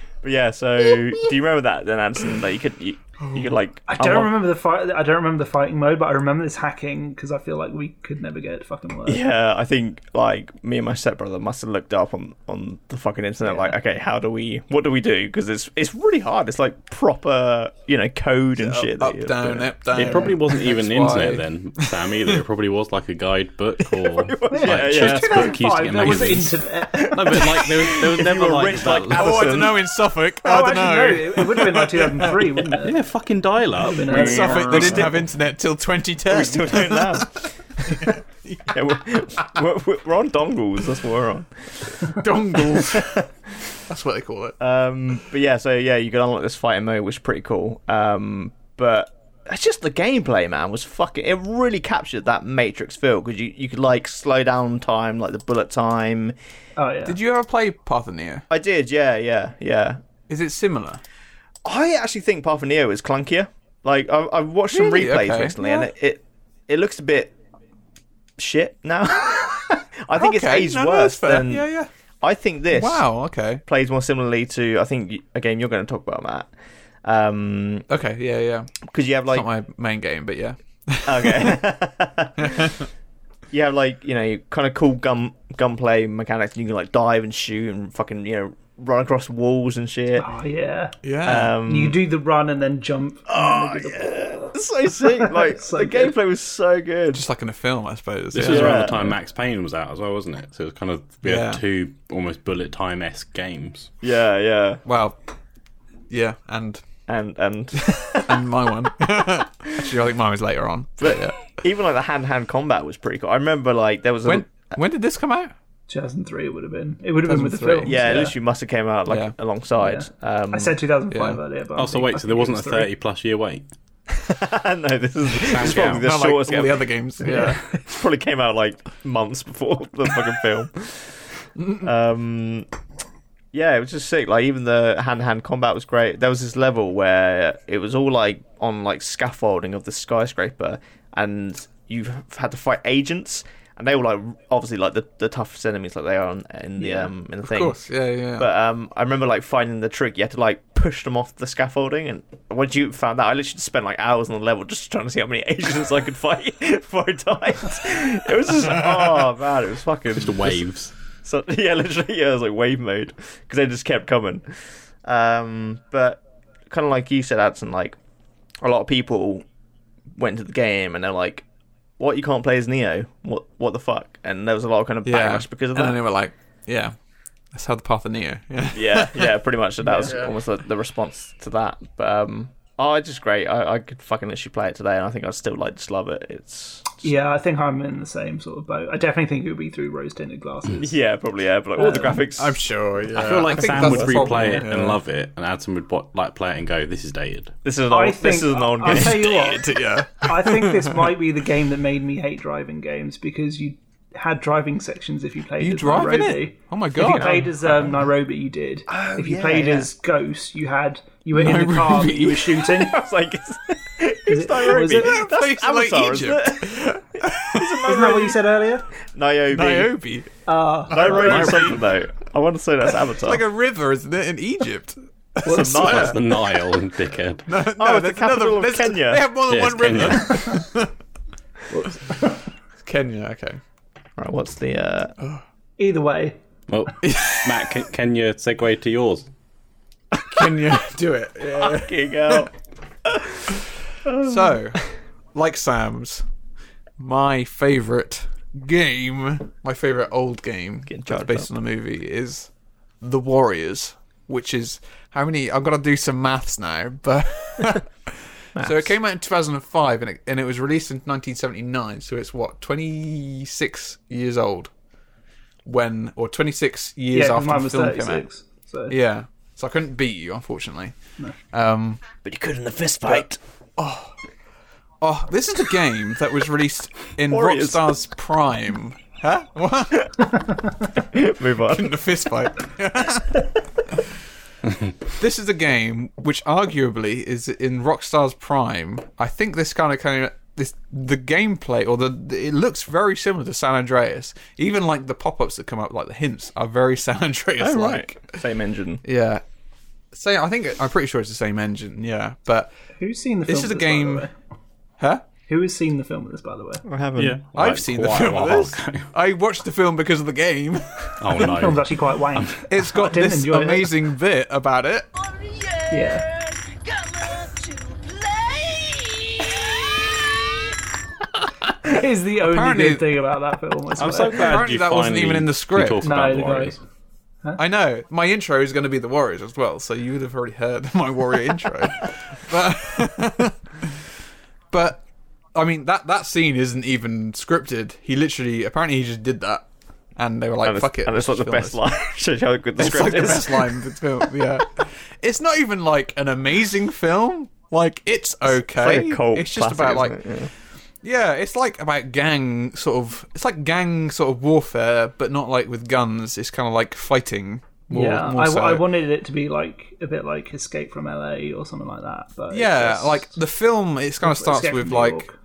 D: but yeah, so do you remember that then, Anson? That you could you, you could like
E: I don't remember the fight. I don't remember the fighting mode, but I remember this hacking because I feel like we could never get it to fucking work.
D: Yeah, I think like me and my stepbrother must have looked up on, on the fucking internet. Like, okay, how do we? What do we do? Because it's it's really hard. It's like proper, you know, code and shit. that
B: up,
D: you-
B: down, up, down.
C: It probably wasn't even the
B: That's why-
C: internet then, Sam, either. It probably was like a guidebook or like
D: yeah, yeah.
C: chessbook. You used to
E: 2005,
C: get
E: there was
C: magazines.
E: internet.
C: No, but like there was, there was never
D: were
C: like,
D: rich
C: that-
D: like
B: Oh, I
D: Allison.
B: don't know. In Suffolk,
E: Oh,
B: I don't
E: actually,
B: know.
E: no, it- it would have been like 2003, wouldn't it?
C: yeah, fucking dial up.
E: No.
B: In Suffolk, they didn't
E: Yeah.
B: have internet till 2010.
D: We still don't now. yeah, we're, we're- we're, we're on dongles. That's what we're on.
B: dongles. That's what they call it.
D: Um, but yeah, so yeah, you could unlock this fighting mode, which is pretty cool. Um, but it's just the gameplay, man, was fucking. It really captured that Matrix feel because you, you could like slow down time, like the bullet time.
E: Oh yeah.
B: Did you ever play Parthenia?
D: I did, yeah, yeah, yeah.
B: Is it similar?
D: I actually think Path of Neo is clunkier. Like I, I've watched some
B: Really?
D: replays
B: Okay.
D: recently, and it, it it looks a bit shit now. I think it's
B: Okay,
D: aged
B: no, no, that's
D: worse
B: fair.
D: than
B: Yeah, yeah.
D: I think this.
B: Wow. Okay.
D: plays more similarly to I think y- a game you're going to talk about, Matt. Um,
B: Okay. Yeah, yeah.
D: because you have like
B: Not my main game, but yeah.
D: okay. you have like you know kind of cool gun gunplay mechanics. You can like dive and shoot and fucking you know run across walls and shit.
E: Oh yeah.
B: Yeah.
D: Um,
E: You do the run and then jump. Oh,
D: so sick! Like
E: So
D: the
E: good.
D: gameplay was so good.
B: Just like in a film, I suppose.
C: This
B: yeah.
C: was around
D: Yeah.
C: the time Max Payne was out as well, wasn't it? So it was kind of we
B: Yeah.
C: had two almost bullet time esque games.
D: yeah, yeah,
B: Wow. Yeah, and
D: and and
B: and my one. Actually, I think mine was later on.
D: but even like the hand to hand combat was pretty cool. I remember like there was a
B: When when did this come out?
E: 2003 it would have been. It would have been with the
B: 2003.
E: film.
D: yeah, it literally must have came out like
B: Yeah.
D: alongside. Um,
E: I said 2005
B: Yeah.
E: earlier, but
C: Oh,
E: I
C: so
E: think- I
C: wait, so
E: think
C: there
E: it
C: wasn't a
E: was
C: thirty
E: three.
C: plus year wait.
D: um, no, this is, this is
C: Sam
D: probably the
B: Not like all
D: shortest game.
B: the other games. Yeah.
D: This probably came out like months before the fucking film. Um, yeah, it was just sick. Like even the hand-to-hand combat was great. There was this level where it was all like on like scaffolding of the skyscraper, and you had to fight agents, and they were like obviously like the, the toughest enemies like they are in, in the um in the
B: Of
D: thing.
B: course. Yeah, yeah.
D: But um, I remember like finding the trick. You had to like push them off the scaffolding, and once you found that, I literally just spent like hours on the level just trying to see how many agents I could fight before I died. It was just oh man, it was fucking
C: Just the waves.
D: So, yeah, literally, yeah, it was like wave mode because they just kept coming. Um, but kind of like you said, Adson, like a lot of people went to the game and they're like, "What you can't play is Neo? What what the fuck?" And there was a lot of kind of
B: yeah.
D: backlash because of
B: and
D: that.
B: then they were like, yeah, that's how the Parthenia. Yeah.
D: yeah, yeah, pretty much. That was almost the, the response to that. But um, oh, it's just great. I, I could fucking literally play it today, and I think I'd still like just love it. It's
E: Yeah, I think I'm in the same sort of boat. I definitely think it would be through rose tinted glasses.
D: yeah, probably yeah. But like all the graphics,
B: I'm sure. Yeah.
C: I feel like
B: think
C: Sam
B: that's
C: would
B: the
C: replay
B: problem,
C: it
B: yeah.
C: and love it, and Adson would wa- like play it and go, "This is dated."
D: this is an
E: I
D: old,
E: think-
D: this is an old
E: I'll
D: game.
E: tell you what.
B: yeah.
E: I think this might be the game that made me hate driving games because you had driving sections if you played
B: You
E: as
B: drive in
E: Nairobi.
B: it? Oh my
E: If you
B: god. Oh.
E: played as um, Nairobi, you did. if you
D: yeah,
E: played
D: yeah.
E: as Ghost, you had you were in the car
B: Nairobi.
E: that you were shooting.
D: I was like, it's,
E: Is
D: it's
E: it-
D: Nairobi.
E: was it-
D: That's
B: Place like
D: Avatar, isn't
B: Egypt.
D: it?
E: Isn't that what you said earlier?
D: Niobe.
B: Niobe.
E: Ah,
D: Niobe is something though. I want to say that's Avatar.
B: like a river, isn't it, in Egypt?
C: That's the Nile. That's the Nile, dickhead.
B: No, no,
D: Oh, it's the
B: there's
D: capital
B: another.
D: of
B: There's,
D: Kenya.
B: They have more than
C: Yeah, it's
B: one river.
C: Kenya.
B: Kenya, okay.
D: Right, what's the? Uh...
E: Either way,
C: Well, Matt, can, can you segue to yours?
B: Kenya, do it. Yeah.
D: Fucking hell.
B: So, like Sam's, my favourite game, my favourite old game that's
D: charged
B: based on a movie is The Warriors, which is how many? I've got to do some maths now, but. So it came out in 2005 and it, and it was released in 1979. So it's what 26 years old when, or 26 years
E: yeah,
B: after
E: mine
B: the
E: was
B: film came out.
E: 36. So
B: Yeah, so I couldn't beat you, unfortunately. Um,
D: But you could in the fist fight.
B: Oh, this is a game that was released in
D: Warriors.
B: Rockstar's prime. Huh? What?
D: Move on.
B: The fist fight. this is a game which arguably is in Rockstar's prime. I think this kind of kind of this the gameplay or the it looks very similar to San Andreas. Even like the pop-ups that come up, like the hints, are very San Andreas like.
D: Same engine.
B: Yeah. Say, I think I'm pretty sure it's the same engine. Yeah, but
E: who's seen the film?
B: this is a
E: with by the
B: game.
E: way?
B: Huh?
E: Who has seen the film with this, by the way?
D: I haven't. Yeah.
B: I've seen the film. of this. I watched the film because of the game.
C: Oh
E: The film's
C: no!
E: actually quite wank.
B: It's got
E: didn't
B: this
E: enjoy it.
B: amazing bit about it.
E: Yeah. it is the only
B: Apparently-
E: good thing about that film. I swear.
C: I'm so glad
B: Apparently
C: you
B: that wasn't
C: finally
B: even in the
C: can
B: script.
C: Talk
E: No,
C: about
E: the guy-
C: Warriors.
B: I know. My intro is going to be the Warriors as well, so you would have already heard my Warrior intro. But, but I mean that that scene isn't even scripted. He literally, apparently, he just did that, and they were like,
D: And it's,
B: "Fuck it."
D: and it's
B: let's
D: not the
B: film
D: best
B: this."
D: line. Shows you how good the
B: It's like
D: script
B: the
D: is.
B: best line of the film. Yeah, it's not even like an amazing film. Like it's okay.
D: It's like a cult
B: It's just
D: classic,
B: about like
D: isn't it? Yeah.
B: Yeah, it's like about gang sort of. It's like gang sort of warfare, but not like with guns. It's kind of like fighting. More,
E: yeah,
B: more
E: I,
B: so.
E: I wanted it to be like a bit like Escape from LA or something like that. But it's
B: Yeah,
E: just-
B: like the film, it kind of starts
E: Escape
B: with
E: from New
B: like
E: York.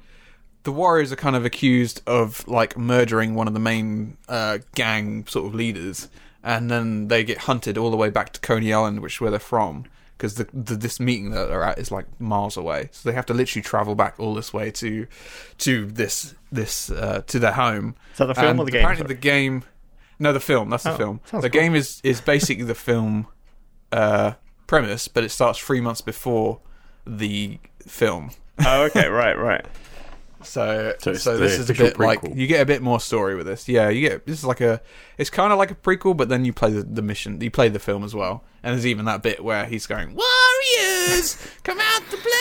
B: the warriors are kind of accused of like murdering one of the main uh, gang sort of leaders, and then they get hunted all the way back to Coney Island, which is where they're from, because the, the this meeting that they're at is like miles away, so they have to literally travel back all this way to to this this uh, to their home. Is
D: that the film or the game?
B: Apparently,
D: Sorry.
B: the game. No, the film. That's the film. The game is is basically the film uh, premise, but it starts three months before the film.
D: Oh, okay, right, right.
B: So, so, this
C: it's the
B: is a
C: official
B: bit like
C: prequel.
B: you get a bit more story with this. Yeah, you get this is like a it's kind of like a prequel, but then you play the, the mission, you play the film as well, and there's even that bit where he's going Warriors, come out to play!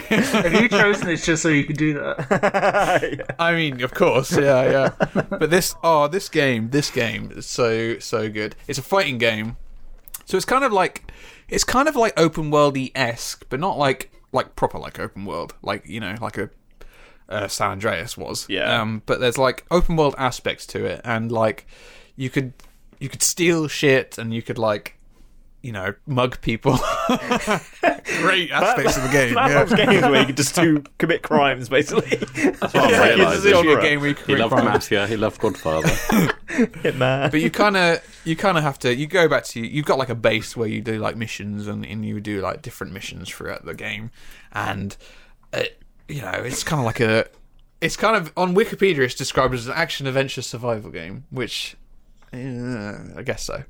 E: Have you chosen this just so you could do that?
B: I mean, of course, yeah, yeah. But this, oh, this game, this game is so so good. It's a fighting game, so it's kind of like it's kind of like open worldy esque, but not like like proper like open world, like you know, like a uh, San Andreas was.
D: Yeah.
B: Um, but there's like open world aspects to it, and like you could you could steal shit, and you could like you know mug people. Great aspects of the game.
D: That
B: yeah.
D: loves games where you can just do commit crimes, basically. That's
C: what I'm
B: Like,
C: realising.
B: it's literally a
D: genre.
B: game where you
C: He
B: commit
C: loved
B: crimes.
C: Mafia. He loved Godfather.
D: Hitman.
B: but you kind of you kind of have to you go back to you've got like a base where you do like missions and, and you do like different missions throughout the game and it, you know it's kind of like a it's kind of on wikipedia it's described as an action adventure survival game which uh, i guess so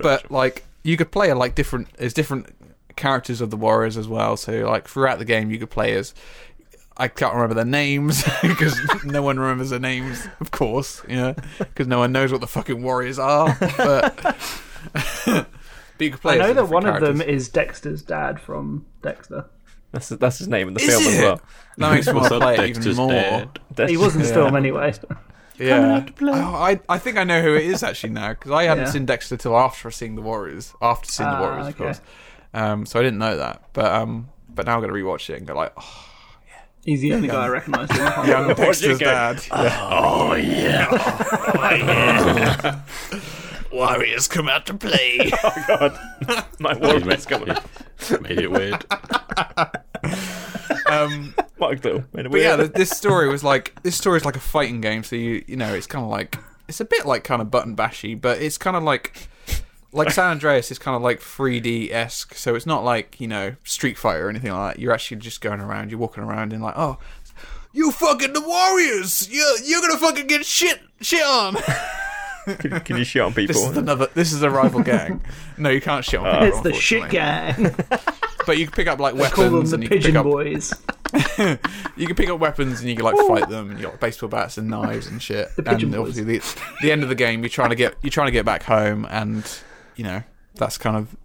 B: but like you could play like different as different characters of the warriors as well so like throughout the game you could play as I can't remember their names because no one remembers their names, of course, you know, because no one knows what the fucking warriors are. But, but you could play
E: I know
B: as
E: that one
B: different
E: of them
B: characters.
E: is Dexter's dad from Dexter.
D: That's, that's his name in the
B: Is
D: film as
B: it?
D: well.
B: That makes me want to play it even
C: Dexter's
B: more.
C: dead.
E: He was in the film anyway.
B: Yeah, Oh, I, I- I think I know who it is actually now because I hadn't
E: Yeah.
B: seen Dexter till after seeing the Warriors, after seeing the
E: Ah,
B: Warriors, of
E: okay.
B: course. Um, so I didn't know that, but um, but now I'm gonna rewatch it and go like, oh,
E: He's the only guy I recognise. in the whole
B: young
E: film.
B: Dexter's
D: go,
B: dad.
C: Oh yeah.
F: Warriors come out to play.
D: God. My
C: He
D: warriors
C: made,
D: coming.
C: he made it weird.
B: Um,
D: My dark little. Made it
B: But yeah,
D: weird.
B: th- this story was like this story is like a fighting game. So you you know it's kind of like it's a bit like kind of button bashy, but it's kind of like like San Andreas is kind of like 3D esque. So it's not like you know Street Fighter or anything like that. You're actually just going around. You're walking around and like oh, you fucking the Warriors. You you're gonna fucking get shit shit on.
D: can, can you shit on people?
B: This is another. This is a rival gang. No, you can't shit on people.
E: it's the shit
B: unfortunately.
E: gang.
B: But you can pick up like weapons.
E: Call them the
B: and you can pick
E: pigeon
B: up-
E: boys.
B: you can pick up weapons and you can like fight them. And you got baseball bats and knives and shit.
E: pigeon
B: and
E: boys.
B: obviously the, the end of the game, you're trying to get you're trying to get back home, and you know that's kind of.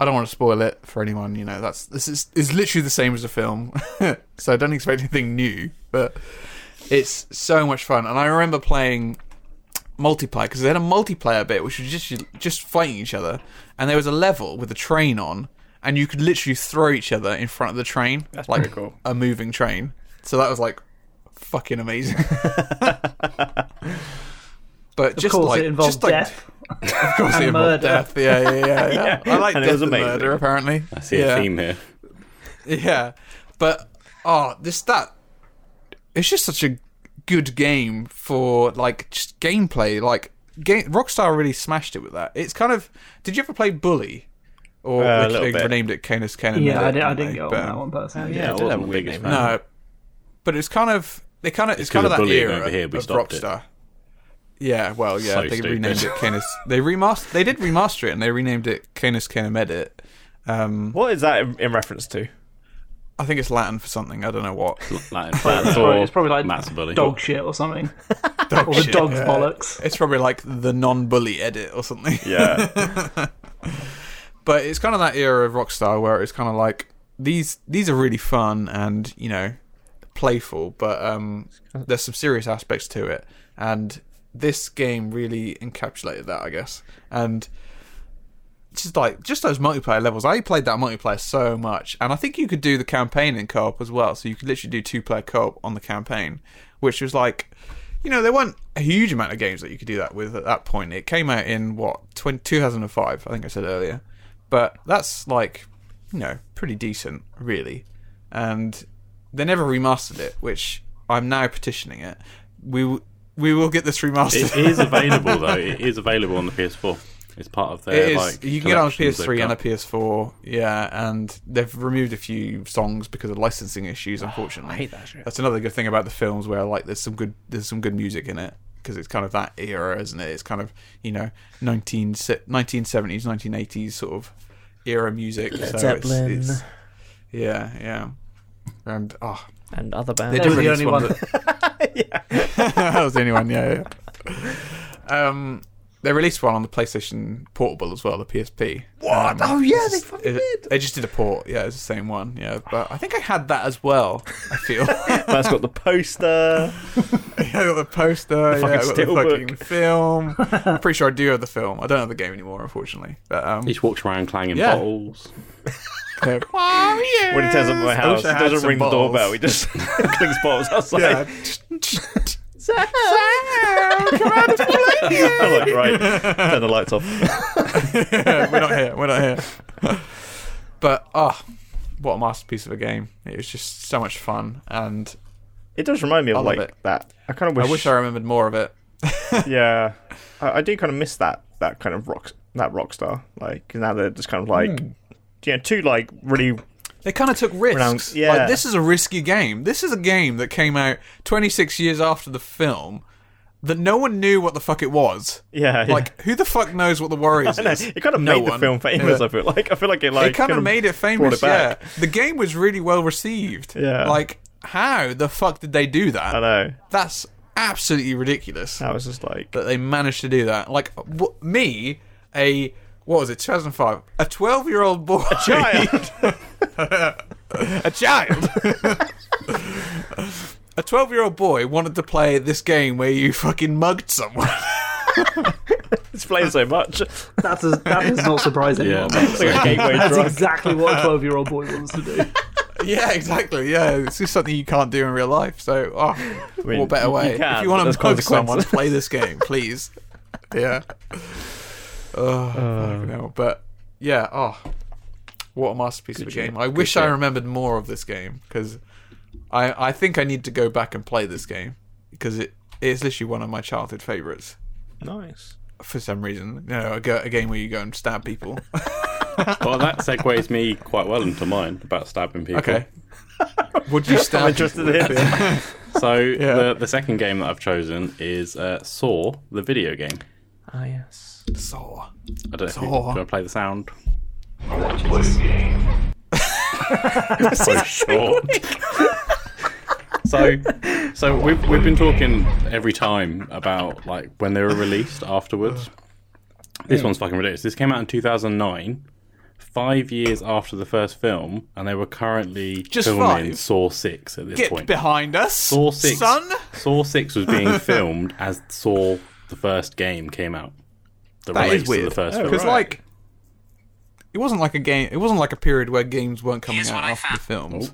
B: I don't want to spoil it for anyone. You know that's this is is literally the same as the film, so I don't expect anything new. But it's so much fun, and I remember playing multiplayer because they had a multiplayer bit which was just just fighting each other, and there was a level with a train on, and you could literally throw each other in front of the train, like
D: pretty cool.
B: a moving train. So that was like fucking amazing. but
E: Of
B: just
E: course,
B: like
E: it involved
B: just like
E: death.
B: of course
E: and
B: it involved
E: murder.
B: death. Yeah, yeah, yeah. yeah. I like
D: and it
B: death
D: was
B: and
D: amazing.
B: murder apparently.
C: I see
B: yeah.
C: a theme here.
B: Yeah, but oh, this that it's just such a good game for like just gameplay. Like game, Rockstar really smashed it with that. It's kind of. Did you ever play Bully? Or
D: Uh, a
B: which
D: little
B: they
D: bit.
B: renamed it Canis Canem.
E: Yeah, I,
B: did,
E: did, I
B: didn't they?
E: didn't get on
B: But,
E: that one personally.
D: yeah,
C: Yeah,
D: it
C: it wasn't Oh,
D: wasn't my
C: the biggest
D: biggest fan.
B: No, but it's kind of they kind of it's, kind of
C: 'cause
B: that
C: of bullying
B: era
C: over here, we
B: of
C: stopped it.
B: Rockstar. Yeah, well, yeah,
C: So
B: they
C: stupid.
B: renamed it Canis. They remastered. They did remaster it, and they renamed it Canis Canem Edit. Um,
D: What is that in, in reference to?
B: I think it's Latin for something. I don't know what.
C: Latin
E: It's
C: Flats
E: probably,
C: or
E: it's probably like
C: Matt's Bully.
E: dog shit or something. or the
B: shit,
E: dog's
B: yeah.
E: bollocks.
B: It's probably like the non-bully edit or something.
D: Yeah,
B: but it's kind of that era of Rockstar where it's kind of like these these are really fun and you know playful, but um, there's some serious aspects to it, and this game really encapsulated that, I guess. And just like just those multiplayer levels, I played that multiplayer so much, and I think you could do the campaign in co-op as well. So you could literally do two-player co-op on the campaign, which was like. You know, there weren't a huge amount of games that you could do that with at that point. It came out in what 20, 2005, I think I said earlier but that's like you know pretty decent really and they never remastered it which i'm now petitioning it we w- we will get this remastered
C: It is available though. It is available on the PS4. It's part of their
B: It is.
C: like.
B: you can get it on
C: collections they've
B: PS3 and a
C: got.
B: PS4, yeah, and they've removed a few songs because of licensing issues. Unfortunately, Ah, I hate that shit. That's another good thing about the films where like there's some good there's some good music in it because it's kind of that era, isn't it? It's kind of you know 19, se- 1970s, 1980s sort of era music. so it's,
D: Zeppelin.
B: it's- yeah, yeah, and oh,
D: and other
B: they
D: bands.
E: That
B: did
E: was the
B: release
E: only
B: one
E: one.
B: that- that was the only one, yeah. yeah. Um, they released one on the PlayStation Portable as well, the PSP. What? oh yeah, they fucking did. They just did a port. Yeah, it's the same one. Yeah, but I think I had that as well. I feel. I
D: That's got the poster.
B: got the poster. yeah, I got the
D: steelbook.
B: fucking film. I'm pretty sure I do have the film. I don't have the game anymore, unfortunately. But um,
C: He just walks around clanging
B: Yeah.
C: bottles.
B: Oh, yeah.
D: When he turns up at my
B: I wish
D: house,
B: I
D: he
B: had
D: doesn't
B: some
D: ring the
B: balls.
D: doorbell. He just clings bottles outside.
B: yeah.
D: I'm like, right, turn the lights off.
B: we're not here. We're not here. but oh, what a masterpiece of a game! It was just so much fun, and
D: It does remind me of
B: I love
D: like
B: it.
D: that. I kind of wish.
B: I wish I remembered more of it.
D: Yeah, I, I do kind of miss that that kind of rock that rock star. Like 'cause now they're just kind of like, you know, two like really
B: They kind of took risks.
D: Pronounced- yeah.
B: Like this is a risky game. This is a game that came out 26 years after the film that no one knew what the fuck it was.
D: yeah. yeah.
B: Like who the fuck knows what the Warriors
D: No,
B: is?
D: it kind of
B: No
D: made the
B: one.
D: film famous.
B: Yeah.
D: I feel like I feel like it like
B: it kind of made it famous.
D: brought it back.
B: Yeah, the game was really well received.
D: Yeah.
B: like how the fuck did they do
D: I
B: that?
D: know.
B: That's absolutely ridiculous.
D: I was just like,
B: that they managed to do that. Like w- me, a what was it, 2005, a 12 year old boy, a
D: child.
B: a child, a 12 year old boy wanted to play this game where you fucking mugged someone.
D: it's playing so much.
E: That does, that does not surprise
C: Yeah,
E: anyone.
C: that's
D: It's like a gateway
E: That's
D: drug.
E: exactly what a 12 year old boy wants to do.
B: yeah, exactly. Yeah, it's just something you can't do in real life. So, oh,
D: mean,
B: what better
D: you
B: way? if
D: can, but
B: you want
D: there's
B: to mug someone,
D: consequences.
B: play this game, please. yeah. Oh,
D: Uh,
B: fucking hell. But yeah, oh, what a masterpiece of a game! I wish I remembered more of this game because I, I think I need to go back and play this game because it it's literally one of my childhood favorites.
D: Nice.
B: For some reason, you know, a, go, a game where you go and stab people.
C: well, that segues me quite well into mine about stabbing people.
B: Okay. Would you stab?
D: I'm interested to hear this.
C: So the the second game that I've chosen is uh, Saw, the video game.
D: Ah, yes.
B: Saw.
C: I don't know. If you, do you
B: Saw.
C: want to play the sound?
B: so
C: short. So, so we've we've been talking every time about like when they were released afterwards. This
B: Hmm.
C: one's fucking ridiculous. This came out in 2009, five years after the first film, and they were currently
B: Just
C: filming
B: five?
C: Saw Six at this
B: Get
C: point.
B: behind us,
C: Saw Six,
B: son.
C: Saw Six was being filmed as Saw the first game came out. The
B: That
C: release
B: is weird. Oh.
C: of the first film.
B: Because like, it wasn't like a game. It wasn't like a period where games weren't coming out after the films.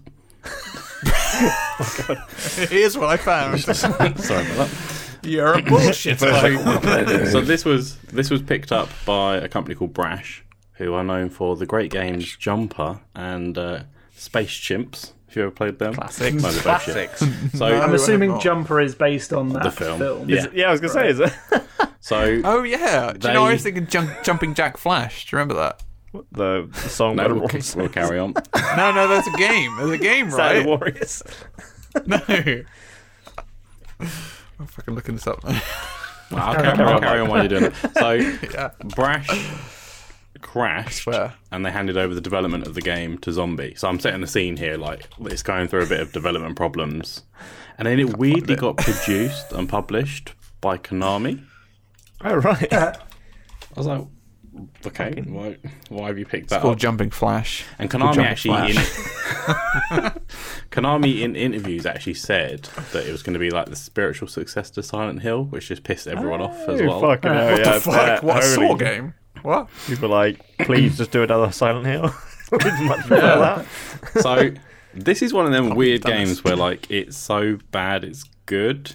B: Here's what I found.
C: Sorry about that.
B: You're a bullshit.
C: so this was this was picked up by a company called Brash, who are known for the great games Jumper and uh, Space Chimps. If you ever played them,
B: Classics.
C: No, they're both shit.
B: Classics.
C: So
E: I'm assuming
B: not.
E: Jumper is based on that
C: the film,
E: Is
C: yeah.
E: it-
D: Yeah, I was gonna say, is it
C: So
B: oh yeah. Do you know I
C: They-
B: was thinking jump, Jumping Jack Flash? Do you remember that?
D: the the song?
C: no,
D: Wonder
C: we'll,
D: Woman.
C: we'll carry on.
B: No, no, there's a game. There's a game,
D: Side of
B: right?
D: the Warriors.
B: No. I'm fucking looking this up.
C: Uh, I'll carry, I'll carry on while you're doing it. So
B: Yeah.
C: Brash crashed,
B: swear.
C: and they handed over the development of the game to Zombie. So I'm setting the scene here, like it's going through a bit of development problems, and then it weirdly got produced and published by Konami.
D: Oh right.
C: I was like, okay, why, why have you picked that
B: Or
C: up?
B: Jumping Flash.
C: And
B: Called
C: Konami
B: Jumping
C: actually, in,
B: Flash.
C: Konami in interviews actually said that it was going to be like the spiritual successor to Silent Hill, which just pissed everyone off
D: Oh,
C: as well.
D: Fucking hell,
B: Uh, What
D: yeah,
C: uh,
B: the fuck?
D: that-
B: What a
D: holy-
B: Saw game? What?
D: People are like, please just do another Silent Hill. We'd much prefer that.
C: So this is one of them weird games where like it's so bad it's good,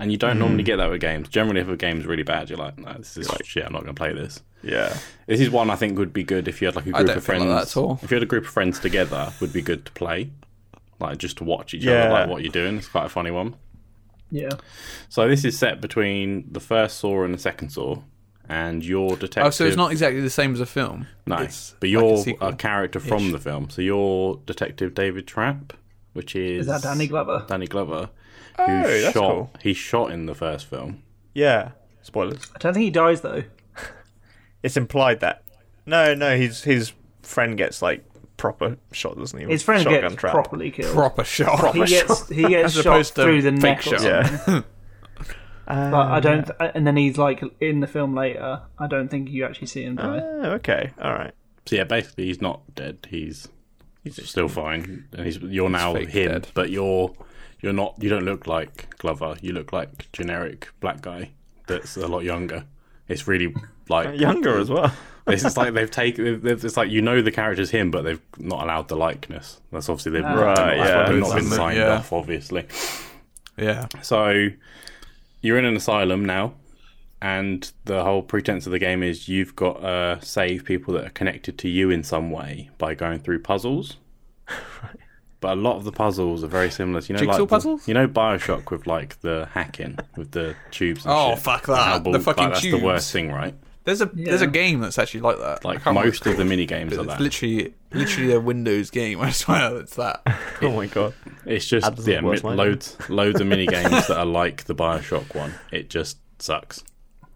C: and you don't normally get that with games. Generally, if a game's really bad, you're like, no, this is shit. I'm not going to play this.
D: Yeah.
C: This is one I think would be good if you had like a
B: I
C: group
B: don't
C: of
B: feel
C: friends.
B: like that at all.
C: If you had a group of friends together, would be good to play, like just to watch each
D: Yeah.
C: other, like what you're doing. It's quite a funny one.
E: Yeah.
C: So this is set between the first Saw and the second Saw, and your detective.
B: Oh, so it's not exactly the same as a film.
C: nice,
B: It's
C: but
B: like
C: you're
B: sequel.
C: a, character from the film. So you're Detective David Trapp, which is
E: Is that Danny Glover?
C: Danny Glover, who
D: Oh,
C: shot
D: that's cool.
C: he shot in the first film.
D: Yeah. Spoilers.
E: I don't think he dies though.
D: It's implied that. No, no, his his friend gets like proper shot, doesn't he?
E: His friend
D: Shotgun
E: gets
D: trap.
E: properly killed.
B: proper shot.
E: he gets he gets
B: As
E: shot
B: opposed to
E: through the
B: fake
E: neck. Or
B: shot.
E: something.
D: Yeah.
E: But I don't. And then he's like in the film later. I don't think you actually see him
C: Uh.
E: die.
D: Oh, okay. All right.
C: So yeah, basically he's not dead. He's he's still fine, and he's you're now
B: fake
C: him,
B: dead.
C: but you're you're not. You don't look like Glover. You look like generic black guy that's a lot younger. It's really like
D: Younger as well.
C: It's just like they've taken. they've- they've- It's like you know the character's him, but they've not allowed the likeness. That's obviously they've
D: Right,
C: that's why
D: yeah,
C: they've not been
B: that's-
C: signed
B: yeah.
C: off, obviously.
B: Yeah.
C: So you're in an asylum now, and the whole pretense of the game is you've got to uh, save people that are connected to you in some way by going through puzzles. But a lot of the puzzles are very similar. to- You know,
B: Jigsaw
C: like the-
B: puzzles?
C: you know, Bioshock with like the hacking with the tubes. And
B: Oh,
C: shit.
B: fuck
C: And how
B: that. The
C: bull- like,
B: fucking
C: that's the
B: tubes.
C: worst thing, right?
B: There's a there's a
E: Yeah.
B: game that's actually like that. I
C: Like
B: can't remember
C: most of the mini games are
B: what
C: that.
B: it's literally literally a Windows game. I swear it's that.
D: Oh my god.
C: It's just
D: doesn't
C: yeah,
D: work
C: mi-
D: like
C: loads loads of mini games that are like the Bioshock one. It just sucks.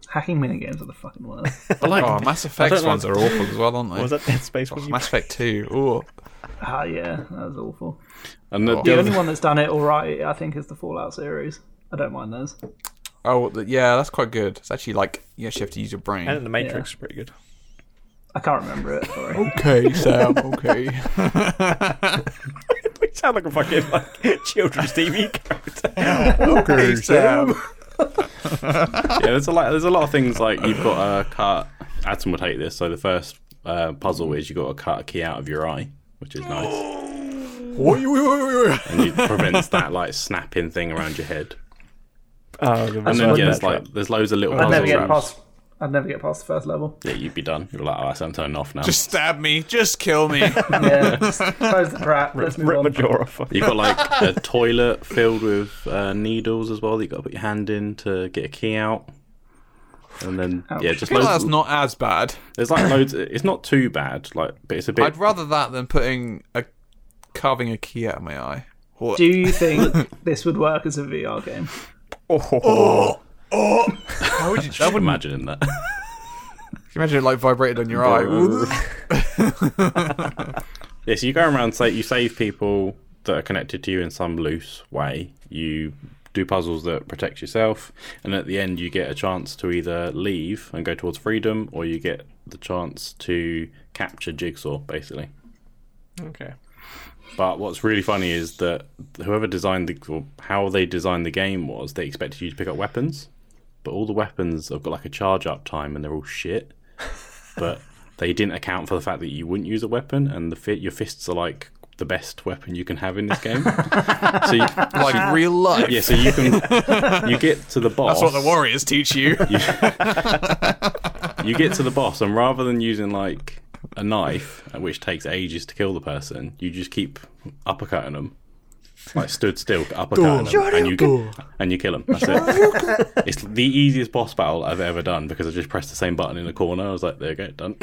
E: Hacking minigames are the fucking worst.
C: But like
B: Oh, Mass
C: I
B: Effect
C: don't
B: ones
C: know.
B: are awful as well, aren't they?
D: Was that Dead Space?
B: Oh,
D: when you...
B: Mass Effect Two. Oh,
E: ah, yeah, that was awful.
C: and the,
E: The
C: the
E: only
C: other,
E: one that's done it all right, I think, is the Fallout series. I don't mind those.
B: oh, th- yeah, that's quite good. It's actually like you actually have to use your brain.
D: And the Matrix is pretty good.
E: I can't remember it. Sorry.
B: okay, Sam. Okay.
D: We sound like a fucking like children's TV character.
B: okay, Sam.
C: yeah, there's a lot there's a lot of things like you've got to cut. Adam will take this. So the first uh, puzzle is you got to cut a key out of your eye, which is nice,
D: Oh,
B: Oi, oi, oi, oi, oi.
C: and it prevents that like snapping thing around your head.
D: Oh, the
C: And
D: Mass
C: then yeah,
D: Effect
C: there's
D: trap.
C: like there's loads of little
E: I never
C: puzzles.
E: get past. I'd never get past the first level.
C: Yeah, you'd be done. You're like, oh, I'm turning off now.
B: Just stab me. Just kill me.
E: yeah, just close the crap. Let's move on.
C: You've got like a toilet filled with uh, needles as well. That you got to put your hand in to get a key out, and then yeah,
B: I
C: just
B: feel
C: loads.
B: that's not as bad.
C: There's like loads. It's not too bad. Like, but it's a bit.
B: I'd rather that than putting a carving a key out of my eye. Or-
E: Do you think this would work as a VR game?
B: Oh. Oh.
C: How would you
B: that would
C: imagine in that?
B: imagine it like vibrated on your eye.
C: Yeah, so you go around say you save people that are connected to you in some loose way. You do puzzles that protect yourself, and at the end you get a chance to either leave and go towards freedom, or you get the chance to capture Jigsaw, basically.
D: Okay.
C: But what's really funny is that whoever designed the or how they designed the game was they expected you to pick up weapons, but all the weapons have got like a charge up time and they're all shit. But they didn't account for the fact that you wouldn't use a weapon, and the fi- your fists are like the best weapon you can have in this game. so you,
B: like real life.
C: yeah, so you can you get to the boss.
B: That's what the warriors teach you.
C: you get to the boss, and rather than using like a knife, which takes ages to kill the person, you just keep uppercutting them. Like stood still, uppercutting them, and you and you kill them. That's it. It's the easiest boss battle I've ever done because I just pressed the same button in the corner. I was like, there you go, done.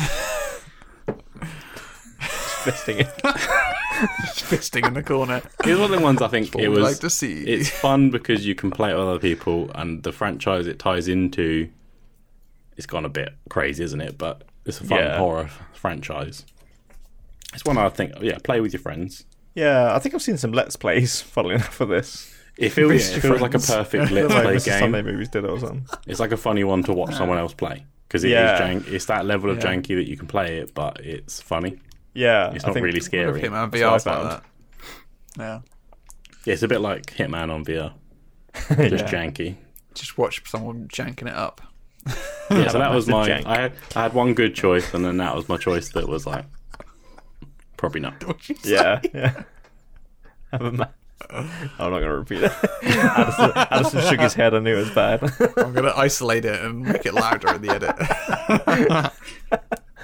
D: Fisting it.
B: Fisting in the corner.
C: It was one of the ones I think
B: what
C: it
B: we
C: was.
B: like to see.
C: It's fun because you can play it with other people, and the franchise it ties into. It's gone a bit crazy, isn't it? But it's a fun
D: Yeah.
C: horror f- franchise. It's one I think. Yeah, play with your friends.
D: Yeah, I think I've seen some Let's Plays, funnily enough, for this.
C: It feels,
D: With
C: yeah,
D: your
C: it feels like a
D: friends.
C: perfect
D: Feels
C: let's
D: like
C: play
D: Mr. Sunday
C: game.
D: movies did it or something.
C: It's like a funny one to watch someone else play because it is
D: Yeah.
C: jank. It's that level of
D: Yeah.
C: janky that you can play it, but it's funny.
D: Yeah,
C: It's
D: I
C: not
D: think-
C: really scary.
B: Hitman
C: That's what I
B: VR's like
C: found.
B: that. Yeah.
C: Yeah, it's a bit like Hitman on VR, just
D: Yeah.
C: janky.
B: Just watch someone janking it up.
C: Yeah, so that was
D: Massive
C: my.
D: jank.
C: I had, I had one good choice, and then that was my choice that was like, probably not.
D: Yeah, yeah. Have a ma- I'm not going to repeat it. Addison, Addison shook his head. I knew it was bad.
B: I'm gonna isolate it and make it louder in the edit.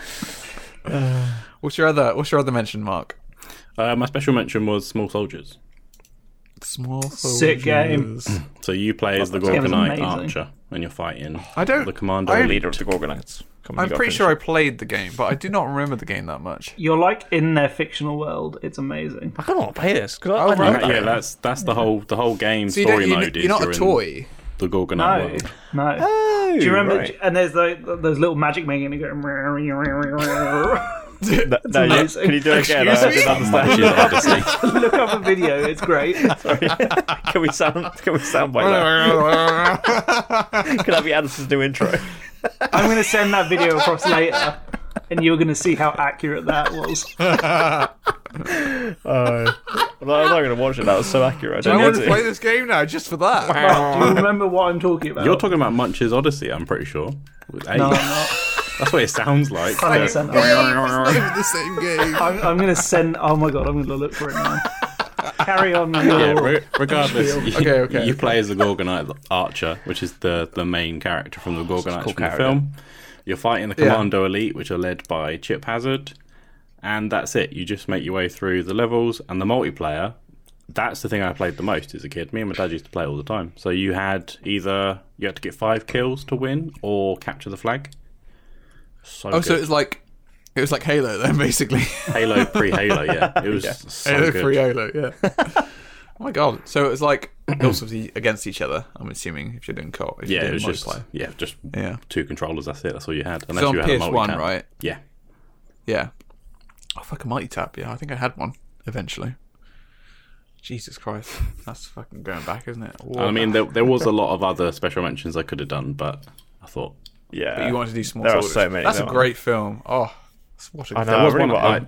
B: what's your other What's your other mention, Mark?
C: Uh, my special mention was Small Soldiers.
B: Small
E: Sick game.
C: So you play as the
E: game is
C: Gorgonite
E: amazing.
C: archer, and you're fighting.
B: I don't-
C: The commander.
B: I-
D: Leader of the Gorgonites. Come on,
B: I'm
D: you gotta
B: pretty
D: finish
B: sure I
D: it.
B: played the game, but I do not remember the game that much.
E: You're like in their fictional world. It's amazing.
D: I kind of want to play this because I,
B: Oh,
D: I
B: right.
D: love that.
C: yeah, that's that's the whole the whole game
B: So you don't,
C: story
B: you,
C: mode.
B: you're
C: is
B: not a
C: in
B: toy.
C: The Gorgonite
E: No,
C: world.
E: no.
D: Oh,
E: Do you remember?
D: right.
E: And there's the, those little magic making and go.
D: No, no, you-
E: amazing.
D: can you do it again?
B: Excuse
D: I didn't
B: me?
D: understand.
E: Look up a video. It's great.
D: can we sound? Can we sound by that? Can that be Addison's new intro?
E: I'm going to send that video across later, and you're going to see how accurate that was.
D: I'm not, going to watch it. That was so accurate. I
B: I
D: don't
B: want
D: need
B: to
D: to.
B: play this game now just for that.
E: Do you remember what I'm talking about?
C: You're talking about Munch's Odyssey, I'm pretty sure. With eight.
E: No, I'm not.
C: That's what it sounds like.
E: I'm gonna send it.
B: the same game.
E: I'm, I'm going to send. Oh my god! I'm going to look for it now. Carry on. with your-
C: Yeah, re- regardless, you,
B: Okay, okay.
C: you play as the Gorgonite Archer, which is the, the main character from the Gorgonites from
D: cool
C: the
D: character.
C: film. You're fighting the
B: Yeah.
C: Commando Elite, which are led by Chip Hazard, and that's it. You just make your way through the levels and the multiplayer. That's the thing I played the most as a kid. Me and my dad used to play all the time. So you had either you had to get five kills to win or capture the flag. So
B: Oh, so
C: good.
B: it's like it was like Halo then, basically.
C: Halo pre Halo, yeah. It was so
B: Halo
C: good.
B: free Halo, yeah. oh my god! So it was like obviously against each other. I'm assuming if you're doing co-op, if
C: Yeah,
B: you're
C: it was
B: doing
C: just
B: multiplayer.
C: yeah, just
B: Yeah.
C: two controllers. That's it. That's all you had. Unless
B: on
C: you had a
B: PS1,
C: multi-tap.
B: right?
C: Yeah,
B: Yeah. Oh, fuck a mighty tap. Yeah, I think I had one eventually. Jesus Christ, that's fucking going back, isn't it?
C: I mean there, there was a lot of other special mentions I could have done, but I thought
D: Yeah,
B: But you wanted to do small
D: There are
B: soldiers.
D: so many,
B: That's a
D: there are.
B: great film. Oh, that's- what a
D: I know.
B: film.
D: I really
C: one
D: want-
C: I-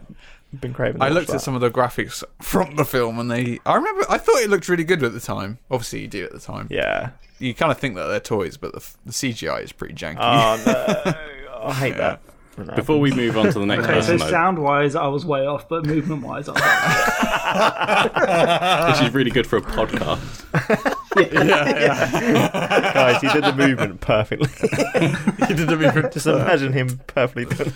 D: I've been craving. to
B: I
D: watch
B: looked
D: that.
B: at some of the graphics from the film, and they. I remember. I thought it looked really good at the time. Obviously, you do at the time.
D: Yeah.
B: You kind of think that they're toys, but the, the CGI is pretty janky.
C: Ah.
D: Oh no! I hate that.
C: before we move on to the next
E: Okay, so
C: person, though,
E: sound wise, I was way off, but movement wise, I was.
C: which is really good for a podcast.
D: Guys, he did the movement perfectly.
B: he did the movement.
D: Just imagine him perfectly done.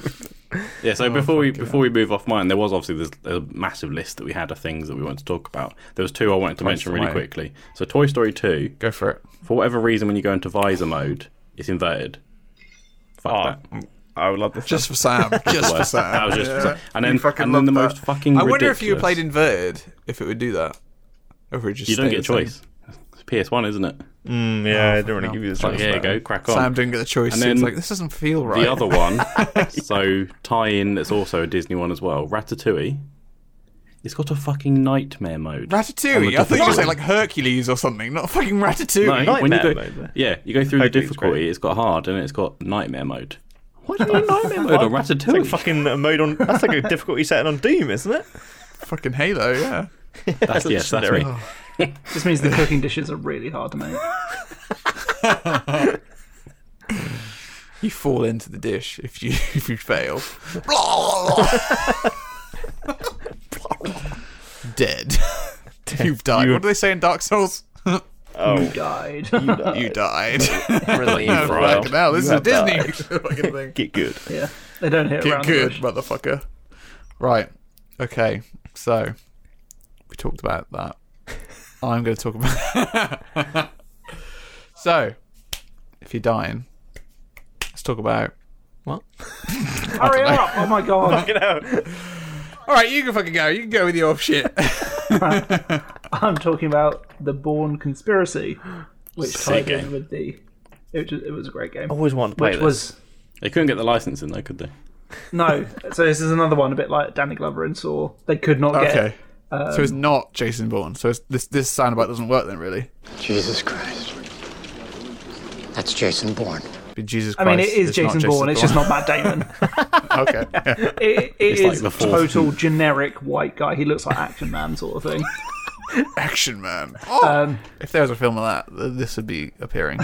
C: Yeah,
B: Oh,
C: so before we before we move off mine, there was obviously this a massive list that we had of things that we wanted to talk about. There was two I wanted to
B: Price
C: mention really
B: away.
C: quickly. So Toy Story Two,
B: go for it.
C: For whatever reason, when you go into visor mode, it's inverted. Fuck
B: Oh.
C: that.
D: I would love this.
B: Just for Sam. just for
C: Worst.
B: Sam.
C: That was just for
B: Yeah.
C: Sam. And then-
B: You fucking
C: and then
B: love
C: the
B: that.
C: most fucking
B: I wonder if you
C: ridiculous-
B: played inverted, if it would do that. Or if it would just
C: you don't
B: stay
C: get a
B: the same.
C: choice. It's PS One, isn't it?
D: Mm, yeah, I don't want to give you this.
C: It's like, oh, yeah, go crack on.
B: Sam didn't get the choice.
C: And
B: so it's
C: then
B: like this doesn't feel right.
C: The other one, so tie-in that's also a Disney one as well. Ratatouille. It's got a fucking nightmare mode. On
B: Ratatouille.
C: the
B: I thought you were
C: difficulty.
B: saying like Hercules or something, not fucking
C: No,
B: Ratatouille.
C: when you
D: Nightmare
C: go,
D: mode.
C: yeah, you go through the
D: Hopefully it's
C: difficulty.
D: great.
C: It's got hard, and it's got nightmare mode. Why do you need nightmare mode on
D: It's like
C: Ratatouille?
D: fucking a mode on. That's like a difficulty setting on Doom, isn't it?
B: Fucking Halo, yeah.
C: That's yes, that's me.
E: Just means the cooking dishes are really hard to make.
B: You fall into the dish if you if you fail. Dead. You've died. What do they say in Dark Souls?
E: You died.
B: you died.
C: Relieved, right?
B: Fucking hell, this is a
D: You have
B: Disney
D: died.
B: fucking thing.
D: Get good.
E: yeah, they don't hit
B: Get
E: around
B: good,
E: the bush.
B: motherfucker. Right. Okay. So we talked about that. I'm going to talk about. so, if you're dying, let's talk about.
E: Hurry up! Oh my god,
D: You know,
B: All right, you can fucking go. You can go with your shit.
E: I'm talking about the Bourne conspiracy, which
C: Sick
E: tied in
C: game.
E: with the. It was, it was a great game,
D: I always wanted to play
E: which
D: this.
E: was
C: They couldn't get the license in though, could they?
E: no. So this is another one, a bit like Danny Glover and Saw. They could not get
B: okay. so
E: um,
B: it's not Jason Bourne. So it's, this this soundbite doesn't work then, really.
L: Jesus Christ. That's Jason Bourne.
B: But Jesus
E: I
B: Christ.
E: mean, it is
B: it's not
E: Jason Bourne. It's just not Matt Damon.
B: okay.
E: It, it
C: like
E: is
C: the fourth.
E: total generic white guy. He looks like Action Man sort of thing.
B: Action Man.
E: Um,
B: Oh! if there was a film like that, th- this would be appearing.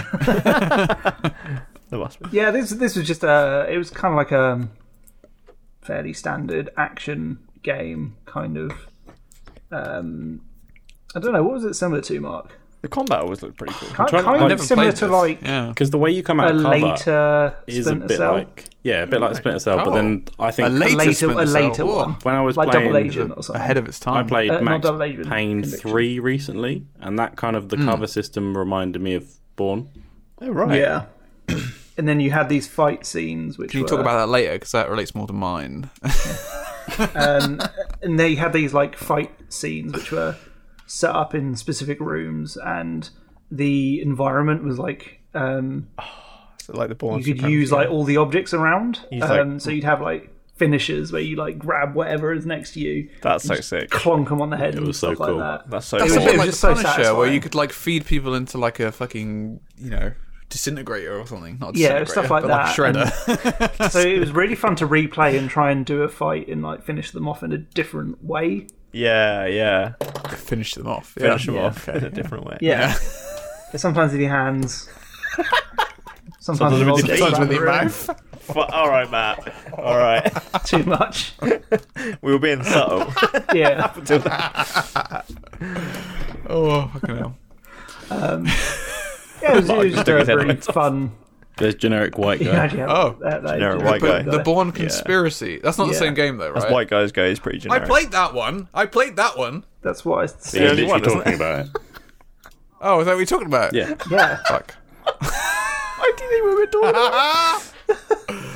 D: There must be.
E: Yeah, this this was just a. It was kind of like a fairly standard action game kind of. Um, I don't know what was it similar to Mark.
D: The combat always looked pretty cool.
E: Kind,
C: trying-
E: kind
C: I've
E: of similar
B: played
E: to
B: this.
E: like
B: yeah.
C: Because the way you come
E: a
C: out of cover
E: later
C: is a
E: Splinter
C: bit
E: Cell,
C: like yeah, a bit like Splinter Cell. But
B: Oh.
C: then I
B: A
C: think
B: later,
E: a later, a
B: Splinter Cell.
E: later
B: Whoa.
E: one,
C: when I was
E: like
C: playing,
E: Double Agent or something.
B: Ahead of its
C: I
B: time.
C: played
E: Uh, not
C: Max
E: Double Agent,
C: Payne
E: Conviction.
C: three recently, and that kind of the
B: Hmm.
C: cover system reminded me of Bourne.
D: Oh, right.
E: yeah. and then you had these fight scenes, which
B: Can you
E: were,
B: talk about that later? Because that relates more to mine.
E: and they had these like fight scenes which were set up in specific rooms and the environment was like um
D: So, like the Bourne.
E: you could use like all the objects around
D: like-
E: um so you'd have like finishers where you like grab whatever is next to you
D: That's so sick.
E: clonk them on the head and
C: was so
E: stuff
C: cool.
E: like that
D: That's so
B: That's
E: was-
B: sort
E: it
D: sick.
B: of
E: was
B: like
E: just
B: the
E: so
B: Punisher, where
E: satisfying.
B: you could like feed people into like a fucking you know disintegrator or something. Not
E: Yeah,
B: disintegrator,
E: it was stuff like
B: but
E: that,
B: Like shredder.
E: so it was really fun to replay and try and do a fight and like finish them off in a different way
D: Yeah, yeah.
B: Finish them off. Yeah.
D: Finish them off in a different way.
E: yeah, sometimes with your hands sometimes,
D: Sometimes
E: with
D: with your
E: objects
D: feet.
B: Sometimes with
E: around the
B: your
E: room.
B: mouth.
D: Fu- all right, Matt. All right.
E: too much
D: We were being subtle.
E: yeah
B: Oh fucking hell!
E: Yeah, it was, it was
D: just
E: just
D: took his
E: a really
D: headphones off.
E: fun.
C: There's generic white guy.
E: Yeah, actually,
B: Oh.
E: that- that-
D: Generic
E: that-
D: white
E: that-
D: guy.
B: The
E: that-
B: Bourne conspiracy. That's not the
E: Yeah.
B: same game though, right?
D: That's White Guys Go is pretty
B: I
D: generic.
B: played that one. I played that one.
E: That's what I
C: Yeah,
E: said.
D: only
C: literally
D: one, isn't
C: talking about it.
B: Oh, is that what you're talking about?
C: Yeah,
E: Yeah.
B: Fuck.
E: I didn't think we were talking about.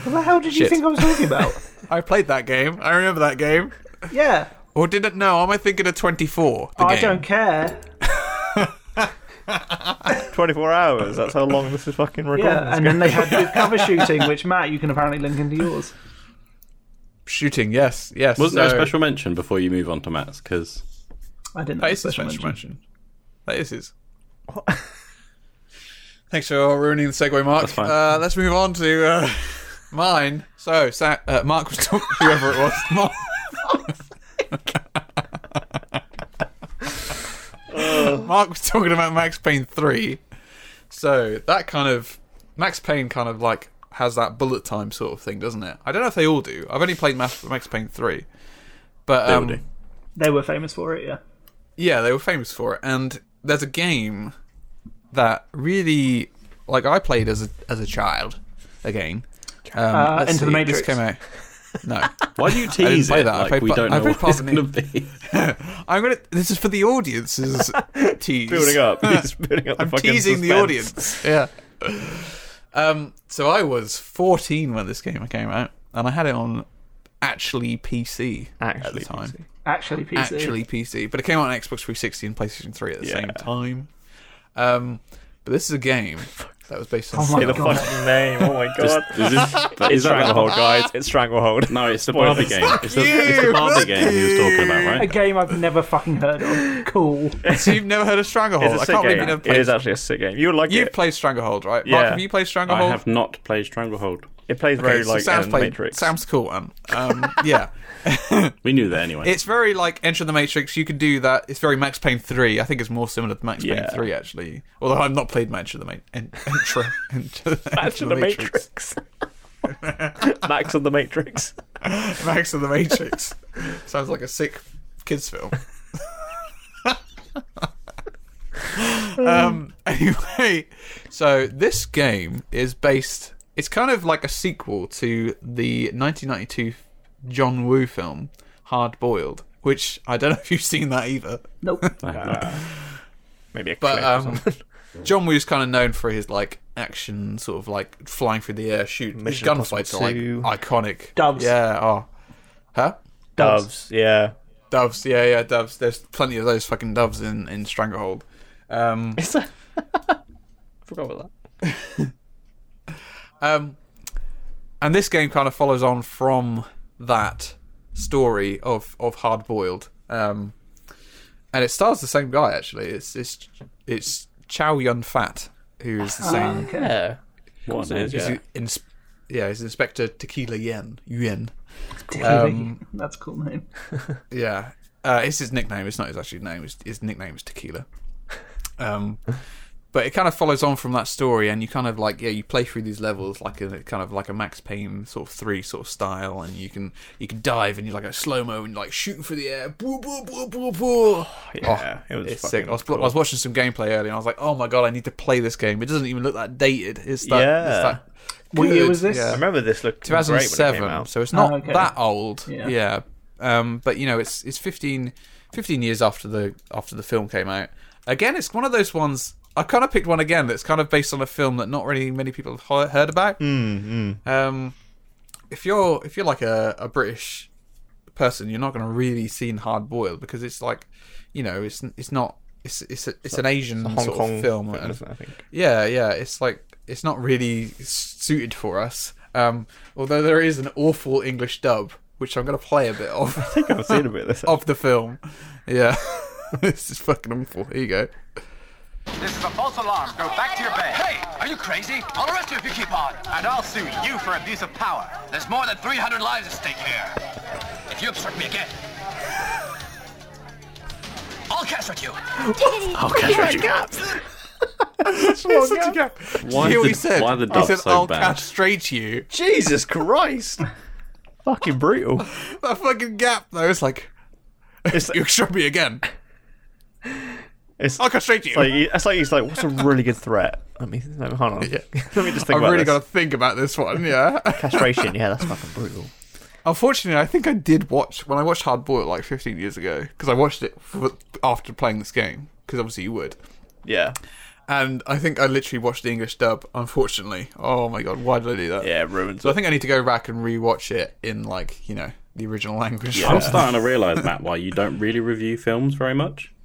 E: What the hell did you
B: Shit.
E: think I was talking about?
B: I played that game. I remember that game.
E: Yeah.
B: Or did it? No, am I thinking of 24? The
E: I
B: game?
E: don't care.
D: 24 hours. That's how long this is fucking recording.
E: Yeah, and then they had the cover shooting, which Matt, you can apparently link into yours.
B: Shooting, yes, yes.
C: wasn't there a
B: so-
C: special mention before you move on to Matt's? Because
E: I didn't.
B: That
E: have a
B: is his
E: special
B: special
E: mention.
B: mention. That is his. Thanks for ruining the segue, Mark.
C: fine.
B: Uh, let's move on to uh, mine. So, Sa- uh, Mark was talking whoever it was. Mark- Mark was talking about Max Payne 3. So, that kind of. Max Payne kind of like has that bullet time sort of thing, doesn't it? I don't know if they all do. I've only played Max, Max Payne 3. But
C: they all
B: um,
C: do.
E: They were famous for it. Yeah.
B: yeah, they were famous for it. And there's a game that really, like, I played as a as a child again. Um,
E: Uh,
B: let's
E: Into the
B: see,
E: Matrix.
B: this came out. No.
C: Why do you
B: I didn't
C: tease
B: play
C: it
B: that. I
C: like
B: played
C: we
B: Pa-
C: don't
B: I
C: know
B: played
C: what it's
B: Parthenon.
C: gonna be?
B: I'm gonna. This is for the audience's tease.
C: Building up. He's building up the
B: I'm
C: fucking
B: teasing the
C: suspense.
B: audience. Yeah. Um. So I was 14 when this game came out, and I had it on actually PC at the time.
E: Actually, PC.
B: Actually PC, but it came out on Xbox 360 and PlayStation 3 at the
E: Yeah.
B: same time. Um. But this is a game that was based on.
D: Oh my Say the God. fucking name, oh my
C: This-
D: God.
C: is this-
D: It's
C: is that the whole
D: Stranglehold, guys. It's Stranglehold.
C: No, it's the
D: Spoilers.
C: Barbie game. It's the,
E: Fuck
C: it's the
E: you,
C: Barbie game he was talking about,
E: A
C: right?
E: game I've never fucking heard of. Cool.
B: So you've never heard of Stranglehold?
D: It's a
B: I
D: sick
B: can't believe
D: game.
B: you never
D: It
B: played.
D: is actually a sick game. You would like
B: You've
D: it.
B: played Stranglehold, right?
D: Yeah.
B: Mark, have you played Stranglehold?
C: I have not played Stranglehold.
D: It plays
B: Okay,
D: very
B: so
D: like
B: Sam's
D: um,
B: played-
D: Matrix.
B: Sam's cool one. Um, yeah,
C: We knew that anyway.
B: it's very like Enter the Matrix. You can do that. It's very Max Payne three. I think it's more similar to Max Payne
C: Yeah.
B: three actually. Although I've not played Max of the Ma- en- Enter, Enter, Enter
D: Max of the Matrix. Max of the Matrix.
B: Max of the Matrix sounds like a sick kids film. um, anyway, so this game is based. It's kind of like a sequel to the 1992 John Woo film Hard Boiled, which I don't know if you've seen that either.
E: Nope.
D: Maybe a
B: But
D: clip or
B: um,
D: something.
B: John Woo's kind of known for his like action, sort of like flying through the air, shooting. His
D: Mission Impossible
B: gunfights are
D: 2.
B: like iconic.
E: Doves.
B: Yeah. Oh. Huh.
D: doves. Yeah.
B: Doves, yeah, yeah, doves. There's plenty of those fucking doves in in Stranglehold. Um,
D: Is that? Forgot about that.
B: um, and this game kind of follows on from that story of of Hard Boiled. Um, and it stars the same guy actually. It's it's it's Chow Yun Fat who is the same.
D: Yeah.
C: What it is,
B: he's
C: yeah.
B: in- yeah, he's Inspector Tequila Yen Yuen.
E: Um, That's a cool name.
B: Yeah, uh, it's his nickname. It's not his actual name. His, his nickname is Tequila. Um, but it kind of follows on from that story, and you kind of like yeah, you play through these levels like a kind of like a Max Payne sort of three sort of style, and you can you can dive and you like a slow mo and like shoot through the air. Boo, boo, boo, boo, boo.
D: Yeah, it was
B: Oh, It's
D: fucking
B: sick. I was, I was watching some gameplay earlier, and I was like, "Oh my god, I need to play this game." It doesn't even look that dated. It's that.
D: Yeah.
B: It's that
E: What year
B: good.
E: was this?
B: Yeah.
D: I remember this looked great when it came
B: 2007
D: out.
B: so it's not
E: Oh, okay.
B: that old yeah,
E: Yeah.
B: Um, but you know it's it's 15, 15 years after the after the film came out again it's one of those ones i kind of picked one again that's kind of based on a film that not really many people have he- heard about um, if you're if you're like a, a british person you're not going to really seen hard boiled because it's like you know it's it's not it's it's, a, it's an asian
D: Hong
B: sort
D: Kong
B: of film
D: film,
B: and-
D: isn't it, I think.
B: yeah, yeah. It's like it's not really suited for us. Um, although there is an awful English dub, which I'm going to play a bit of
D: I've seen a bit of this.
B: of the film. Yeah, this is fucking awful. Here you go.
M: This is a false alarm. Go back to your bed. Hey, are you crazy? I'll arrest you if you keep on. And I'll sue you for abuse of power. There's more than 300 lives at stake here. If you obstruct me again, I'll castrate you.
C: I'll castrate you.
B: Such a gap.
C: Why
B: Did you hear
C: the-
B: what he said?
C: why the
B: he
C: dub
B: said,
C: so
B: "I'll
C: bad?"
B: castrate you."
D: Jesus Christ. fucking brutal.
B: That fucking gap though. It's like you shot me again.
D: It's,
B: I'll castrate you.
D: it's like, it's like he's like, what's a really good threat? I mean, hold on. Let me just think
B: I've
D: about
B: really
D: this.
B: got to think about this one. Yeah.
D: Castration, yeah, that's fucking brutal.
B: Unfortunately, I think I did watch when I watched Hard Boiled like 15 years ago because I watched it for, after playing this game because obviously you would.
D: Yeah.
B: And I think I literally watched the English dub. Unfortunately, oh my god, why did I do that?
D: Yeah, it ruins
B: So I
D: it.
B: think I need to go back and rewatch it in like you know the original language.
C: I'm starting to realise, Matt, why you don't really review films very much.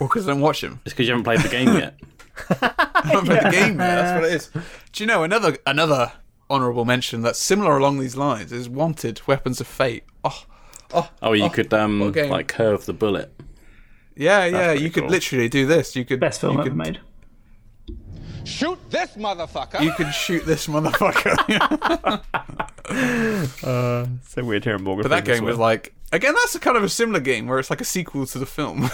B: Well, because I don't watch them.
C: It's because you haven't played the game yet.
B: I haven't played the game. Yet. That's what it is. Do you know another another honourable mention that's similar along these lines is Wanted: Weapons of Fate. Oh,
C: Oh, you could um
B: what game?
C: like curve the bullet.
B: yeah, yeah. You could literally do this. You could
E: Best film
B: you
E: ever
B: could-
E: made.
M: Shoot this motherfucker.
B: You could shoot this motherfucker.
D: So weird hearing Morgan.
B: But that game was like again, that's a kind of a similar game where it's like a sequel to the film.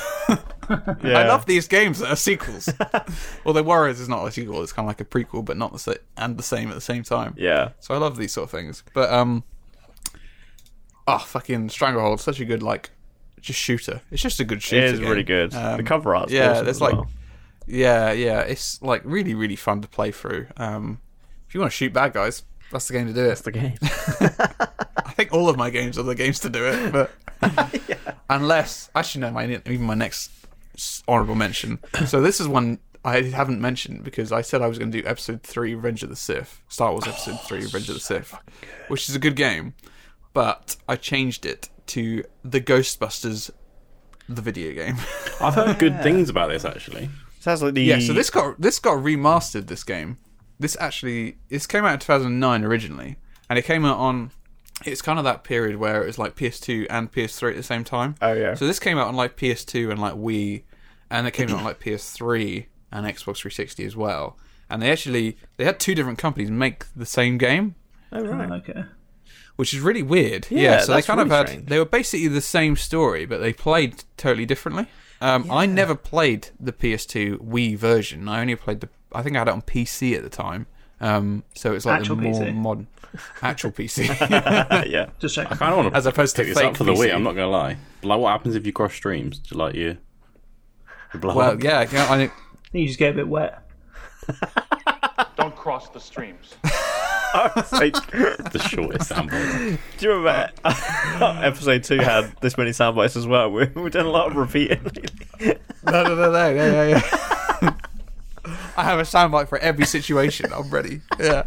B: I love these games that are sequels. Although Warriors is not a sequel; it's kind of like a prequel, but not the sa- and the same at the same time.
D: Yeah.
B: So I love these sort of things. But um, oh fucking Stranglehold, such a good like just shooter. It's just a good shooter.
D: It is really
B: game. Um,
D: good. the cover art's
B: yeah,
D: awesome
B: there's
D: as
B: like
D: well.
B: Yeah, yeah. It's like really, really fun to play through. Um, if you want to shoot bad guys, that's the game to do it. That's
D: the game.
B: I think all of my games are the games to do it, but unless actually no, my even my next honorable mention. So this is one I haven't mentioned because I said I was going to do Episode Three: Revenge of the Sith, Star Wars Episode
D: Oh,
B: Three: Revenge of the Sith, which is a good game, but I changed it to the Ghostbusters, the video game.
C: I've heard good things about this actually.
D: Sounds like the
B: Yeah, so this got this got remastered. This game, this actually this came out in 2009 originally, and it came out on. It's kind of that period where it was like PS2 and PS3 at the same time.
D: Oh yeah.
B: So this came out on like PS2 and like Wii, and it came out on like PS3 and Xbox 360 as well. And they actually they had two different companies make the same game,
D: Oh right.
E: okay.
B: which is really weird. Yeah,
D: Yeah,
B: so they
D: that's
B: kind of
D: really
B: had
D: strange.
B: they were basically the same story, but they played totally differently. Um, I never played the PS2 Wii version. I only played the I think I had it on PC at the time. Um, so it's like
E: Actual
B: the more
E: PC.
B: modern actual PC,
D: yeah.
E: Just check.
C: I kind of want to
B: as opposed to
C: pick this
B: fake
C: up for the
B: PC.
C: Wii. I'm not gonna lie. But, like, what happens if you cross streams? Do you like you? you blow
B: Well,
C: up?
B: yeah, yeah, I,
E: I think you just get a bit wet.
N: Don't cross the streams.
D: Like,
C: the shortest soundbite.
D: do you remember episode two had this many sound bites as well? We- We've done a lot of repeating.
B: no, no, no, no, yeah, yeah, yeah. I have a soundbite for every situation. I'm ready. Yeah.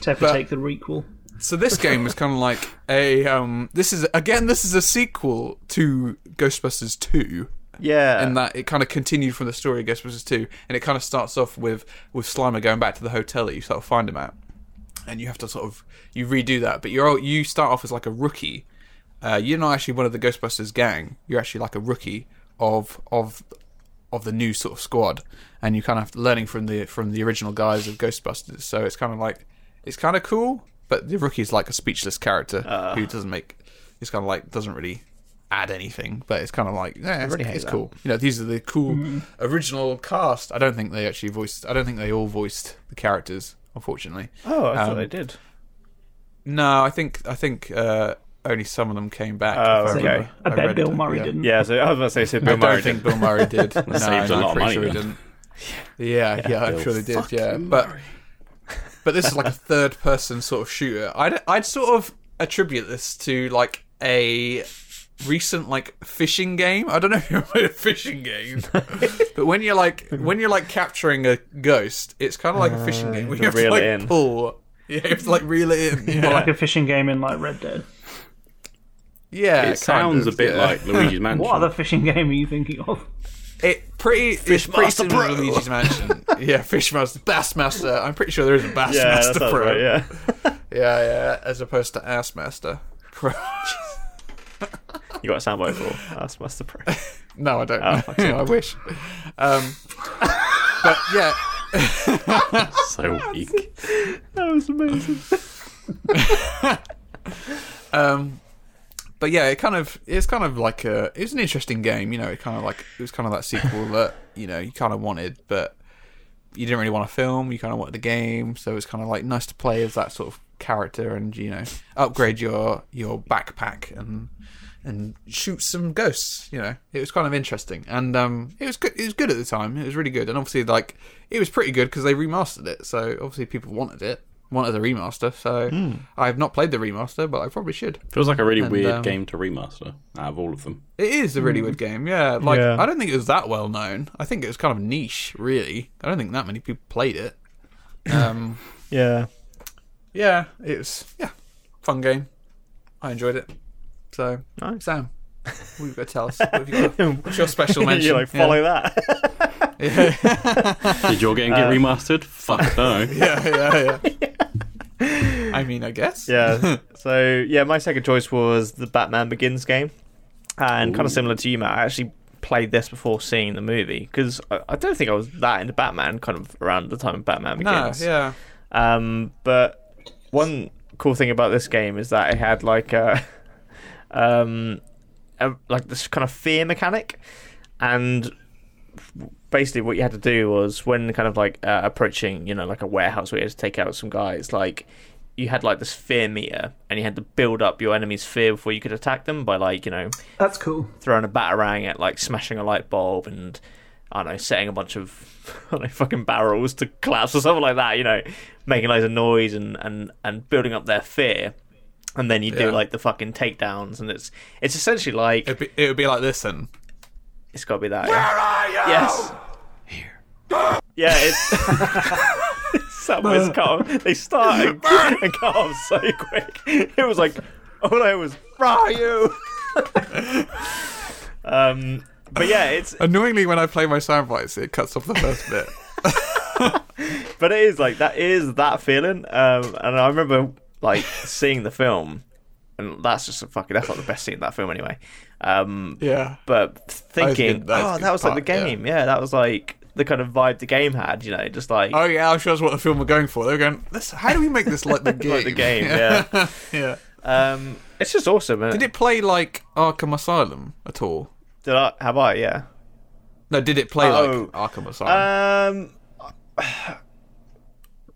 E: Tepper
B: But-
E: take the requel.
B: So this game is kind of like a um. This is again. This is a sequel to Ghostbusters Two.
D: Yeah.
B: And that it kind of continued from the story of Ghostbusters Two, and it kind of starts off with with Slimer going back to the hotel that you sort of find him at, and you have to sort of you redo that. But you're all- you start off as like a rookie. Uh, you're not actually one of the Ghostbusters gang. You're actually like a rookie of of of the new sort of squad, and you kind of learning from the from the original guys of Ghostbusters. So it's kind of like it's kind of cool, but the rookie's like a speechless character
D: Uh.
B: who doesn't make. It's kind of like doesn't really add anything, but it's kind of like yeah, it's,
D: really hate
B: it's
D: that. Mm-hmm.
B: cool. You know, these are the cool original cast. I don't think they actually voiced. I don't think they all voiced the characters, unfortunately.
D: Oh, I
B: Um,
D: thought I did.
B: No, I think I think uh, only some of them came back.
D: Oh,
B: if I
D: okay.
B: remember.
E: I bet
B: read
E: Bill
B: it,
E: Murray
B: yeah.
E: didn't.
D: Yeah, so I was about to say, so Bill
B: I don't
D: Murray
B: think
D: did.
B: Bill Murray did. no,
C: saved a
B: I'm
C: lot of
B: pretty
C: money
B: sure he
C: then.
B: didn't. Yeah, yeah, I'm
C: Bill
B: sure they did. Yeah, but but this is like a third-person sort of shooter. I'd I'd sort of attribute this to like a recent like fishing game. I don't know if you played a fishing game, but when you're like when you're like capturing a ghost, it's kind of like a fishing game. where you have to
D: reel
B: like
D: it in.
B: pull. Yeah, you have to like reel it in.
E: Or
B: Yeah,
E: like a fishing game in like Red Dead.
B: yeah
C: It
B: kind
C: sounds
B: of,
C: a bit
B: yeah.
C: like Luigi's Mansion.
E: What other fishing game are you thinking of?
B: It pretty it's pretty
D: Master
B: similar to
D: Pro.
B: Luigi's Mansion. yeah, Fishmaster, Bassmaster. I'm pretty sure there is a Bassmaster
D: Yeah, that sounds
B: Pro.
D: right, yeah.
B: yeah, yeah, as opposed to Assmaster Pro.
D: You got a soundbite for that's Master Pro.
B: no, I don't.
D: Oh,
B: know.
D: fuck's sake.
B: I wish. Um, but yeah,
C: So weak.
D: That was amazing.
B: um, but yeah, it kind of it's kind of like a it was an interesting game. You know, it kind of like it was kind of that sequel that you know you kind of wanted, but you didn't really want a film. You kind of wanted the game, so it's kind of like nice to play as that sort of character and you know upgrade your your backpack and and shoot some ghosts. You know, it was kind of interesting, and um, it was good. It was good at the time. It was really good, and obviously like it was pretty good because they remastered it. So obviously people wanted it, wanted the remaster. So I have not played the remaster, but I probably should.
C: Feels like a really
B: And,
C: weird
B: um,
C: game to remaster out of all of them.
B: It is a really weird game, yeah. Like
D: Hmm. Yeah.
B: I don't think it was that well known. I think it was kind of niche, really. I don't think that many people played it. Um,
D: Yeah.
B: yeah, it was yeah, fun game. I enjoyed it. So
D: Nice.
B: Sam, what have you got to tell us? What have you got? What's your special mention?
D: you like follow that.
B: Yeah.
C: Did your game get remastered? Fuck no.
B: Uh, yeah, yeah, yeah. I mean, I guess.
D: yeah. So yeah, my second choice was the Batman Begins game, and kind of similar to you, Matt. I actually played this before seeing the movie because I, I don't think I was that into Batman. Kind of around the time of Batman
B: No,
D: Begins.
B: yeah.
D: Um, but one cool thing about this game is that it had like a, um, a, like this kind of fear mechanic, and basically what you had to do was when kind of like uh, approaching, you know, like a warehouse where you had to take out some guys, like you had like this fear meter, and you had to build up your enemy's fear before you could attack them by like you know
E: That's cool.
D: throwing a batarang at like smashing a light bulb and I don't know, setting a bunch of I don't know, fucking barrels to collapse or something like that, you know, making loads of noise and, and, and building up their fear. And then you do
B: Yeah.
D: like the fucking takedowns, and it's it's essentially like
B: It'd be, it would be like this then.
D: it's got to be that. Where are you? Yes. Here. Yeah, it's Subway's calm. They started and, and cut off so quick. It was like all I was fry you. um, but yeah, it's
B: Annoyingly, when I play my sound bites, it cuts off the first bit.
D: but it is like that is that feeling. Um, and I remember like seeing the film, and that's just a fucking that's like the best scene in that film anyway. Um,
B: Yeah.
D: But thinking,
B: good- that is
D: oh,
B: good
D: that was like
B: part,
D: the game. Yeah. that was like the kind of vibe the game had. You know, just like
B: Oh yeah, I'm sure that's what the film were going for. They were going, this, how do we make this like the game?
D: Like the game, yeah.
B: yeah.
D: Um, it's just awesome. Isn't
B: Did it play like Arkham Asylum at all?
D: Did I? Have I? Yeah.
B: No, did it play
D: Oh.
B: like Arkham Asylum?
D: Um,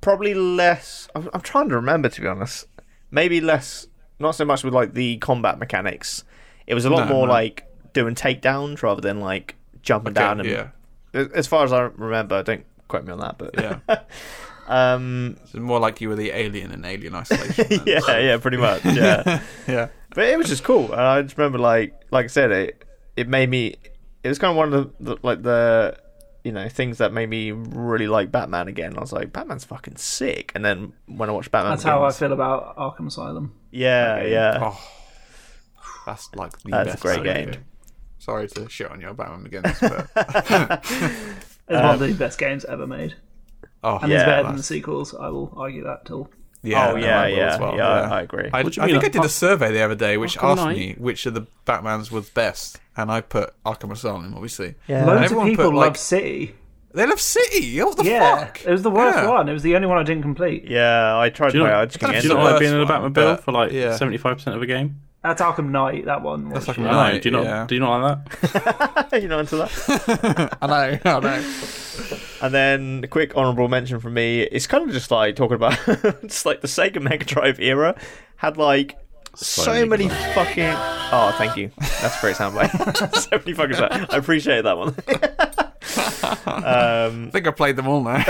D: probably less. I'm, I'm trying to remember, to be honest. Maybe less. Not so much with like the combat mechanics. It was a lot
B: No,
D: more
B: no.
D: like doing takedowns rather than like jumping
B: Okay,
D: down and.
B: yeah.
D: As as far as I remember, don't quote me on that, but
B: Yeah.
D: Uh, um,
B: it's more like you were the alien in Alien Isolation. then.
D: yeah, yeah, pretty much, yeah.
B: yeah.
D: but it was just cool. And I just remember, like, like I said, it it made me. It was kind of one of the, the like the you know things that made me really like Batman again. I was like, Batman's fucking sick. And then when I watched Batman,
E: That's how I
D: Begins-
E: feel about Arkham Asylum.
D: Yeah, yeah.
B: Oh, that's like the
D: That's a
B: best
D: great
B: game.
D: game.
B: Sorry to shit on you about Batman Begins,
D: Oh,
B: but
E: It's one of the best games ever made.
B: oh
E: And it's better than the
B: that's-
E: sequels. I will argue that till.
B: Yeah,
D: Oh,
B: no,
D: yeah,
B: I will
D: yeah,
B: as well,
D: yeah, I- I agree.
B: I,
C: What do you
B: I
C: mean,
B: think I
C: like,
E: uh,
B: did a
C: Ar-
B: survey the other day which
C: Arkham
B: asked
C: Knight?
B: me which of the Batmans was best, and I put Arkham Asylum, obviously.
E: Yeah.
B: And
E: Loads of
B: everyone
E: people
B: put,
E: love
B: like,
E: City.
B: They love City. What the
E: Yeah,
B: fuck?
E: it was the worst
B: Yeah.
E: one. It was the only one I didn't complete.
D: Yeah, I tried.
C: Do you
D: my,
C: not-
D: I just
C: do
D: couldn't
C: you
D: get
C: not
D: into
C: like
D: it.
C: being in a
B: one,
C: Batmobile
B: but-
C: for like
B: yeah.
C: seventy five percent of a game?
E: That's Arkham Knight. That one. um, was
B: That's like
E: shit.
B: a
C: I know.
B: night,
C: Do you not?
B: yeah.
C: Do you not like that?
D: You're not into that.
B: I know. I know.
D: And then a quick honourable mention from me. It's kind of just like talking about just like the Sega Mega Drive era had like so, many, fucking. Oh, thank you. That's a great soundbite. so many fucking. Sound. I appreciate that one.
B: I think I played them all now.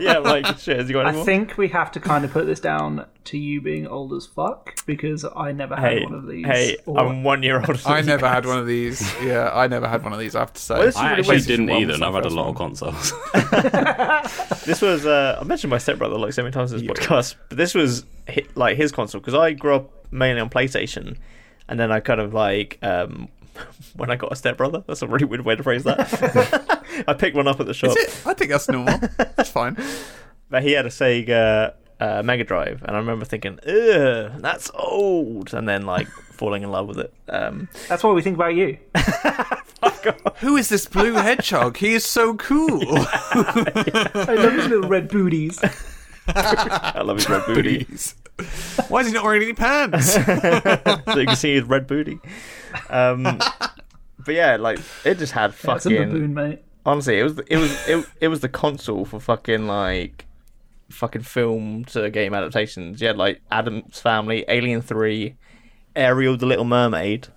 D: yeah, like shit. Has you got any
E: I
D: more?
E: think we have to kind of put this down to you being old as fuck because I never had
D: hey,
E: one of these.
D: hey,
E: or-
D: I'm one year older.
B: I never had one of these. Yeah, I never had one of these. I have to say.
D: Well, this is
C: I
D: really
C: actually
D: wasted
C: didn't
B: one
C: either,
B: was
C: and
B: my
C: I've had a
B: first
C: lot of
B: one.
C: consoles.
D: this was uh, I mentioned my stepbrother like so many times in this podcast, but this was hi- like his console because I grew up mainly on PlayStation, and then I kind of like um, when I got a stepbrother. That's a really weird way to phrase that. I picked one up at the shop,
B: Is it? I think that's normal. That's fine.
D: but he had a Sega uh, Mega Drive, and I remember thinking, "Ugh, that's old," and then like falling in love with it. Um,
E: That's what we think about you.
B: Who is this blue hedgehog? He is so cool.
E: I love his little red booties.
D: I love his red booty.
B: Booties. Why is he not wearing any pants?
D: so you can see his red booty. Um, but yeah, like it just had
E: That's a
D: fucking.
E: baboon, mate.
D: Honestly, it was it was it, it was the console for fucking like fucking film to game adaptations. You had like Adam's Family, Alien Three, Ariel the Little Mermaid,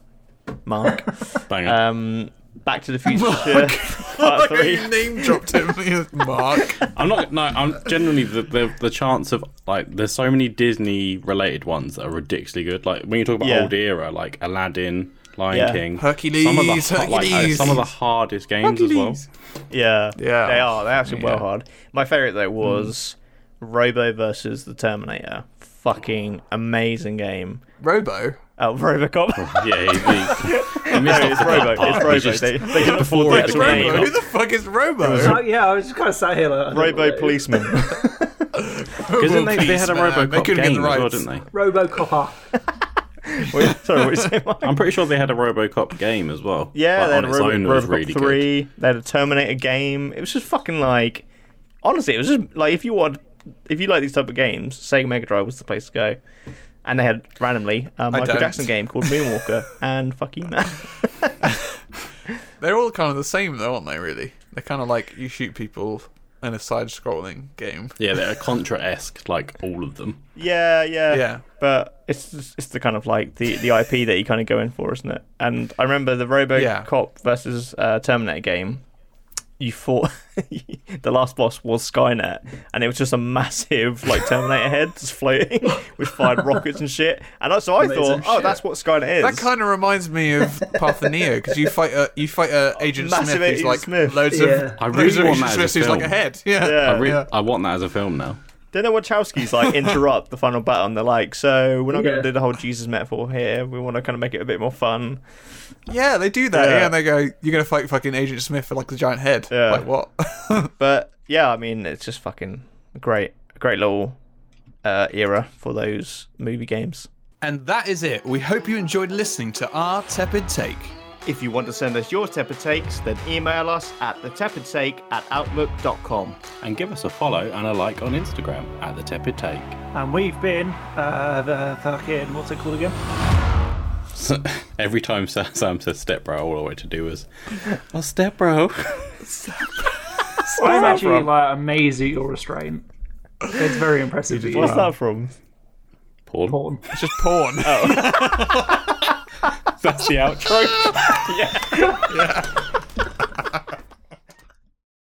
D: Mark,
C: Bang
B: Uh,
C: on.
D: um, Back to the Future Part Three.
B: you name dropped him, Mark.
C: I'm not. No, I'm generally the, the the chance of like there's so many Disney related ones that are ridiculously good. Like when you talk about
D: Yeah.
C: old era, like Aladdin, Lion
D: Yeah.
C: King,
B: Hercules,
C: some of the ho- like, uh,
B: Hercules.
C: some of the hardest games as
B: Hercules.
D: Yeah,
B: Yeah.
D: they are. They're actually well
B: Yeah.
D: hard. My favorite though was Robo versus the Terminator. Fucking amazing game.
B: Robo.
D: Uh, RoboCop.
C: well. Yeah, he, he, he missed off
D: it's
C: the
D: Robo.
C: good part.
D: It's
C: He
D: Robo.
C: just-
D: They, they couldn't
C: before
D: afford the
C: it was
D: actual
C: Robo.
D: name.
B: Who the fuck is Robo?
E: Oh, yeah, I was just kind of sat here like. I don't know
D: Robo
E: what that is.
D: policeman.
B: Because
C: Didn't they, they had a
B: They
C: RoboCop
B: couldn't get the
C: game as well,
B: rights.
C: didn't they?
E: Robocopper.
D: Sorry, what did you say, Mike?
C: I'm pretty sure they had a RoboCop game as well.
D: Yeah,
C: like,
D: they had
C: on
D: a
C: its
D: Robo,
C: own, it was
D: RoboCop
C: really good.
D: three. They had a Terminator game. It was just fucking like, honestly, it was just like if you want, if you like these type of games, Sega Mega Drive was the place to go. And they had randomly a Michael
B: don't.
D: Jackson game called Moonwalker and fucking that.
B: They're all kind of the same, though, aren't they? Really, they're kind of like you shoot people in a side-scrolling game.
C: Yeah, they're Contra-esque, like all of them.
D: Yeah, yeah,
B: Yeah.
D: But it's just, it's the kind of like the, the IP that you kind of go in for, isn't it? And I remember the RoboCop
B: Yeah.
D: versus uh, Terminator game. you thought the last boss was Skynet, and it was just a massive like Terminator head just floating with fired rockets and shit. And that's so I
B: Amazing
D: thought, oh,
B: shit.
D: that's what Skynet is.
B: That kind of reminds me of Path of Neo because you fight a you fight a Agent
D: Massive
B: Smith who's
D: Agent
B: like
D: Smith.
B: loads
D: Yeah.
B: of
D: I
B: loads
D: really
B: of
D: want
B: Agent
D: that
B: Smith
D: as a
B: who's like a
D: film.
B: head. Yeah,
C: I, re-
D: yeah.
C: I want that as a film now.
D: Then the Wachowskis like interrupt the final battle, and they're like, "So we're not going
B: Yeah.
D: to do the whole Jesus metaphor here. We want to kind of make it a bit more fun."
B: yeah, they do that. Yeah.
D: Yeah.
B: and they go, "You're gonna fight fucking Agent Smith for like the giant head."
D: Yeah.
B: Like what?
D: but yeah, I mean, it's just fucking great, great little uh, era for those movie games.
B: And that is it. We hope you enjoyed listening to our tepid take.
O: If you want to send us your tepid takes, then email us at thetepidtake at outlook.com.
C: And give us a follow and a like on Instagram at The Tepid Take.
E: And we've been uh, the fucking what's it called again?
C: So, every time Sa- Sam says step bro, all I want to do is, oh, step bro.
E: I'm
C: that
E: actually
C: from?
E: like amazed at your restraint. It's very impressive. that you
D: What's
E: are.
D: that from?
C: Porn.
E: Porn.
B: It's just porn.
D: Oh.
C: That's the outro. yeah.
D: yeah.